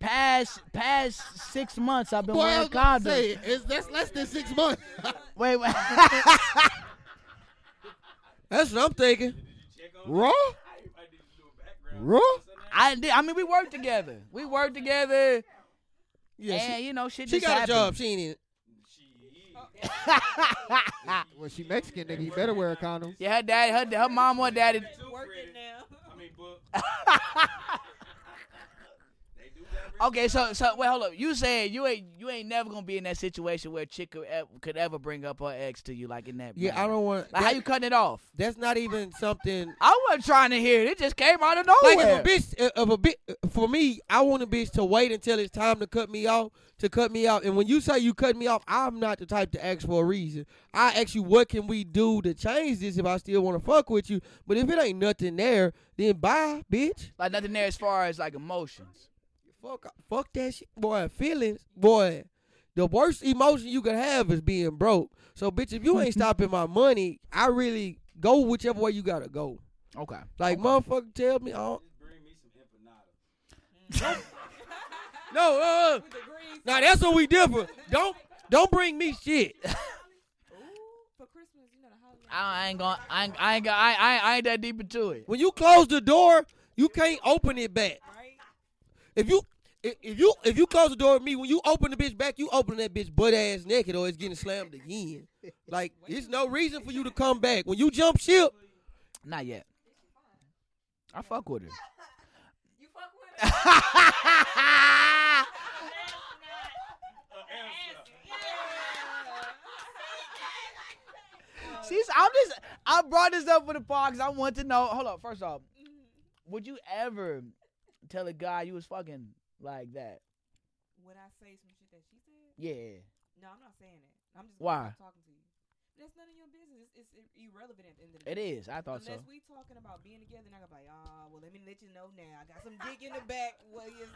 Speaker 1: Past past six months, I've been
Speaker 3: Boy, I
Speaker 1: wearing
Speaker 3: was about to
Speaker 1: condoms.
Speaker 3: say, it's, that's less than six months.
Speaker 1: Wait, wait.
Speaker 2: That's what I'm thinking.
Speaker 3: Raw? Raw?
Speaker 1: I did. I mean, we worked together. We worked together,
Speaker 2: Yeah,
Speaker 1: and you know, shit
Speaker 2: she, she
Speaker 1: just
Speaker 2: got a job.
Speaker 1: happened.
Speaker 2: She ain't in. it.
Speaker 3: Well, she Mexican, nigga. You better wear a condom.
Speaker 1: Yeah, her dad, her, her mom or daddy.
Speaker 7: working now.
Speaker 4: I mean, book.
Speaker 1: Okay, so so wait, hold up. You said you ain't you ain't never gonna be in that situation where a chick could, ev- could ever bring up her ex to you like in that.
Speaker 2: Yeah,
Speaker 1: manner.
Speaker 2: I don't want.
Speaker 1: Like, how you cutting it off?
Speaker 2: That's not even something.
Speaker 1: I wasn't trying to hear it. It just came out of
Speaker 2: Like
Speaker 1: nowhere.
Speaker 2: if a bitch, of a bitch, for me, I want a bitch to wait until it's time to cut me off, to cut me off. And when you say you cut me off, I'm not the type to ask for a reason. I ask you, what can we do to change this if I still want to fuck with you? But if it ain't nothing there, then bye, bitch.
Speaker 1: Like nothing there as far as like emotions.
Speaker 2: Fuck, fuck that shit, boy. Feelings, boy. The worst emotion you can have is being broke. So, bitch, if you ain't stopping my money, I really go whichever way you gotta go.
Speaker 1: Okay.
Speaker 2: Like, motherfucker, tell me. uh, I don't- no, uh, no, no. Now that's what we differ. Don't don't bring me shit.
Speaker 7: Ooh, for Christmas, you know the holiday.
Speaker 1: I, I ain't gonna. I ain't, I ain't gonna. I, I, I ain't that deep into it.
Speaker 2: When you close the door, you can't open it back.
Speaker 7: Right?
Speaker 2: If you if if you if you close the door with me, when you open the bitch back, you open that bitch butt ass naked or it's getting slammed again. Like there's no reason for you to come back. When you jump ship,
Speaker 1: Not yet. I fuck with her.
Speaker 8: You fuck with her.
Speaker 1: She's. I'm just. I brought this up for the pod because I want to know. Hold on. First off, would you ever tell a guy you was fucking like that?
Speaker 7: Would I say some shit that she said?
Speaker 1: Yeah.
Speaker 7: No, I'm not saying that. I'm just
Speaker 1: Why?
Speaker 7: I'm talking to you. That's none of your business. It's, it's irrelevant at the end of the
Speaker 1: It
Speaker 7: day.
Speaker 1: is. I thought
Speaker 7: Unless
Speaker 1: so.
Speaker 7: we talking about being together, and I gotta be like, ah, well, let me let you know now. I got some dick in the back. Well, yes,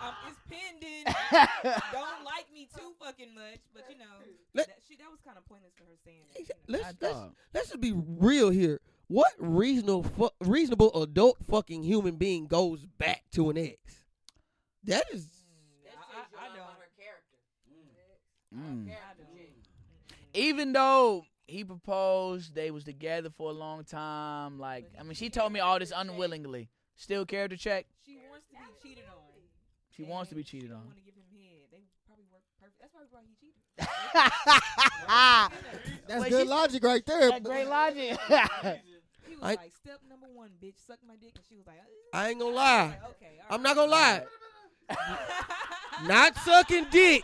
Speaker 7: um, it's pending. Don't like me too fucking much, but you know,
Speaker 2: Let-
Speaker 7: that, she, that was kind of pointless for her saying that. You know.
Speaker 1: I
Speaker 2: let's let's,
Speaker 1: thought.
Speaker 2: let's just be real here. What reasonable fu- reasonable adult fucking human being goes back to an ex? That is
Speaker 8: That
Speaker 7: I-
Speaker 8: says
Speaker 7: I- I
Speaker 8: you
Speaker 7: don't.
Speaker 8: her character.
Speaker 1: Mm.
Speaker 7: I
Speaker 8: Character, G.
Speaker 7: don't.
Speaker 1: Even though he proposed, they was together for a long time. Like, I mean, she told me all this unwillingly. Still carried the check.
Speaker 7: She wants to be cheated on.
Speaker 1: She wants to be
Speaker 7: and
Speaker 1: cheated
Speaker 7: she
Speaker 1: on.
Speaker 7: Want to give him head? They probably work perfect. That's probably why he cheated.
Speaker 3: That's
Speaker 1: Wait,
Speaker 3: good
Speaker 1: she's-
Speaker 3: logic right there.
Speaker 1: That great logic.
Speaker 7: He was
Speaker 2: I-
Speaker 7: like, step number one, bitch, suck my dick, and she was like, "Uh."
Speaker 2: I ain't gonna
Speaker 7: I was
Speaker 2: lie.
Speaker 7: like, okay, all
Speaker 2: I'm
Speaker 7: right."
Speaker 2: not gonna lie. not sucking dick.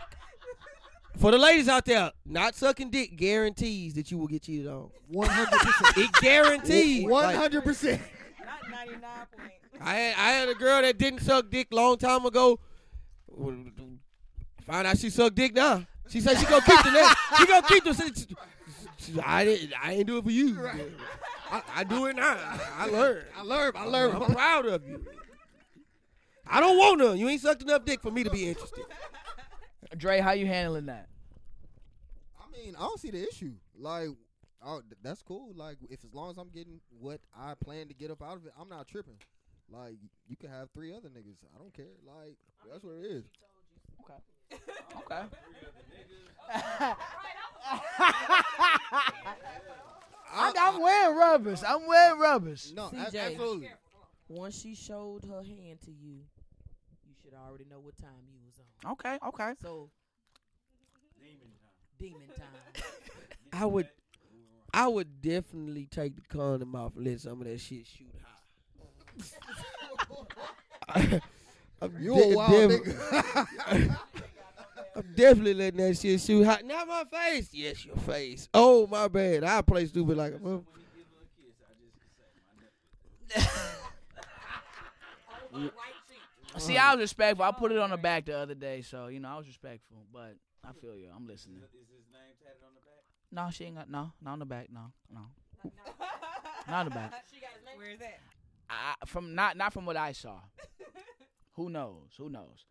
Speaker 2: For the ladies out there, not sucking dick guarantees that you will get cheated on.
Speaker 3: 100%.
Speaker 2: It guarantees. Like,
Speaker 3: 100%.
Speaker 7: Not 99 point.
Speaker 2: I had, I had a girl that didn't suck dick long time ago. Found out she sucked dick now. She said she gonna keep the next. She gonna keep the. I didn't. I ain't do it for you. I, I do it now. I learned.
Speaker 3: I learned. I
Speaker 2: I'm
Speaker 3: learned.
Speaker 2: proud of you. I don't want none. You ain't sucked enough dick for me to be interested.
Speaker 1: Dre, how you handling that?
Speaker 3: I mean, I don't see the issue. Like, oh, th- that's cool. Like, if as long as I'm getting what I plan to get up out of it, I'm not tripping. Like, you can have three other niggas. I don't care. Like, that's what it is.
Speaker 1: Okay. I,
Speaker 3: I-
Speaker 1: I'm wearing rubbers. I'm wearing rubbers.
Speaker 3: No, a-
Speaker 5: CJ.
Speaker 3: absolutely.
Speaker 5: Once she showed her hand to you, you should already know what time you was on.
Speaker 1: Okay, okay.
Speaker 5: So, demon time.
Speaker 2: I would, I would definitely take the condom off and let some of that shit shoot high. I'm
Speaker 3: You
Speaker 2: de-
Speaker 3: a wild
Speaker 2: def-
Speaker 3: nigga.
Speaker 2: I'm definitely letting that shit shoot high. Not my face. Yes, your face. Oh my bad. I play stupid like a mother.
Speaker 5: right cheek.
Speaker 1: See, I was respectful. I put it on the back the other day, so you know I was respectful. But I feel you. I'm listening. No, she ain't got no, not on the back. No, no, not on the back.
Speaker 5: She got his name.
Speaker 7: Where's that?
Speaker 1: I, from not not from what I saw. Who knows? Who knows?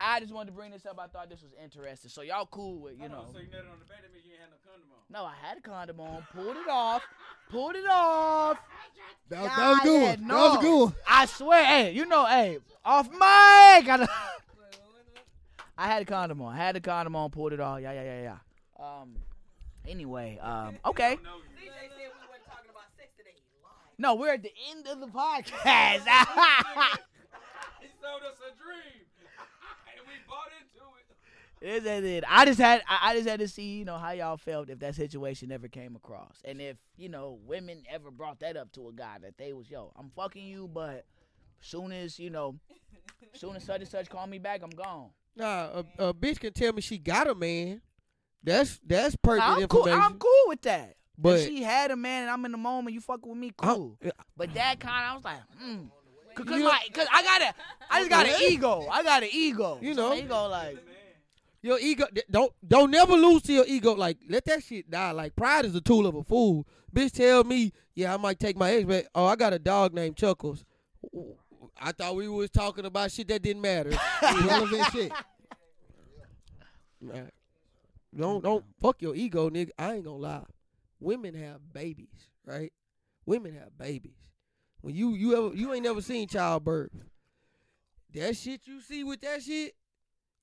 Speaker 1: I just wanted to bring this up. I thought this was interesting. So y'all cool with you know?
Speaker 4: you nutted on the back, that means you ain't had no condom on.
Speaker 1: No, I had a condom on. Pulled it off. Pulled it off.
Speaker 3: That, was- that was a good
Speaker 1: Yeah,
Speaker 3: one. That was a good one.
Speaker 1: I swear, hey, you know, hey, off mic. I, done-
Speaker 7: Wait, what was it?
Speaker 1: I had a condom on. I had a condom on. Pulled it off. Yeah, yeah, yeah, yeah. Um. Anyway, um. Okay.
Speaker 5: DJ said we weren't talking about sex today. He lied.
Speaker 1: No, we're at the end of the podcast.
Speaker 4: He sold us a dream, and we bought into it.
Speaker 1: Is that it? I just had I, I just had to see you know how y'all felt if that situation ever came across, and if you know women ever brought that up to a guy that they was yo I'm fucking you, but soon as you know, soon as such and such call me back, I'm gone.
Speaker 2: Nah, a, a bitch can tell me she got a man. That's that's pertinent
Speaker 1: Now, I'm cool.
Speaker 2: information.
Speaker 1: I'm cool with that.
Speaker 2: But
Speaker 1: if she had a man and I'm in the moment, you fucking with me,
Speaker 2: I'm-
Speaker 1: cool. But that kind, of, I was like, hmm. Cause,
Speaker 2: You-
Speaker 1: my, cause I got a, I just got an
Speaker 2: Okay.
Speaker 1: ego. I got an ego.
Speaker 2: You
Speaker 1: So
Speaker 2: know.
Speaker 1: my ego like,
Speaker 2: your ego th- don't don't never lose to your ego. Like let that shit die. Like pride is the tool of a fool. Bitch, tell me, yeah, I might take my ex back. Oh, I got a dog named Chuckles. I thought we was talking about shit that didn't matter.
Speaker 3: Relevant shit.
Speaker 2: Nah. Don't don't fuck your ego, nigga. I ain't gonna lie. Women have babies, right? Women have babies. When you you ever you ain't never seen childbirth. That shit you see with that shit,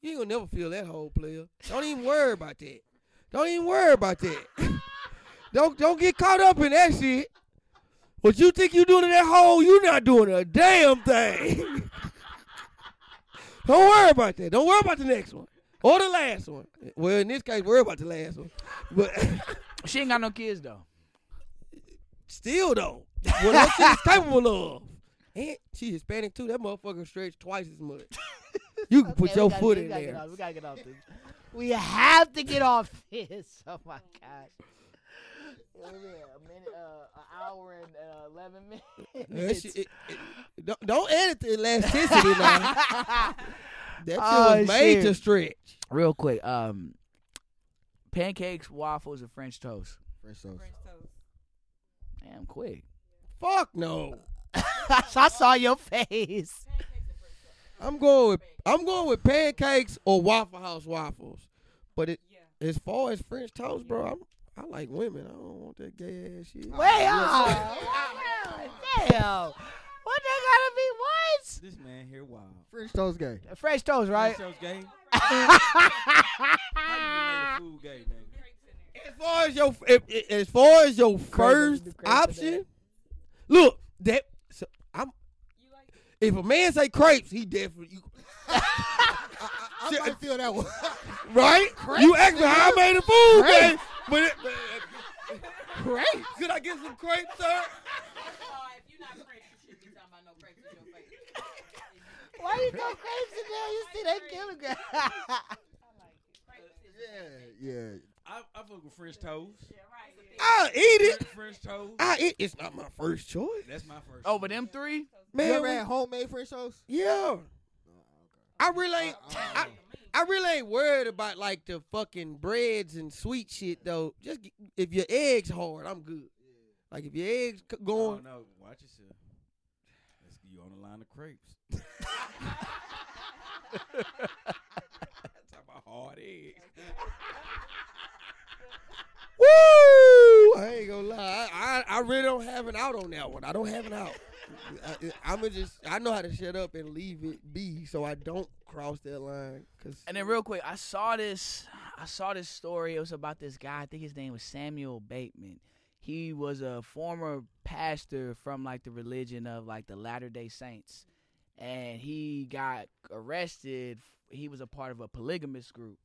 Speaker 2: you ain't gonna never feel that whole player. Don't even worry about that. Don't even worry about that. don't don't get caught up in that shit. What you think you doing in that hole, you not doing a damn thing. don't worry about that. Don't worry about the next one. Or the last one. Well, in this case, worry about the last one. But
Speaker 1: she ain't got no kids though.
Speaker 2: still though, what that shit is capable of. And she Hispanic too. That motherfucker stretched twice as much. You can put
Speaker 1: Okay, we
Speaker 2: your
Speaker 1: gotta-
Speaker 2: foot
Speaker 1: we
Speaker 2: in
Speaker 1: gotta get
Speaker 2: there.
Speaker 1: off- we gotta get off this. We have to get off this. Oh my gosh. We're at a minute, uh, an hour and uh, eleven
Speaker 2: That
Speaker 1: minutes.
Speaker 2: shit- it- it- don't, don't edit the elasticity now. That shit
Speaker 1: Oh,
Speaker 2: was made
Speaker 1: shit.
Speaker 2: to stretch.
Speaker 1: Real quick, um, pancakes, waffles, and French toast.
Speaker 3: French toast.
Speaker 7: French toast.
Speaker 1: Damn, quick.
Speaker 2: Fuck no.
Speaker 1: I saw your face.
Speaker 2: I'm going with I'm going with pancakes or Waffle House waffles. But it,
Speaker 7: Yeah.
Speaker 2: as far as French toast, bro, I'm, I like women. I don't want that gay ass shit.
Speaker 1: Way off. oh, Damn. What they gotta be? What?
Speaker 4: This man here wild.
Speaker 3: French toast gay.
Speaker 1: French toast, right?
Speaker 4: This show's gay. How you make the food gay, nigga?
Speaker 2: As far as your if- if- as far as your first
Speaker 1: crazy for
Speaker 2: option, look that so I'm. If a man say crepes, he definitely you,
Speaker 3: I might feel that one.
Speaker 2: right. You ask me how I made the food, man. But it, crepes? Could I get some crepes, sir?
Speaker 5: Sorry, if you're not crazy, you shouldn't be talking about no crazy in your face.
Speaker 1: Why you go crazy there? You see that kilogram?
Speaker 3: yeah, yeah.
Speaker 4: I, I fuck with French toast.
Speaker 2: I eat it.
Speaker 4: French toast.
Speaker 2: I eat. It's not my first choice,
Speaker 4: That's my first.
Speaker 1: Over them three?
Speaker 2: man.
Speaker 3: you ever
Speaker 2: we-
Speaker 3: had homemade French toast?
Speaker 2: Yeah. I really ain't
Speaker 3: Uh,
Speaker 2: I, I really ain't worried about like the fucking breads and sweet shit though. Just g- if your eggs hard, I'm good. Like if your eggs c-
Speaker 4: Oh,
Speaker 2: going,
Speaker 4: no, watch yourself. That's, you on the line of crepes. Talk about hard eggs.
Speaker 2: woo! I ain't gonna lie, I, I I really don't have an out on that one. I don't have an out. I, I'm just I know how to shut up and leave it be, so I don't cross that line. Cause
Speaker 1: And then real quick, I saw this I saw this story. It was about this guy, I think his name was Samuel Bateman. He was a former pastor from like the religion of like the Latter Day Saints. And he got arrested. He was a part of a polygamous group.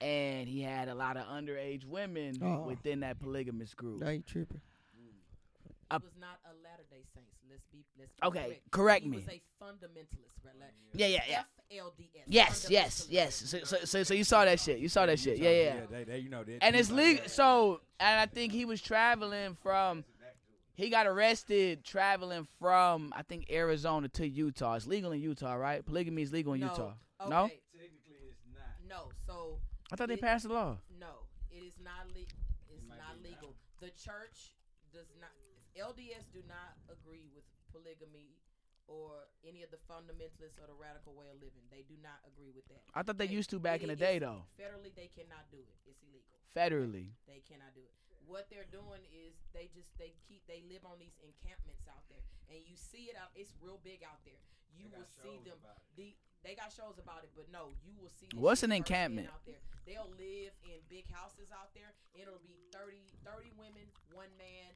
Speaker 1: And he had a lot of underage women
Speaker 2: Oh.
Speaker 1: within that polygamous group.
Speaker 2: now you tripping.
Speaker 1: Up.
Speaker 5: was not a Latter Day Saints. Let's be let's be
Speaker 1: Okay,
Speaker 5: correct.
Speaker 1: correct
Speaker 5: he
Speaker 1: me.
Speaker 5: was a fundamentalist. Right? Like,
Speaker 1: Yeah, yeah, yeah.
Speaker 5: FLDS.
Speaker 1: Yes, yes,
Speaker 5: fundamentalist.
Speaker 1: yes. So, so, so, so you saw that shit. You saw that shit. Yeah, yeah.
Speaker 4: they, they, you know, they-
Speaker 1: And it's
Speaker 4: they-
Speaker 1: legal. So, and I think he was traveling from. He got arrested traveling from I think Arizona to Utah. It's legal in Utah, right? Polygamy is legal in
Speaker 5: No.
Speaker 1: Utah.
Speaker 5: Okay.
Speaker 1: No?
Speaker 4: Technically, it's not.
Speaker 5: No. So
Speaker 1: I thought they
Speaker 5: It-
Speaker 1: passed the law.
Speaker 5: no, it is not le- It's
Speaker 4: might
Speaker 5: not
Speaker 4: be now.
Speaker 5: legal. The church does not. LDS do not agree with polygamy or any of the fundamentalists or the radical way of living. They do not agree with that.
Speaker 1: I thought they
Speaker 5: Hey,
Speaker 1: used to back in
Speaker 5: it
Speaker 1: the day
Speaker 5: is-
Speaker 1: though,
Speaker 5: Federally, they cannot do it. It's illegal.
Speaker 1: federally.
Speaker 5: They cannot do it. What they're doing is they just they keep they live on these encampments out there, and you see it out. It's real big out there. You will see them. The, they got shows about it, but no, you will see. this
Speaker 1: What's
Speaker 5: shit
Speaker 1: an
Speaker 5: firsthand
Speaker 1: encampment?
Speaker 5: out there? They'll live in big houses out there. It'll be 30, 30 women, one man,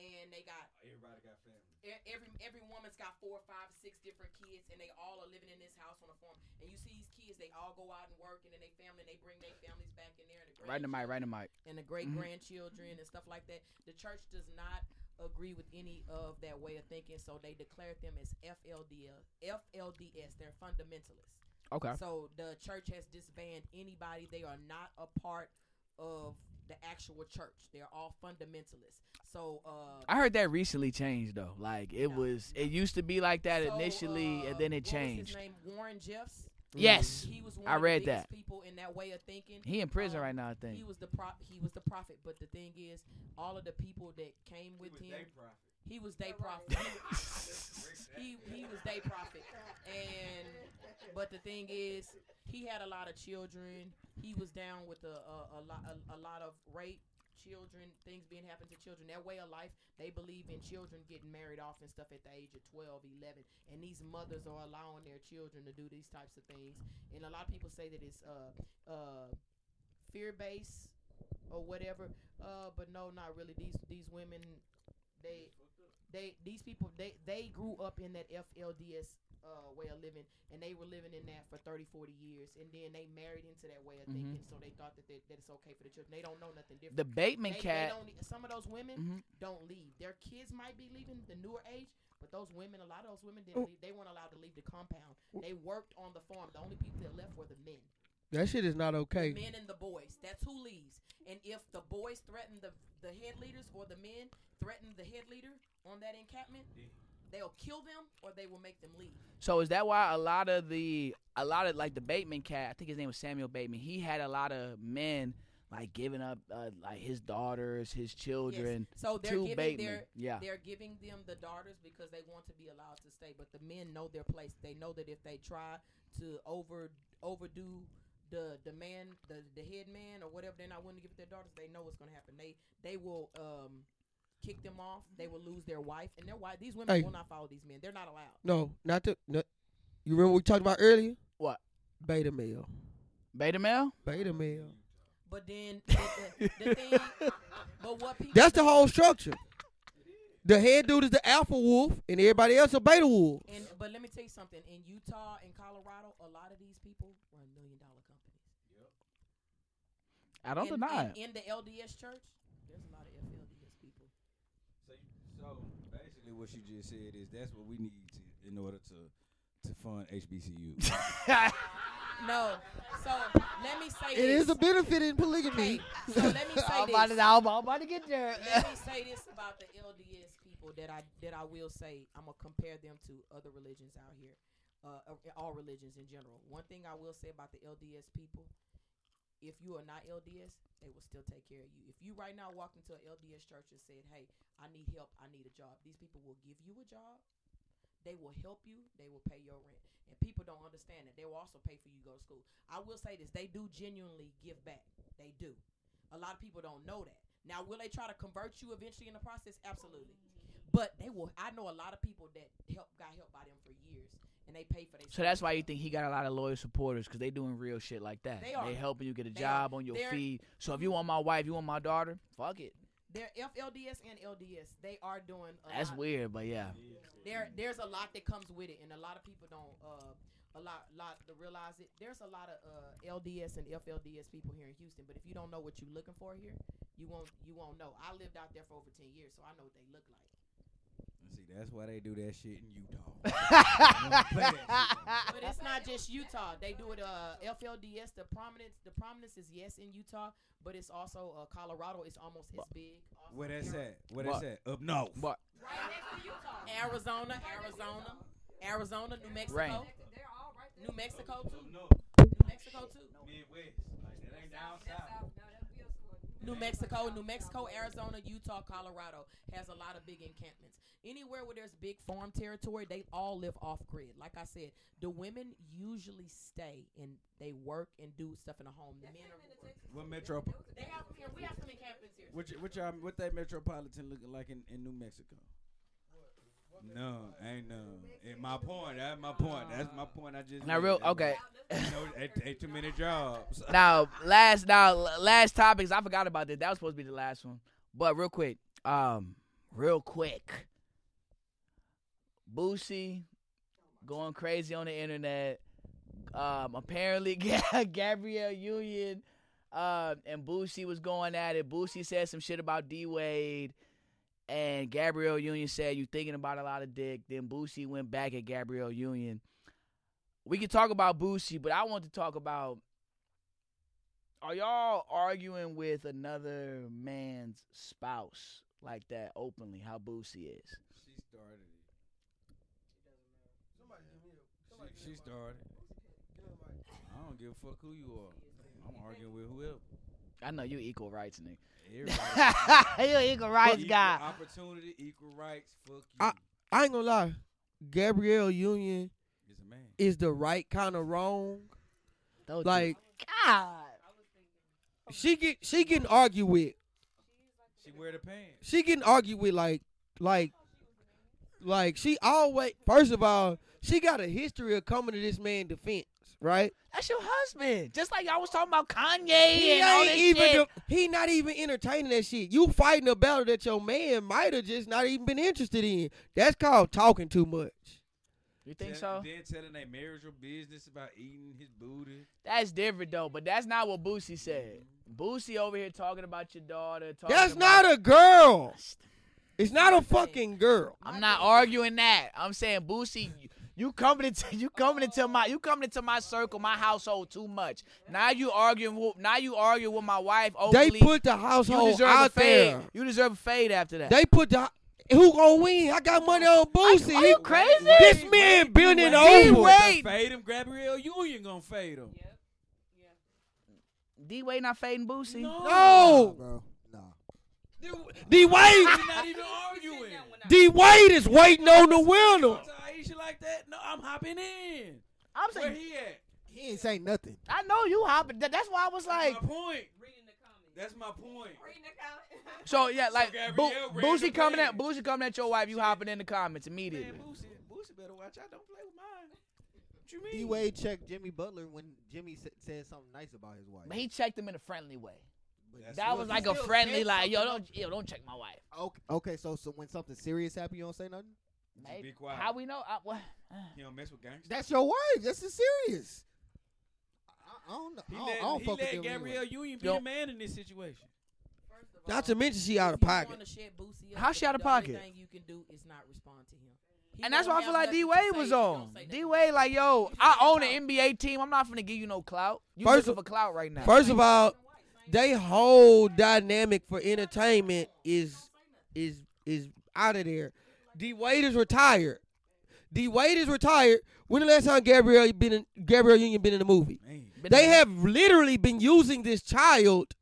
Speaker 5: and they got
Speaker 4: Everybody got family.
Speaker 5: e- every every woman's got four, five, six different kids, and they all are living in this house on a farm. And you see these kids, they all go out and work, and then they family, they bring their families back in there. and the
Speaker 1: Right in the mic, right in the mic.
Speaker 5: and the great
Speaker 1: Mhm.
Speaker 5: grandchildren and stuff like that. The church does not agree with any of that way of thinking, so they declared them as FLDL, FLDS. They're fundamentalists.
Speaker 1: Okay.
Speaker 5: So the church has disbanded anybody. They are not a part of the actual church. They're all fundamentalists. So uh,
Speaker 1: I heard that recently changed though. Like it
Speaker 5: No,
Speaker 1: was, it used to be like that
Speaker 5: so,
Speaker 1: initially,
Speaker 5: uh,
Speaker 1: and then it
Speaker 5: what was his
Speaker 1: changed. Mm-hmm.
Speaker 5: name Warren Jeffs.
Speaker 1: Yes,
Speaker 5: He was one
Speaker 1: I
Speaker 5: of
Speaker 1: read
Speaker 5: the biggest
Speaker 1: that.
Speaker 5: people in that way of thinking.
Speaker 1: he in prison
Speaker 5: Um,
Speaker 1: right now. I
Speaker 5: He
Speaker 1: think.
Speaker 5: was the pro- he was the prophet, but the thing is, all of the people that came with him, he was they prophet. he he was day prophet, and but the thing is, he had a lot of children. He was down with a a, a lot a, a lot of rape, children, things being happened to children. Their way of life, they believe in children getting married off and stuff at the age of 12, 11, and these mothers are allowing their children to do these types of things. And a lot of people say that it's uh uh fear based or whatever, uh, but no, not really. These these women, they they these people they they grew up in that FLDS uh, way of living and they were living in that for 30 40 years and then they married into that way of
Speaker 1: Mhm.
Speaker 5: thinking so they thought that, they, that it's okay for the children they don't know nothing different
Speaker 1: The Bateman
Speaker 5: they- they
Speaker 1: cat.
Speaker 5: don't- some of those women
Speaker 1: Mhm.
Speaker 5: don't leave. Their kids might be leaving the newer age, but those women, a lot of those women didn't leave. They weren't allowed to leave the compound. They worked on the farm. The only people that left were the men,
Speaker 2: That shit is not okay.
Speaker 5: men and the boys. That's who leaves. And if the boys threaten the the head leaders or the men threaten the head leader on that encampment, they'll kill them or they will make them leave.
Speaker 1: So is that why a lot of the, a lot of like the Bateman cat? I think his name was Samuel Bateman. He had a lot of men like giving up, uh, like his daughters, his children
Speaker 5: So they're
Speaker 1: to
Speaker 5: giving
Speaker 1: Bateman.
Speaker 5: their
Speaker 2: Ah.
Speaker 1: yeah.
Speaker 5: They're giving them the daughters because they want to be allowed to stay, but the men know their place. They know that if they try to over overdo the the man, the the head man or whatever, they're not willing to give it their daughters. They know what's going to happen. They they will um kick them off. They will lose their wife and their wife. These women
Speaker 2: Hey.
Speaker 5: will not follow these men. They're not allowed.
Speaker 2: No, not the. No, you remember what we talked about earlier?
Speaker 1: What?
Speaker 2: Beta male.
Speaker 1: Beta male.
Speaker 2: Beta male.
Speaker 5: But then the, the, the thing, but what people
Speaker 2: That's the
Speaker 5: don't-
Speaker 2: whole structure. The head dude is the alpha wolf, and everybody else a beta wolf.
Speaker 5: And but let me tell you something. In Utah and Colorado, a lot of these people run million dollar companies.
Speaker 1: I don't
Speaker 5: in,
Speaker 1: deny
Speaker 5: in-
Speaker 1: it.
Speaker 5: in the LDS church, there's a lot of FLDS people.
Speaker 4: So, you- so basically, what you just said is that's what we need to in order to to fund HBCU.
Speaker 5: No. So let me say
Speaker 3: It
Speaker 5: this.
Speaker 3: is a benefit in polygamy.
Speaker 5: Hey, so let me say
Speaker 1: I'm
Speaker 5: this.
Speaker 1: about, to, I'm about to get there.
Speaker 5: Let me say this about the LDS people that I that I will say I'm gonna compare them to other religions out here, uh, uh, all religions in general. One thing I will say about the LDS people, if you are not LDS, they will still take care of you. If you right now walked into an LDS church and said, "Hey, I need help, I need a job," these people will give you a job. They will help you. They will pay your rent, and people don't understand that they will also pay for you to go to school. I will say this: they do genuinely give back. They do. A lot of people don't know that. Now, will they try to convert you eventually in the process? Absolutely. But they will. I know a lot of people that help got helped by them for years, and they pay for their.
Speaker 1: So that's why you think he got a lot of loyal supporters because they doing real shit like that.
Speaker 5: They are.
Speaker 1: helping you get a
Speaker 5: They
Speaker 1: job on your
Speaker 5: They're-
Speaker 1: feed. So if you want my wife, you want my daughter, fuck it.
Speaker 5: they're FLDS and LDS. They are doing. A
Speaker 1: That's
Speaker 5: lot.
Speaker 1: weird, but yeah.
Speaker 5: There,
Speaker 4: Mm-hmm.
Speaker 5: there's a lot that comes with it, and a lot of people don't. Uh, a lot, lot to realize it. There's a lot of uh, LDS and FLDS people here in Houston, but if you don't know what you're looking for here, you won't, you won't know. I lived out there for over ten years, so I know what they look like.
Speaker 4: See, that's why they do that shit in Utah.
Speaker 5: But it's not just Utah. They do it. Uh, FLDS. The prominence. The prominence is yes in Utah, but it's also uh, Colorado. It's almost as big. Also
Speaker 4: Where that's at? Where
Speaker 1: But-
Speaker 4: that's at? Up north.
Speaker 1: but
Speaker 8: Right next to Utah.
Speaker 5: Arizona, Arizona, Arizona, New Mexico,
Speaker 1: Rain.
Speaker 8: They're all right there.
Speaker 5: New Mexico too.
Speaker 4: north.
Speaker 5: New Mexico too.
Speaker 4: Midwest.
Speaker 8: That's out. No, that's Bill
Speaker 5: New Mexico, New Mexico, Arizona, Utah, Colorado has a lot of big encampments. Anywhere where there's big farm territory, they all live off grid. Like I said, the women usually stay and they work and do stuff in the home. The men are.
Speaker 4: What metro?
Speaker 5: They have them here. We have some encampments here.
Speaker 4: What you, what y'all, what that metropolitan looking like in, in New Mexico? No, ain't no. And my point. That's my point. That's my point. I just
Speaker 1: now
Speaker 4: made.
Speaker 1: real
Speaker 4: That's
Speaker 1: okay.
Speaker 4: why- No, ain't, ain't too many jobs.
Speaker 1: Now last now last topics. I forgot about this. That was supposed to be the last one. But real quick, um, real quick, Boosie going crazy on the internet. Um, apparently Ga- Gabrielle Union, uh, and Boosie was going at it. Boosie said some shit about D Wade. And Gabrielle Union said, You thinking about a lot of dick. Then Boosie went back at Gabrielle Union. We could talk about Boosie, but I want to talk about are y'all arguing with another man's spouse like that openly? How Boosie is?
Speaker 4: She started it. She, she started. it. I don't give a fuck who you are. I'm arguing with whoever.
Speaker 1: I know you equal rights nigga.
Speaker 4: Everybody.
Speaker 1: you equal rights
Speaker 4: Equal
Speaker 1: guy. Uh,
Speaker 4: Opportunity, equal rights. Fuck you.
Speaker 2: I- I ain't gonna lie. Gabrielle Union
Speaker 4: it's a man.
Speaker 2: is the right kind of wrong.
Speaker 1: Told you.
Speaker 2: Like
Speaker 1: Oh, God.
Speaker 2: she get she getting argued with.
Speaker 4: She wear the pants.
Speaker 2: She getting argued with like like like she always first of all, she got a history of coming to this man defense, right?
Speaker 1: That's your husband. Just like y'all was talking about Kanye
Speaker 2: he
Speaker 1: and all this
Speaker 2: ain't even
Speaker 1: shit.
Speaker 2: the- he not even entertaining that shit. You fighting a battle that your man might have just not even been interested in. That's called talking too much.
Speaker 1: you think so?
Speaker 4: Tell- Then telling their marital business about eating his booty.
Speaker 1: That's different though, but that's not what Boosie said. Boosie over here talking about your daughter. Talking
Speaker 2: That's
Speaker 1: about-
Speaker 2: not a girl. It's not a fucking girl.
Speaker 1: I'm not arguing that. I'm saying Boosie, you, you coming into you coming into my you coming into my circle, my household too much. Now you arguing with now you arguing with my wife
Speaker 2: They
Speaker 1: openly.
Speaker 2: put the
Speaker 1: Oh, you
Speaker 2: household
Speaker 1: deserve a
Speaker 2: out
Speaker 1: fade.
Speaker 2: there.
Speaker 1: You deserve a fade after that.
Speaker 2: They put the who gonna win? I got money on Boosie.
Speaker 1: Are you crazy?
Speaker 2: This man building
Speaker 1: wait,
Speaker 2: over.
Speaker 1: wait.
Speaker 4: Gonna Fade him. Gabrielle Union gonna fade him.
Speaker 1: D Wade not fading Boosie.
Speaker 2: No,
Speaker 3: bro. Nah.
Speaker 2: D Wade,
Speaker 4: We're not even arguing.
Speaker 2: D Wade is waiting on the winner.
Speaker 4: Talk to Aisha like that? No, I'm hopping in.
Speaker 1: I'm
Speaker 4: Where
Speaker 1: saying
Speaker 4: he at?
Speaker 3: He ain't say nothing.
Speaker 1: I know you hopping. That- That's why I was like.
Speaker 4: That's my point.
Speaker 8: Reading the comments.
Speaker 4: That's my point.
Speaker 8: Reading the comments.
Speaker 1: So yeah, like Bo-
Speaker 4: Gabrielle ran the
Speaker 1: Boosie coming
Speaker 4: play.
Speaker 1: at Boosie coming at your wife. You hopping in the comments immediately.
Speaker 4: Man, Boosie, Boosie better watch out. Don't play with mine. What you mean?
Speaker 3: D Wade checked Jimmy Butler when Jimmy sa- said something nice about his wife.
Speaker 1: But he checked him in a friendly way.
Speaker 3: But
Speaker 4: That's
Speaker 1: That
Speaker 4: what-
Speaker 1: was
Speaker 3: he
Speaker 1: like a
Speaker 3: still
Speaker 1: friendly,
Speaker 3: said
Speaker 1: like yo,
Speaker 3: something.
Speaker 1: don't yo, don't check my wife.
Speaker 3: Okay, okay, so so when something serious happens, you don't say nothing.
Speaker 4: Just
Speaker 1: Maybe.
Speaker 4: be quiet.
Speaker 1: How we know? I, what?
Speaker 4: He don't mess with gangsters.
Speaker 3: That's your wife. That's is serious. I, I don't know.
Speaker 4: He
Speaker 3: I don't,
Speaker 4: let,
Speaker 3: I don't
Speaker 4: he
Speaker 3: fuck with
Speaker 4: let
Speaker 3: them
Speaker 4: Gabrielle
Speaker 3: anyway.
Speaker 4: Union be
Speaker 1: Yo.
Speaker 4: the man in this situation.
Speaker 8: First of all,
Speaker 2: Not to mention she out of
Speaker 5: If you wanna
Speaker 2: pocket.
Speaker 5: shut Boosie up,
Speaker 1: How she
Speaker 5: the-
Speaker 1: out of
Speaker 5: the only
Speaker 1: pocket?
Speaker 5: thing you can do is not respond to him. He
Speaker 1: And that's
Speaker 5: don't
Speaker 1: why I
Speaker 5: have
Speaker 1: feel like D
Speaker 5: nothing to
Speaker 1: Wade
Speaker 5: say if
Speaker 1: was
Speaker 5: you don't
Speaker 1: on.
Speaker 5: say nothing.
Speaker 1: D Wade, like yo,
Speaker 5: You
Speaker 1: I
Speaker 5: say
Speaker 1: own
Speaker 5: no.
Speaker 1: an NBA team. I'm not finna give you no clout. You
Speaker 2: First
Speaker 1: looking
Speaker 2: of-
Speaker 1: for clout right now.
Speaker 2: First of all, they whole dynamic for entertainment is is is out of there. D Wade is retired. D Wade is retired. When the last time Gabrielle been in, Gabrielle Union been in a movie?
Speaker 4: Man,
Speaker 1: But
Speaker 2: They
Speaker 1: no,
Speaker 2: have literally been using this child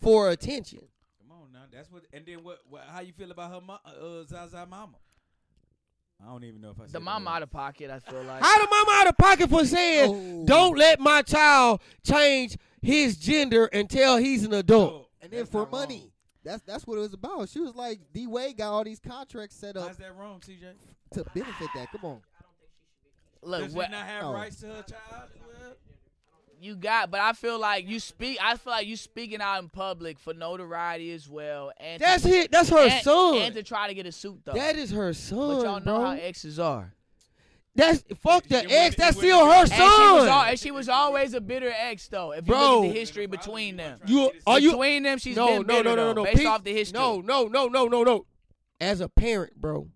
Speaker 2: for attention.
Speaker 4: come on now. That's what. And then what? what how you feel about her mo- uh, Zaza mama? I don't even know if I said
Speaker 1: the
Speaker 4: that
Speaker 1: mama
Speaker 4: right.
Speaker 1: out of pocket. I feel like
Speaker 2: How the mama out of pocket for saying,
Speaker 3: Oh.
Speaker 2: "Don't let my child change his gender until he's an adult"?
Speaker 4: No,
Speaker 3: And then
Speaker 4: Oh, that's
Speaker 3: for
Speaker 4: not wrong.
Speaker 3: money, that's that's what it was about. She was like, D Wade got all these contracts set up
Speaker 4: How's that wrong, TJ?
Speaker 3: to benefit that. Come on.
Speaker 1: look,
Speaker 4: Does she
Speaker 1: what,
Speaker 4: not have
Speaker 3: no.
Speaker 4: rights to her child as well?
Speaker 1: you got, but I feel like you speak. I feel like you speaking out in public for notoriety as well. And to-
Speaker 2: That's it. That's her
Speaker 1: and,
Speaker 2: son.
Speaker 1: and to try to get a suit though.
Speaker 2: that is her son,
Speaker 1: but y'all know
Speaker 2: bro.
Speaker 1: how exes are.
Speaker 2: That's fuck
Speaker 4: It
Speaker 2: the
Speaker 4: wouldn't-
Speaker 2: ex.
Speaker 4: it wouldn't
Speaker 2: That's still
Speaker 4: be- And
Speaker 2: her
Speaker 1: And she, was al-
Speaker 2: son.
Speaker 1: and she was always a bitter ex though. If you
Speaker 2: Bro.
Speaker 1: look at the history between them,
Speaker 2: You are you?
Speaker 1: between them, she's
Speaker 2: no,
Speaker 1: been
Speaker 2: no,
Speaker 1: bitter
Speaker 2: no, no, no,
Speaker 1: though,
Speaker 2: no.
Speaker 1: based
Speaker 2: Pete,
Speaker 1: off the history.
Speaker 2: No, no, no, no, no, no. As a parent, bro,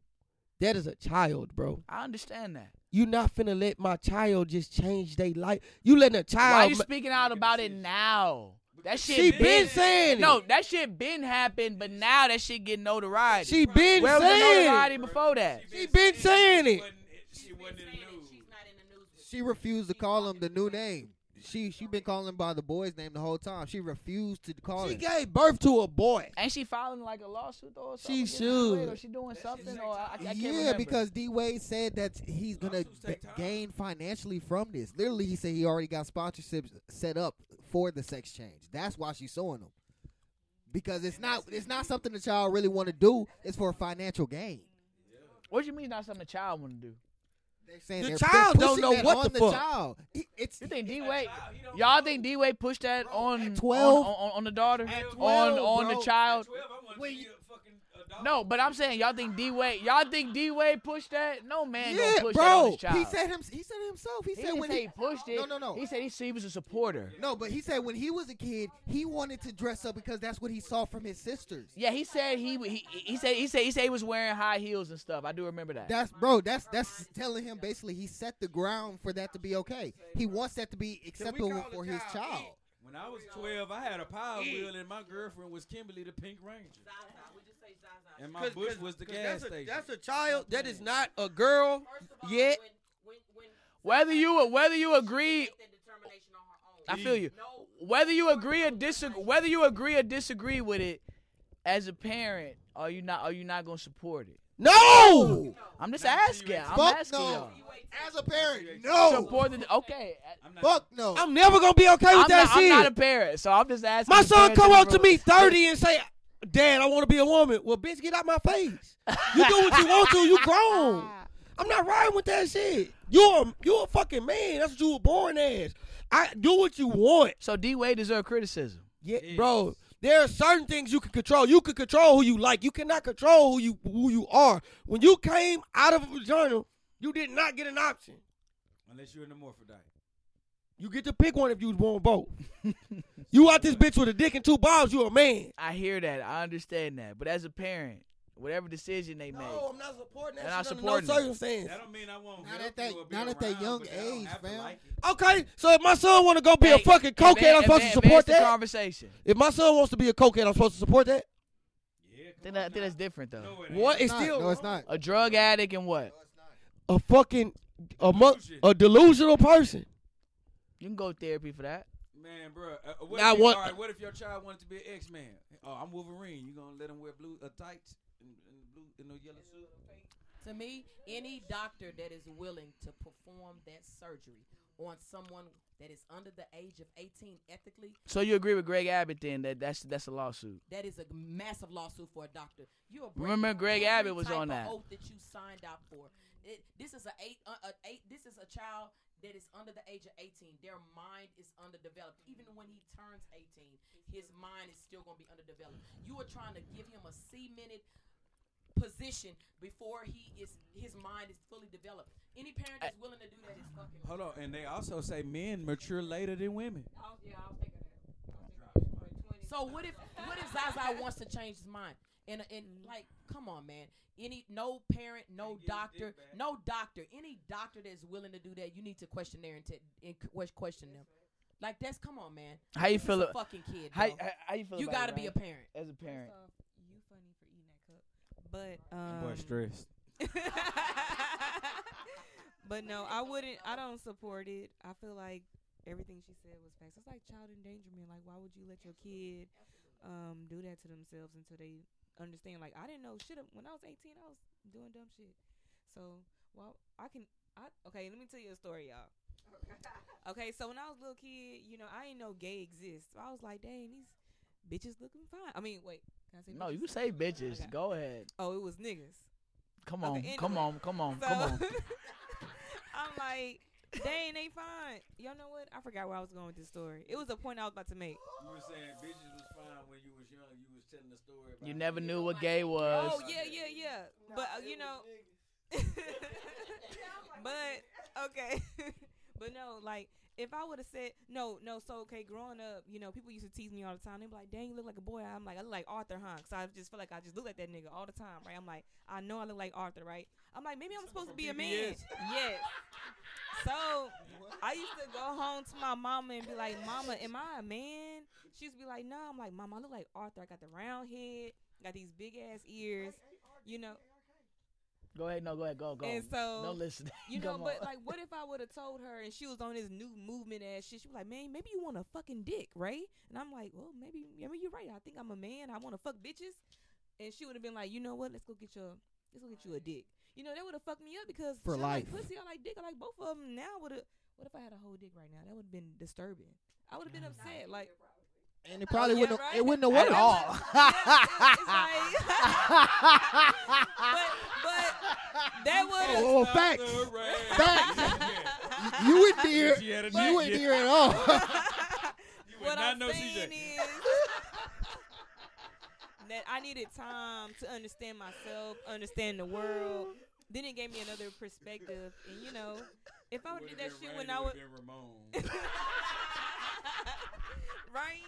Speaker 2: That is a child, bro.
Speaker 1: I understand that.
Speaker 2: You not finna let my child just change their life. You letting a
Speaker 1: Why
Speaker 2: child.
Speaker 1: you
Speaker 2: ma-
Speaker 1: speaking out about it now? That shit
Speaker 2: Ah, she been saying
Speaker 1: No,
Speaker 2: it.
Speaker 1: that shit been happened, but now that shit getting notoriety.
Speaker 2: She been
Speaker 1: Where was the
Speaker 2: saying
Speaker 1: notoriety
Speaker 2: it.
Speaker 1: before that?
Speaker 2: She been saying it.
Speaker 4: She wasn't in the news.
Speaker 8: She's not in the news. with
Speaker 3: She
Speaker 8: you.
Speaker 3: refused to
Speaker 8: She
Speaker 3: call him
Speaker 8: walking
Speaker 3: the new
Speaker 8: away.
Speaker 3: name. She she been calling him by the boy's name the whole time. She refused to call
Speaker 2: She
Speaker 3: him.
Speaker 2: gave birth to a boy.
Speaker 1: Ain't she filing like a lawsuit though or something?
Speaker 2: She
Speaker 1: against Floyd,
Speaker 2: should.
Speaker 1: Or she doing something? Or I, I can't
Speaker 3: yeah,
Speaker 1: remember.
Speaker 3: because D Wade said that he's gonna
Speaker 4: Lawsuits take
Speaker 3: b-
Speaker 4: time.
Speaker 3: gain financially from this. Literally, he said he already got sponsorships set up for the sex change. That's why she's suing him because it's not it's not something the child really want to do. It's for financial gain.
Speaker 1: what you mean not something a child want to do?
Speaker 3: They're saying
Speaker 2: The
Speaker 3: they're-
Speaker 2: child
Speaker 3: they're
Speaker 2: don't
Speaker 3: pushing
Speaker 2: know
Speaker 3: that
Speaker 2: what
Speaker 3: on
Speaker 2: the
Speaker 3: the
Speaker 2: fuck.
Speaker 3: child. He- it's
Speaker 1: You think D Wade?
Speaker 4: Oh,
Speaker 1: Y'all think D Wade pushed that on on- on,
Speaker 3: 12?
Speaker 1: on, on the daughter
Speaker 3: 12,
Speaker 1: on on
Speaker 3: bro.
Speaker 1: the child?
Speaker 3: When you-
Speaker 1: No, but I'm saying y'all think D Wade. Y'all think D Wade pushed that? No man
Speaker 3: yeah,
Speaker 1: gonna push that on
Speaker 3: bro.
Speaker 1: his child.
Speaker 3: He said him. He said it himself. He,
Speaker 1: He
Speaker 3: said
Speaker 1: didn't
Speaker 3: when
Speaker 1: say he pushed it.
Speaker 3: No, no, no.
Speaker 1: He said he, said he was a supporter.
Speaker 3: No, but he said when he was a kid, he wanted to dress up because that's what he saw from his sisters.
Speaker 1: Yeah, he said he he, he said he said he said he was wearing high heels and stuff. I do remember that.
Speaker 3: That's bro. That's that's telling him basically he set the ground for that to be okay. He wants that to be acceptable for his child.
Speaker 4: When I was 12, I had a power wheel, and my girlfriend was Kimberly the Pink Ranger. And my bush was the gas
Speaker 2: that's, a,
Speaker 4: station. Mm.
Speaker 2: that's a child. That is not a girl yet.
Speaker 8: When, when,
Speaker 1: Whether you whether you agree,
Speaker 8: make the determination on her own.
Speaker 1: I feel you.
Speaker 8: No,
Speaker 1: Whether you agree or disagree, whether you agree or disagree with it, as a parent, are you not are you not gonna support it?
Speaker 2: No.
Speaker 1: I'm just
Speaker 4: Not until
Speaker 1: asking.
Speaker 4: you
Speaker 1: I'm
Speaker 3: Fuck
Speaker 1: asking
Speaker 3: no.
Speaker 1: y'all.
Speaker 3: As a parent, no.
Speaker 1: Support the okay.
Speaker 4: I'm not-
Speaker 3: Fuck no.
Speaker 2: I'm never gonna be okay with
Speaker 1: I'm
Speaker 2: that
Speaker 1: not,
Speaker 2: shit.
Speaker 1: I'm not a parent, so I'm just asking.
Speaker 2: My
Speaker 1: the
Speaker 2: son
Speaker 1: parents
Speaker 2: come
Speaker 1: in
Speaker 2: up
Speaker 1: the
Speaker 2: to me
Speaker 1: room.
Speaker 2: 30 and say, Dad, I want to be a woman. Well, bitch, get out my face. You do what you want to. You grown. I'm not riding with that shit. You're a, you're a fucking man. That's what you were born as. I do what you want.
Speaker 1: So D Wade deserve criticism.
Speaker 2: Yeah, bro. There are certain things you can control. You can control who you like. You cannot control who you who you are. When you came out of a vagina, you did not get an option.
Speaker 4: Unless you're in the morphodite.
Speaker 2: You get to pick one if you want both. you out this bitch with a dick and two balls, you a man.
Speaker 1: I hear that. I understand that. But as a parent, whatever decision they make,
Speaker 2: No, I'm not supporting that
Speaker 1: They're not
Speaker 2: shit
Speaker 1: supporting
Speaker 2: under
Speaker 1: it.
Speaker 2: no circumstance.
Speaker 4: That don't mean I won't.
Speaker 3: Not
Speaker 4: help
Speaker 3: at that-
Speaker 4: you or be
Speaker 3: not at that
Speaker 4: around,
Speaker 3: young
Speaker 4: but I don't
Speaker 3: age,
Speaker 4: have to
Speaker 3: fam.
Speaker 4: like it.
Speaker 2: Okay, so if my son want to go be a
Speaker 1: Hey,
Speaker 2: fucking
Speaker 1: advan-
Speaker 2: cokehead, I'm supposed
Speaker 1: advan-
Speaker 2: to
Speaker 1: advance
Speaker 2: support
Speaker 1: the
Speaker 2: that.
Speaker 1: conversation.
Speaker 2: if my son wants to be a cokehead, I'm supposed to support that.
Speaker 4: Yeah, come
Speaker 1: Then,
Speaker 4: on
Speaker 1: that, then
Speaker 4: now.
Speaker 1: that's different though.
Speaker 4: No, it ain't.
Speaker 2: What? It's
Speaker 3: Not-
Speaker 2: still
Speaker 3: no, it's not.
Speaker 1: A drug addict and what?
Speaker 2: a fucking a mu- a delusional person.
Speaker 1: You can go therapy for that.
Speaker 4: Man, bro. Uh, what
Speaker 2: Now
Speaker 4: if,
Speaker 2: what-
Speaker 4: all right, what if your child wanted to be an X-Man? Oh, I'm Wolverine. You gonna let him wear blue uh, tights and, and blue and the yellow suit?
Speaker 5: To me, any doctor that is willing to perform that surgery on someone that is under the age of 18 ethically,
Speaker 1: So you agree with Greg Abbott then that that's that's a lawsuit.
Speaker 5: that is a massive lawsuit for a doctor. You are
Speaker 1: Remember
Speaker 5: breaking
Speaker 1: Greg
Speaker 5: every
Speaker 1: Abbott was
Speaker 5: type
Speaker 1: on
Speaker 5: of
Speaker 1: that.
Speaker 5: oath that you signed out for. It, this is a eight, uh, a eight. This is a child that is under the age of 18. Their mind is underdeveloped. Even when he turns 18, his mind is still going to be underdeveloped. You are trying to give him a C-minute position before he is his mind is fully developed. Any parent that's willing to do that is fucking.
Speaker 4: Hold on. And they also say men mature later than women.
Speaker 8: I was, yeah, I was thinking that. I was thinking that. Twenty.
Speaker 5: So what if what if Zaza wants to change his mind? And and like, come on, man. Any no parent,
Speaker 4: Gotta
Speaker 5: no
Speaker 4: get his
Speaker 5: doctor,
Speaker 4: dick back.
Speaker 5: no doctor. Any doctor that's willing to do that, you need to question their intent and que- question them. Like that's come on, man.
Speaker 1: How you
Speaker 5: This is
Speaker 1: feel?
Speaker 5: a
Speaker 1: a-
Speaker 5: fucking kid.
Speaker 1: How,
Speaker 5: bro.
Speaker 1: how, how you feel?
Speaker 5: you
Speaker 1: about it,
Speaker 5: got to be a
Speaker 1: Ryan?
Speaker 5: parent.
Speaker 1: as a parent.
Speaker 7: First off, you funny for eating that cup. But um,
Speaker 4: stressed.
Speaker 7: but no, I wouldn't. I don't support it. I feel like everything she said was facts. It's like child endangerment. Like, why would you let your kid um do that to themselves until they understand? Like, I didn't know shit when I was 18. I was doing dumb shit. So, well, I can. I okay. Let me tell you a story, y'all. Okay, so when I was a little kid, you know, I didn't know gay exists. So I was like, dang, these bitches looking fine. I mean, wait, can I say
Speaker 1: No,
Speaker 7: bitches?
Speaker 1: you can say bitches.
Speaker 7: Okay.
Speaker 1: Go ahead.
Speaker 7: Oh, it was niggas.
Speaker 1: Come on,
Speaker 7: Okay,
Speaker 1: come
Speaker 7: anyway.
Speaker 1: on, come on,
Speaker 7: So
Speaker 1: come on.
Speaker 7: I'm like, dang, they fine. Y'all know what? I forgot where I was going with this story. It was a point I was about to
Speaker 1: Uh,
Speaker 7: make.
Speaker 4: You were saying bitches was fine when you was young. You was telling the story. About
Speaker 1: You never knew what gay was.
Speaker 7: Oh yeah, yeah, yeah. But uh, you know, but okay, but no, like if I would have said no, no, so okay, growing up, you know, people used to tease me all the time. They be like, "Dang, you look like a boy." I'm like, I look like Arthur, huh? Cause I just feel like I just look like that nigga all the time, right? I'm like, I know I look like Arthur, right? I'm like, maybe I'm supposed to be a man. yes. So I used to go home to my mama and be like, "Mama, am I a man?" She used to be like, "No." I'm like, "Mama, I look like Arthur. I got the round head, got these big ass ears, you know."
Speaker 1: Go ahead, no, go ahead, go, go.
Speaker 7: And so
Speaker 1: Don't listen.
Speaker 7: you know,
Speaker 1: Come
Speaker 7: but
Speaker 1: on.
Speaker 7: like, what if I would have told her and she was on this new movement ass shit? She was like, man, maybe you want a fucking dick, right? And I'm like, well, maybe, maybe you're right. I think I'm a man. I want to fuck bitches. And she would have been like, you know what? Let's go get your, let's go get you a dick. You know, that would have fucked me up because
Speaker 3: For
Speaker 7: shit, I like
Speaker 3: life.
Speaker 7: pussy, I like dick, I like both of them. Now would have, what if I had a whole dick right now? That would have been disturbing. I would have been upset. Like,
Speaker 3: and it probably
Speaker 7: yeah,
Speaker 3: wouldn't.
Speaker 7: right?
Speaker 3: It wouldn't have
Speaker 7: At
Speaker 3: worked.
Speaker 7: all. it's like- but, but that would have.
Speaker 3: Oh, facts.
Speaker 7: Facts.
Speaker 3: You in there?
Speaker 4: She had a
Speaker 3: You
Speaker 4: dick,
Speaker 3: in
Speaker 4: yeah.
Speaker 3: there at all?
Speaker 4: You would
Speaker 7: what
Speaker 4: not
Speaker 7: I'm
Speaker 4: know CJ.
Speaker 7: saying is that I needed time to understand myself, understand the world. Then it gave me another perspective, and you know, if I would did that shit when I was right,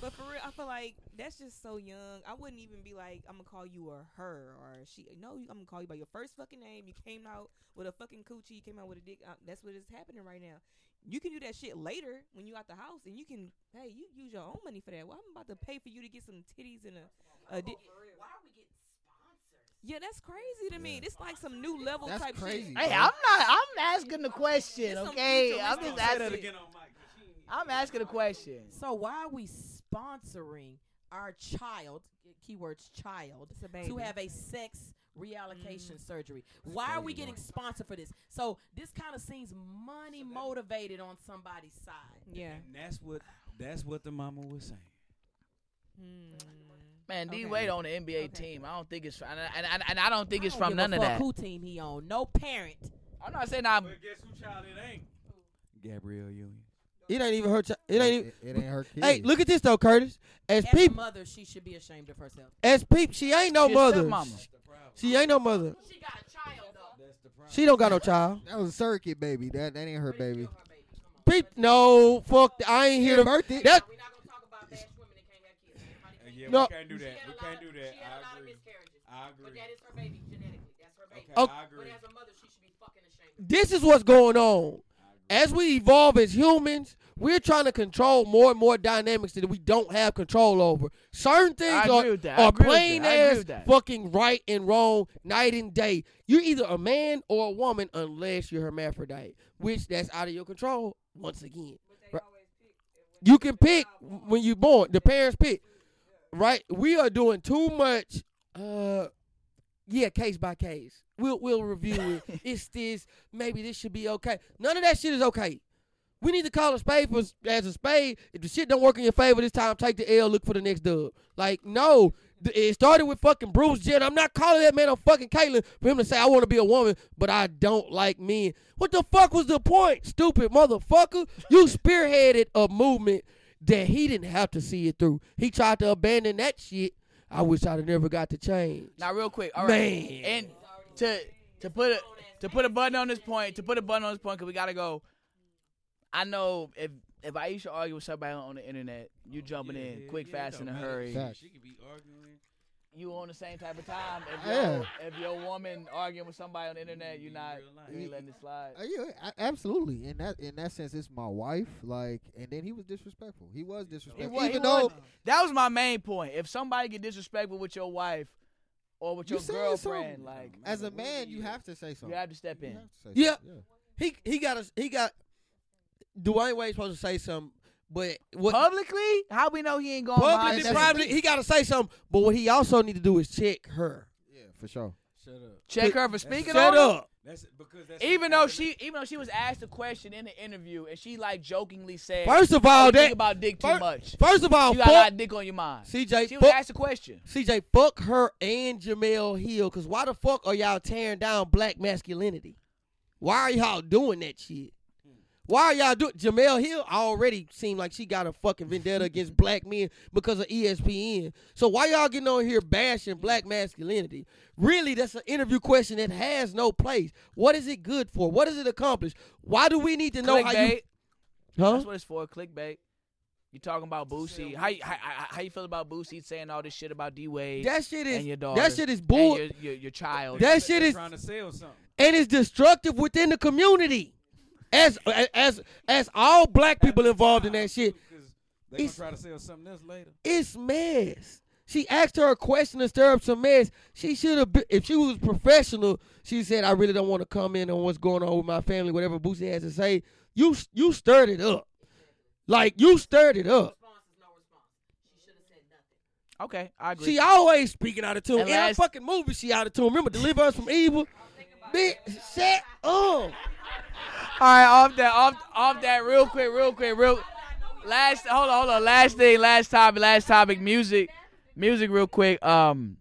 Speaker 7: but for real, I feel like that's just so young. I wouldn't even be like, I'm gonna call you a her or a she. No, you- I'm gonna call you by your first fucking name. You came out with a fucking coochie. You came out with a dick. Uh, that's what is happening right now. You can do that shit later when you out the house, and you can hey, you use your own money for that. Well, I'm about to pay for you to get some titties and a, a di-
Speaker 8: Why are we getting sponsors?
Speaker 7: yeah, that's crazy to me. This like some new level
Speaker 3: That's
Speaker 7: type
Speaker 3: crazy.
Speaker 7: shit.
Speaker 1: Hey, I'm not. I'm asking the question,
Speaker 7: It's some
Speaker 1: okay?
Speaker 7: future
Speaker 1: I'm
Speaker 7: research.
Speaker 1: just
Speaker 4: Say that
Speaker 1: asking.
Speaker 4: again on mic. 'cause she ain't-
Speaker 1: I'm asking a question.
Speaker 5: So why are we sponsoring our child? Keywords child.
Speaker 7: It's a baby.
Speaker 5: to have a sex reallocation surgery. Why are we getting sponsored for this? So this kind of seems money motivated on somebody's side.
Speaker 7: yeah.
Speaker 4: And that's what that's what the mama was saying.
Speaker 7: Hmm.
Speaker 1: Man, D
Speaker 7: Okay.
Speaker 1: Wade on the NBA
Speaker 7: Okay.
Speaker 1: team. I don't think it's and and, and, and I don't think it's
Speaker 5: I
Speaker 1: from
Speaker 5: don't give
Speaker 1: none
Speaker 5: a
Speaker 1: of
Speaker 5: fuck
Speaker 1: that.
Speaker 5: Who team he on? No parent.
Speaker 1: I'm not saying I'm.
Speaker 4: guess who child it ain't? Gabrielle Union.
Speaker 2: It ain't even her. Ch- it ain't. Even,
Speaker 3: It, it ain't her kid.
Speaker 2: hey, look at this though, Curtis. As
Speaker 5: As a
Speaker 2: peep,
Speaker 5: mother, she should be ashamed of herself.
Speaker 2: as peep, she ain't no
Speaker 1: She a
Speaker 2: mother.
Speaker 1: stepmama.
Speaker 4: the problem.
Speaker 2: She ain't no mother.
Speaker 8: She got a child though.
Speaker 4: That's the problem.
Speaker 2: She don't got no child.
Speaker 3: That was a surrogate baby. That that ain't her baby.
Speaker 8: Her baby. Come on.
Speaker 2: Peep, no, fuck. I ain't
Speaker 3: She
Speaker 2: here to.
Speaker 3: birthed it.
Speaker 2: That
Speaker 8: We're not gonna talk about bash women that can't have kids. Everybody
Speaker 4: Uh,
Speaker 8: can't
Speaker 4: yeah,
Speaker 2: No.
Speaker 4: we can't do
Speaker 8: She
Speaker 4: that.
Speaker 8: had a
Speaker 4: We
Speaker 8: lot
Speaker 4: can't
Speaker 8: of-
Speaker 4: do that.
Speaker 8: She had a
Speaker 4: I
Speaker 8: lot of
Speaker 4: agree.
Speaker 8: miscarriages.
Speaker 4: I
Speaker 8: But
Speaker 4: agree.
Speaker 8: that is her baby genetically. That's her baby.
Speaker 4: Okay,
Speaker 2: Oh.
Speaker 4: I agree.
Speaker 8: But as a mother, she should be fucking ashamed.
Speaker 2: this is what's going on. As we evolve as humans, we're trying to control more and more dynamics that we don't have control over. Certain
Speaker 1: I
Speaker 2: things
Speaker 1: agree
Speaker 2: are,
Speaker 1: with that. I
Speaker 2: are
Speaker 1: agree with
Speaker 2: plain
Speaker 1: that. I agree
Speaker 2: as
Speaker 1: with that.
Speaker 2: fucking right and wrong, night and day. You're either a man or a woman unless you're hermaphrodite, which that's out of your control once again. Right. You can pick when you're born. The parents pick. Right? We are doing too much uh yeah, case by case. We'll we'll review it. it's this. Maybe this should be okay. None of that shit is okay. We need to call a spade for, as a spade. If the shit don't work in your favor this time, take the L. Look for the next dub. Like no, Th- it started with fucking Bruce Jenner. I'm not calling that man a fucking Caitlyn for him to say I want to be a woman, but I don't like men. What the fuck was the point, stupid motherfucker? You spearheaded a movement that he didn't have to see it through. He tried to abandon that shit. I wish I'd have never got to change.
Speaker 1: Now, real quick, all right.
Speaker 2: Man.
Speaker 1: And to to put a to put a button on this point, to put a button on this point, cause we gotta go. I know if if Aisha argue with somebody on the internet, you jumping
Speaker 4: Oh, Yeah,
Speaker 1: in
Speaker 4: yeah,
Speaker 1: quick,
Speaker 4: yeah, it
Speaker 1: fast,
Speaker 4: don't
Speaker 1: in a
Speaker 4: matter.
Speaker 1: hurry.
Speaker 3: Facts.
Speaker 4: She could be arguing.
Speaker 1: You on the same type of time. If your
Speaker 3: Yeah.
Speaker 1: if your woman arguing with somebody on the internet, you're not you ain't letting it slide.
Speaker 3: Uh, yeah, a- absolutely. In that in that sense, it's my wife. Like, and then he was disrespectful. He was disrespectful.
Speaker 1: was- he
Speaker 3: Even
Speaker 1: was.
Speaker 3: though
Speaker 1: That was my main point. If somebody get disrespectful with your wife or with
Speaker 3: You
Speaker 1: your
Speaker 3: saying
Speaker 1: girlfriend,
Speaker 3: something.
Speaker 1: like
Speaker 3: as a
Speaker 4: Whatever
Speaker 3: man,
Speaker 4: you
Speaker 3: you
Speaker 4: is.
Speaker 3: have to say something.
Speaker 1: you have to step
Speaker 3: You
Speaker 1: in.
Speaker 3: have to say
Speaker 2: Yeah.
Speaker 3: something,
Speaker 2: He he got a he got Dwayne Wade supposed to say something, but what
Speaker 1: Publicly, how we know he ain't going
Speaker 2: publicly
Speaker 1: behind
Speaker 3: that's-
Speaker 2: probably he got to say something. But what he also need to do is check her.
Speaker 3: Yeah, for sure.
Speaker 4: Shut up.
Speaker 1: check her for speaking on
Speaker 2: Shut
Speaker 1: him?
Speaker 2: up.
Speaker 4: That's because that's
Speaker 1: Even though she, even though she was asked a question in the interview, and she like jokingly said,
Speaker 2: First of
Speaker 1: "You
Speaker 2: all,
Speaker 1: think
Speaker 2: that
Speaker 1: about dick too
Speaker 2: fir-
Speaker 1: much.
Speaker 2: first of all,
Speaker 1: You got a lot
Speaker 2: fuck
Speaker 1: of dick on your mind." She
Speaker 2: CJ.
Speaker 1: was
Speaker 2: Fuck,
Speaker 1: asked a question.
Speaker 2: CJ, fuck her and Jamel Hill. Cause why the fuck are y'all tearing down black masculinity? Why are y'all doing that shit? Why are y'all doing Jamel Hill already seemed like she got a fucking vendetta against black men because of E ESPN. So why y'all getting on here bashing black masculinity? Really, that's an interview question that has no place. What is it good for? What does it accomplish? Why do we need to know how you
Speaker 1: Clickbait.
Speaker 2: Huh?
Speaker 1: That's what it's for, clickbait. You talking about Boosie? How you, how, how how you feel about Boosie saying all this shit about D Wade
Speaker 2: That shit
Speaker 1: and
Speaker 2: is
Speaker 1: your daughter?
Speaker 2: that shit is
Speaker 1: and
Speaker 2: bull.
Speaker 1: Your, your, your child.
Speaker 2: That shit is
Speaker 4: trying to sell something.
Speaker 2: and it's destructive within the community. As as as all black people involved in that shit,
Speaker 4: They gonna
Speaker 2: It's-
Speaker 4: try to sell something else later.
Speaker 2: it's mess. She asked her a question to stir up some mess. She should have, if she was professional, she said, "I really don't want to come in on what's going on with my family, whatever Boosie has to say." You you stirred it up, like you stirred it up.
Speaker 8: Response is no response. She should have said nothing.
Speaker 1: okay, I agree.
Speaker 2: She always speaking out of tune.
Speaker 1: And
Speaker 2: In her
Speaker 1: last-
Speaker 2: fucking movie, she out of tune. Remember, deliver us from evil. Bitch, shut up.
Speaker 1: All right, off that, off, off that, real quick, real quick, real. Last, hold on, hold on. Last thing, last topic, last topic. Music, music, real quick. Um,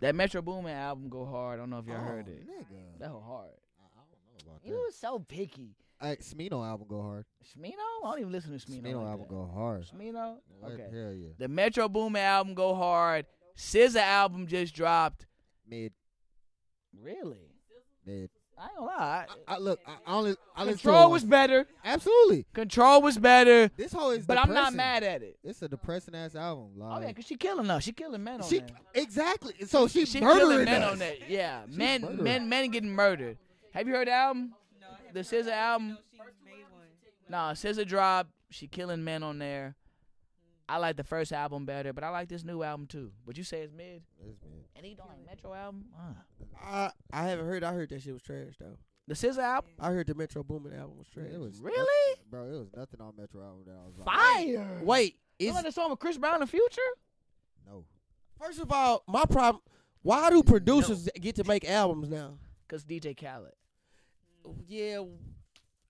Speaker 1: that Metro Boomin album go hard. I don't know if y'all heard it.
Speaker 3: Oh, Nigga.
Speaker 1: That go hard.
Speaker 3: I I don't know about
Speaker 1: Oh, You
Speaker 3: that.
Speaker 1: was so picky.
Speaker 3: Hey, Smino album go hard.
Speaker 1: Smino, I don't even listen to Smino.
Speaker 3: Smino
Speaker 1: like
Speaker 3: album
Speaker 1: that.
Speaker 3: go hard.
Speaker 1: Smino,
Speaker 3: Like,
Speaker 1: okay.
Speaker 3: Hell yeah.
Speaker 1: The Metro Boomin album go hard. SZA album just dropped.
Speaker 3: Mid,
Speaker 1: Really?
Speaker 3: mid.
Speaker 1: I ain't gonna lie.
Speaker 3: I, I look. I, I only. I listen to
Speaker 1: Uh, Control
Speaker 3: it
Speaker 1: was
Speaker 3: once.
Speaker 1: better.
Speaker 3: absolutely.
Speaker 1: Control was better.
Speaker 3: This whole is.
Speaker 1: But I'm
Speaker 3: depressing.
Speaker 1: not mad at it.
Speaker 3: It's a depressing ass album.
Speaker 1: Oh
Speaker 3: Like,
Speaker 1: yeah, cause she killing us. She killing men on
Speaker 3: she
Speaker 1: that.
Speaker 3: exactly. So she,
Speaker 1: She killing
Speaker 3: murdering
Speaker 1: men
Speaker 3: us.
Speaker 1: on that. Yeah,
Speaker 3: She's
Speaker 1: men,
Speaker 3: murdering.
Speaker 1: men, men getting murdered. Have you heard the album? The SZA album? Nah, SZA dropped. She killing men on there. I like the first album better, but I like this new album too. But you say it's mid,
Speaker 3: It's mid.
Speaker 1: and he don't like Metro album. Uh.
Speaker 2: I, I haven't heard. I heard that shit was trash though.
Speaker 1: The SZA album,
Speaker 2: I heard the Metro Boomin album was trash.
Speaker 3: It was
Speaker 1: really?
Speaker 3: bro. It was nothing on Metro album that I was like,
Speaker 1: Fire.
Speaker 2: Wait,
Speaker 1: you
Speaker 2: is
Speaker 1: like the song with Chris Brown and Future?
Speaker 3: no.
Speaker 2: first of all, my problem. Why do producers get to make albums now?
Speaker 1: Cause DJ Khaled.
Speaker 2: Yeah,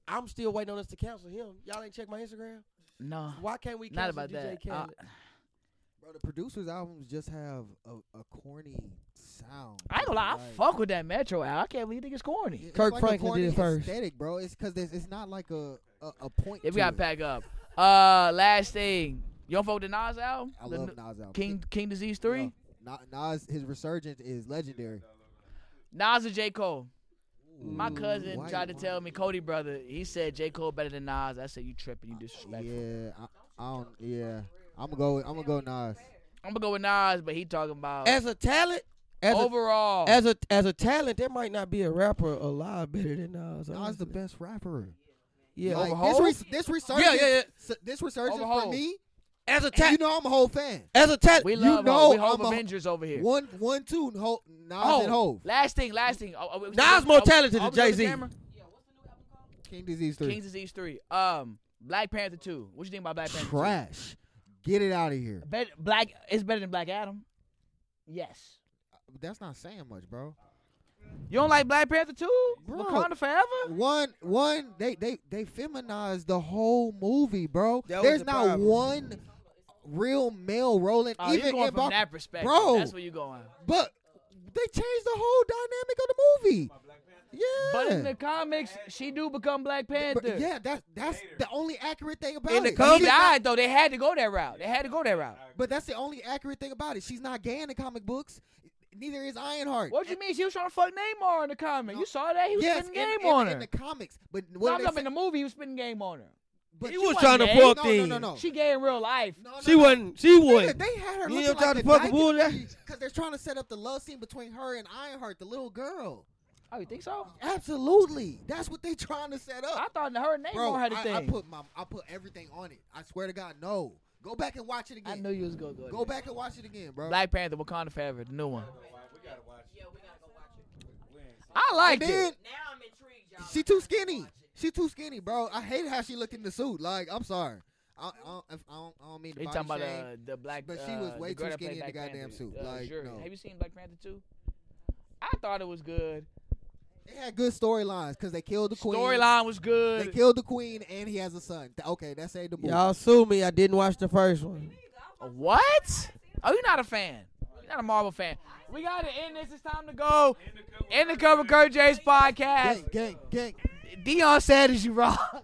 Speaker 2: I'm still waiting on us to cancel him. Y'all ain't check my Instagram.
Speaker 1: No,
Speaker 2: Why can't we
Speaker 1: Uh, not
Speaker 2: cancel
Speaker 1: about
Speaker 2: DJ
Speaker 1: that.
Speaker 2: Khaled?
Speaker 1: Uh,
Speaker 3: Bro, the producers' albums just have a, a corny sound.
Speaker 1: I ain't gonna lie, I
Speaker 3: Like,
Speaker 1: fuck with that Metro album. I can't believe niggas corny.
Speaker 3: it's
Speaker 2: Kirk
Speaker 3: like a
Speaker 2: Franklin did it
Speaker 3: corny
Speaker 2: first.
Speaker 3: Aesthetic, bro. It's because it's not like a a, a point.
Speaker 1: Yeah, we
Speaker 3: to
Speaker 1: gotta
Speaker 3: it.
Speaker 1: pack up. Uh, last thing. You don't fuck with the Nas album?
Speaker 3: I
Speaker 1: The
Speaker 3: love
Speaker 1: n-
Speaker 3: Nas album.
Speaker 1: King King Disease Three.
Speaker 3: No, Na- Nas, his resurgence is legendary.
Speaker 1: Nas or J Cole. My cousin
Speaker 3: why-
Speaker 1: tried to
Speaker 3: why-
Speaker 1: tell me, Cody brother. He said J Cole better than Nas. I said you tripping, you disrespectful.
Speaker 3: Oh, Yeah, I, I don't. Yeah, I'm gonna go. I'm gonna go Nas.
Speaker 1: I'm gonna go with Nas, but he talking about
Speaker 2: As a talent, as a
Speaker 1: uh, overall.
Speaker 2: as a as a talent, there might not be a rapper alive better than Nas.
Speaker 3: Nas the best rapper.
Speaker 2: Yeah,
Speaker 3: Like,
Speaker 1: Overhaul?
Speaker 3: This, re- this resurgence.
Speaker 2: yeah, yeah.
Speaker 3: s- This resurgence
Speaker 1: Overhaul.
Speaker 3: for me.
Speaker 2: as a
Speaker 3: and
Speaker 2: talent,
Speaker 3: you know I'm a whole fan.
Speaker 2: as a talent,
Speaker 1: we
Speaker 3: you
Speaker 1: love
Speaker 3: know
Speaker 1: we Hove
Speaker 3: I'm a-
Speaker 1: Avengers over here.
Speaker 3: One, one, two. Ho, Nas and
Speaker 1: Oh,
Speaker 3: Hove.
Speaker 1: last thing, last thing. Oh, oh, we-
Speaker 2: Nas
Speaker 1: oh,
Speaker 2: more
Speaker 1: oh,
Speaker 2: talented
Speaker 1: oh,
Speaker 2: than
Speaker 1: we on the
Speaker 2: Jay-Z.
Speaker 1: camera?
Speaker 3: King Disease Three.
Speaker 1: King's Disease Three. Um, Black Panther Two. What you think about Black Panther? 2?
Speaker 3: Trash. Get it out of here.
Speaker 1: Bet Black it's better than Black Adam. Yes.
Speaker 3: That's not saying much, bro.
Speaker 1: You don't like Black Panther 2?
Speaker 3: Bro.
Speaker 1: Wakanda Forever?
Speaker 3: One, one. They, they, they feminized the whole movie, bro.
Speaker 2: That was
Speaker 3: There's
Speaker 2: the
Speaker 3: not
Speaker 2: problem.
Speaker 3: one real male rolling.
Speaker 1: Oh,
Speaker 3: even
Speaker 1: you going
Speaker 3: in
Speaker 1: from
Speaker 3: Bal-
Speaker 1: that perspective.
Speaker 3: Bro.
Speaker 1: That's where you going.
Speaker 3: But they changed the whole dynamic of the movie. Yeah.
Speaker 1: But in the comics, she do become Black
Speaker 3: But
Speaker 1: Panther.
Speaker 3: yeah, that's that's the only accurate thing about
Speaker 2: In the
Speaker 3: it.
Speaker 1: He
Speaker 2: comic-
Speaker 3: She's not-
Speaker 1: died though. They had to go that route. They had to go that route.
Speaker 3: but that's the only accurate thing about it. She's not gay in the comic books. Neither is Ironheart.
Speaker 1: What you mean? She was trying to fuck Neymar in the comic. You saw that? He was
Speaker 3: Yes,
Speaker 1: spitting
Speaker 3: in-
Speaker 1: game
Speaker 3: in,
Speaker 1: on
Speaker 3: in
Speaker 1: her.
Speaker 3: the comics, but
Speaker 1: No,
Speaker 3: what
Speaker 1: I'm
Speaker 3: they
Speaker 1: talking
Speaker 3: say-
Speaker 1: in the movie. He was spitting game on her.
Speaker 3: but
Speaker 2: he
Speaker 3: she
Speaker 2: was
Speaker 3: wasn't
Speaker 2: trying to
Speaker 3: gay.
Speaker 2: fuck
Speaker 3: no, no, no,
Speaker 2: in.
Speaker 3: no.
Speaker 1: She gay in real life.
Speaker 3: Oh. No, no,
Speaker 2: she
Speaker 3: no.
Speaker 2: wasn't. She
Speaker 3: Nigga,
Speaker 2: wasn't.
Speaker 3: They had her
Speaker 2: You
Speaker 3: looking
Speaker 2: ain't trying
Speaker 3: like
Speaker 2: to fuck a bull that-
Speaker 3: because they're trying to set up the love scene between her and Ironheart, the little girl.
Speaker 1: Oh, you think so?
Speaker 3: Absolutely, that's what they trying to set up.
Speaker 1: I thought her and
Speaker 3: Bro,
Speaker 1: Neymar had a
Speaker 3: I,
Speaker 1: thing.
Speaker 3: I put my I put everything on it. I swear to God, no. Go back and watch it
Speaker 1: I
Speaker 3: again.
Speaker 1: knew you was gonna go.
Speaker 3: Go
Speaker 1: there.
Speaker 3: back and watch it again, bro.
Speaker 1: Black Panther, Wakanda Forever, the new one.
Speaker 8: Yeah, we gotta go watch it.
Speaker 1: I liked
Speaker 3: and then
Speaker 1: it.
Speaker 8: Now I'm intrigued, y'all.
Speaker 3: she too skinny. She too skinny, bro. I hate how she looked in the suit. Like I'm sorry. I, I, don't, if- I, don't, I don't mean to
Speaker 1: They
Speaker 3: body
Speaker 1: talking about
Speaker 3: shame.
Speaker 1: uh, the black,
Speaker 3: but she was
Speaker 1: uh,
Speaker 3: way
Speaker 1: the
Speaker 3: too
Speaker 1: girl that
Speaker 3: skinny
Speaker 1: played
Speaker 3: in the
Speaker 1: Black
Speaker 3: goddamn
Speaker 1: Panther,
Speaker 3: suit.
Speaker 1: Uh,
Speaker 3: Like,
Speaker 1: Shuri.
Speaker 3: no.
Speaker 1: have you seen Black Panther two? I thought it was good.
Speaker 3: They had good storylines because they killed the queen.
Speaker 1: Storyline was
Speaker 3: They
Speaker 1: good.
Speaker 3: killed the queen, and he has a son. Th- Okay, that saved the movie.
Speaker 2: Y'all sue me. I didn't watch the first one.
Speaker 1: Uh, What? Oh, you're not a fan. You're not a Marvel fan. We gotta end this. It's time to go. In the cover, Kurt J's
Speaker 3: gang,
Speaker 1: podcast.
Speaker 3: gang, gang.
Speaker 1: Dion said, "Is you wrong?"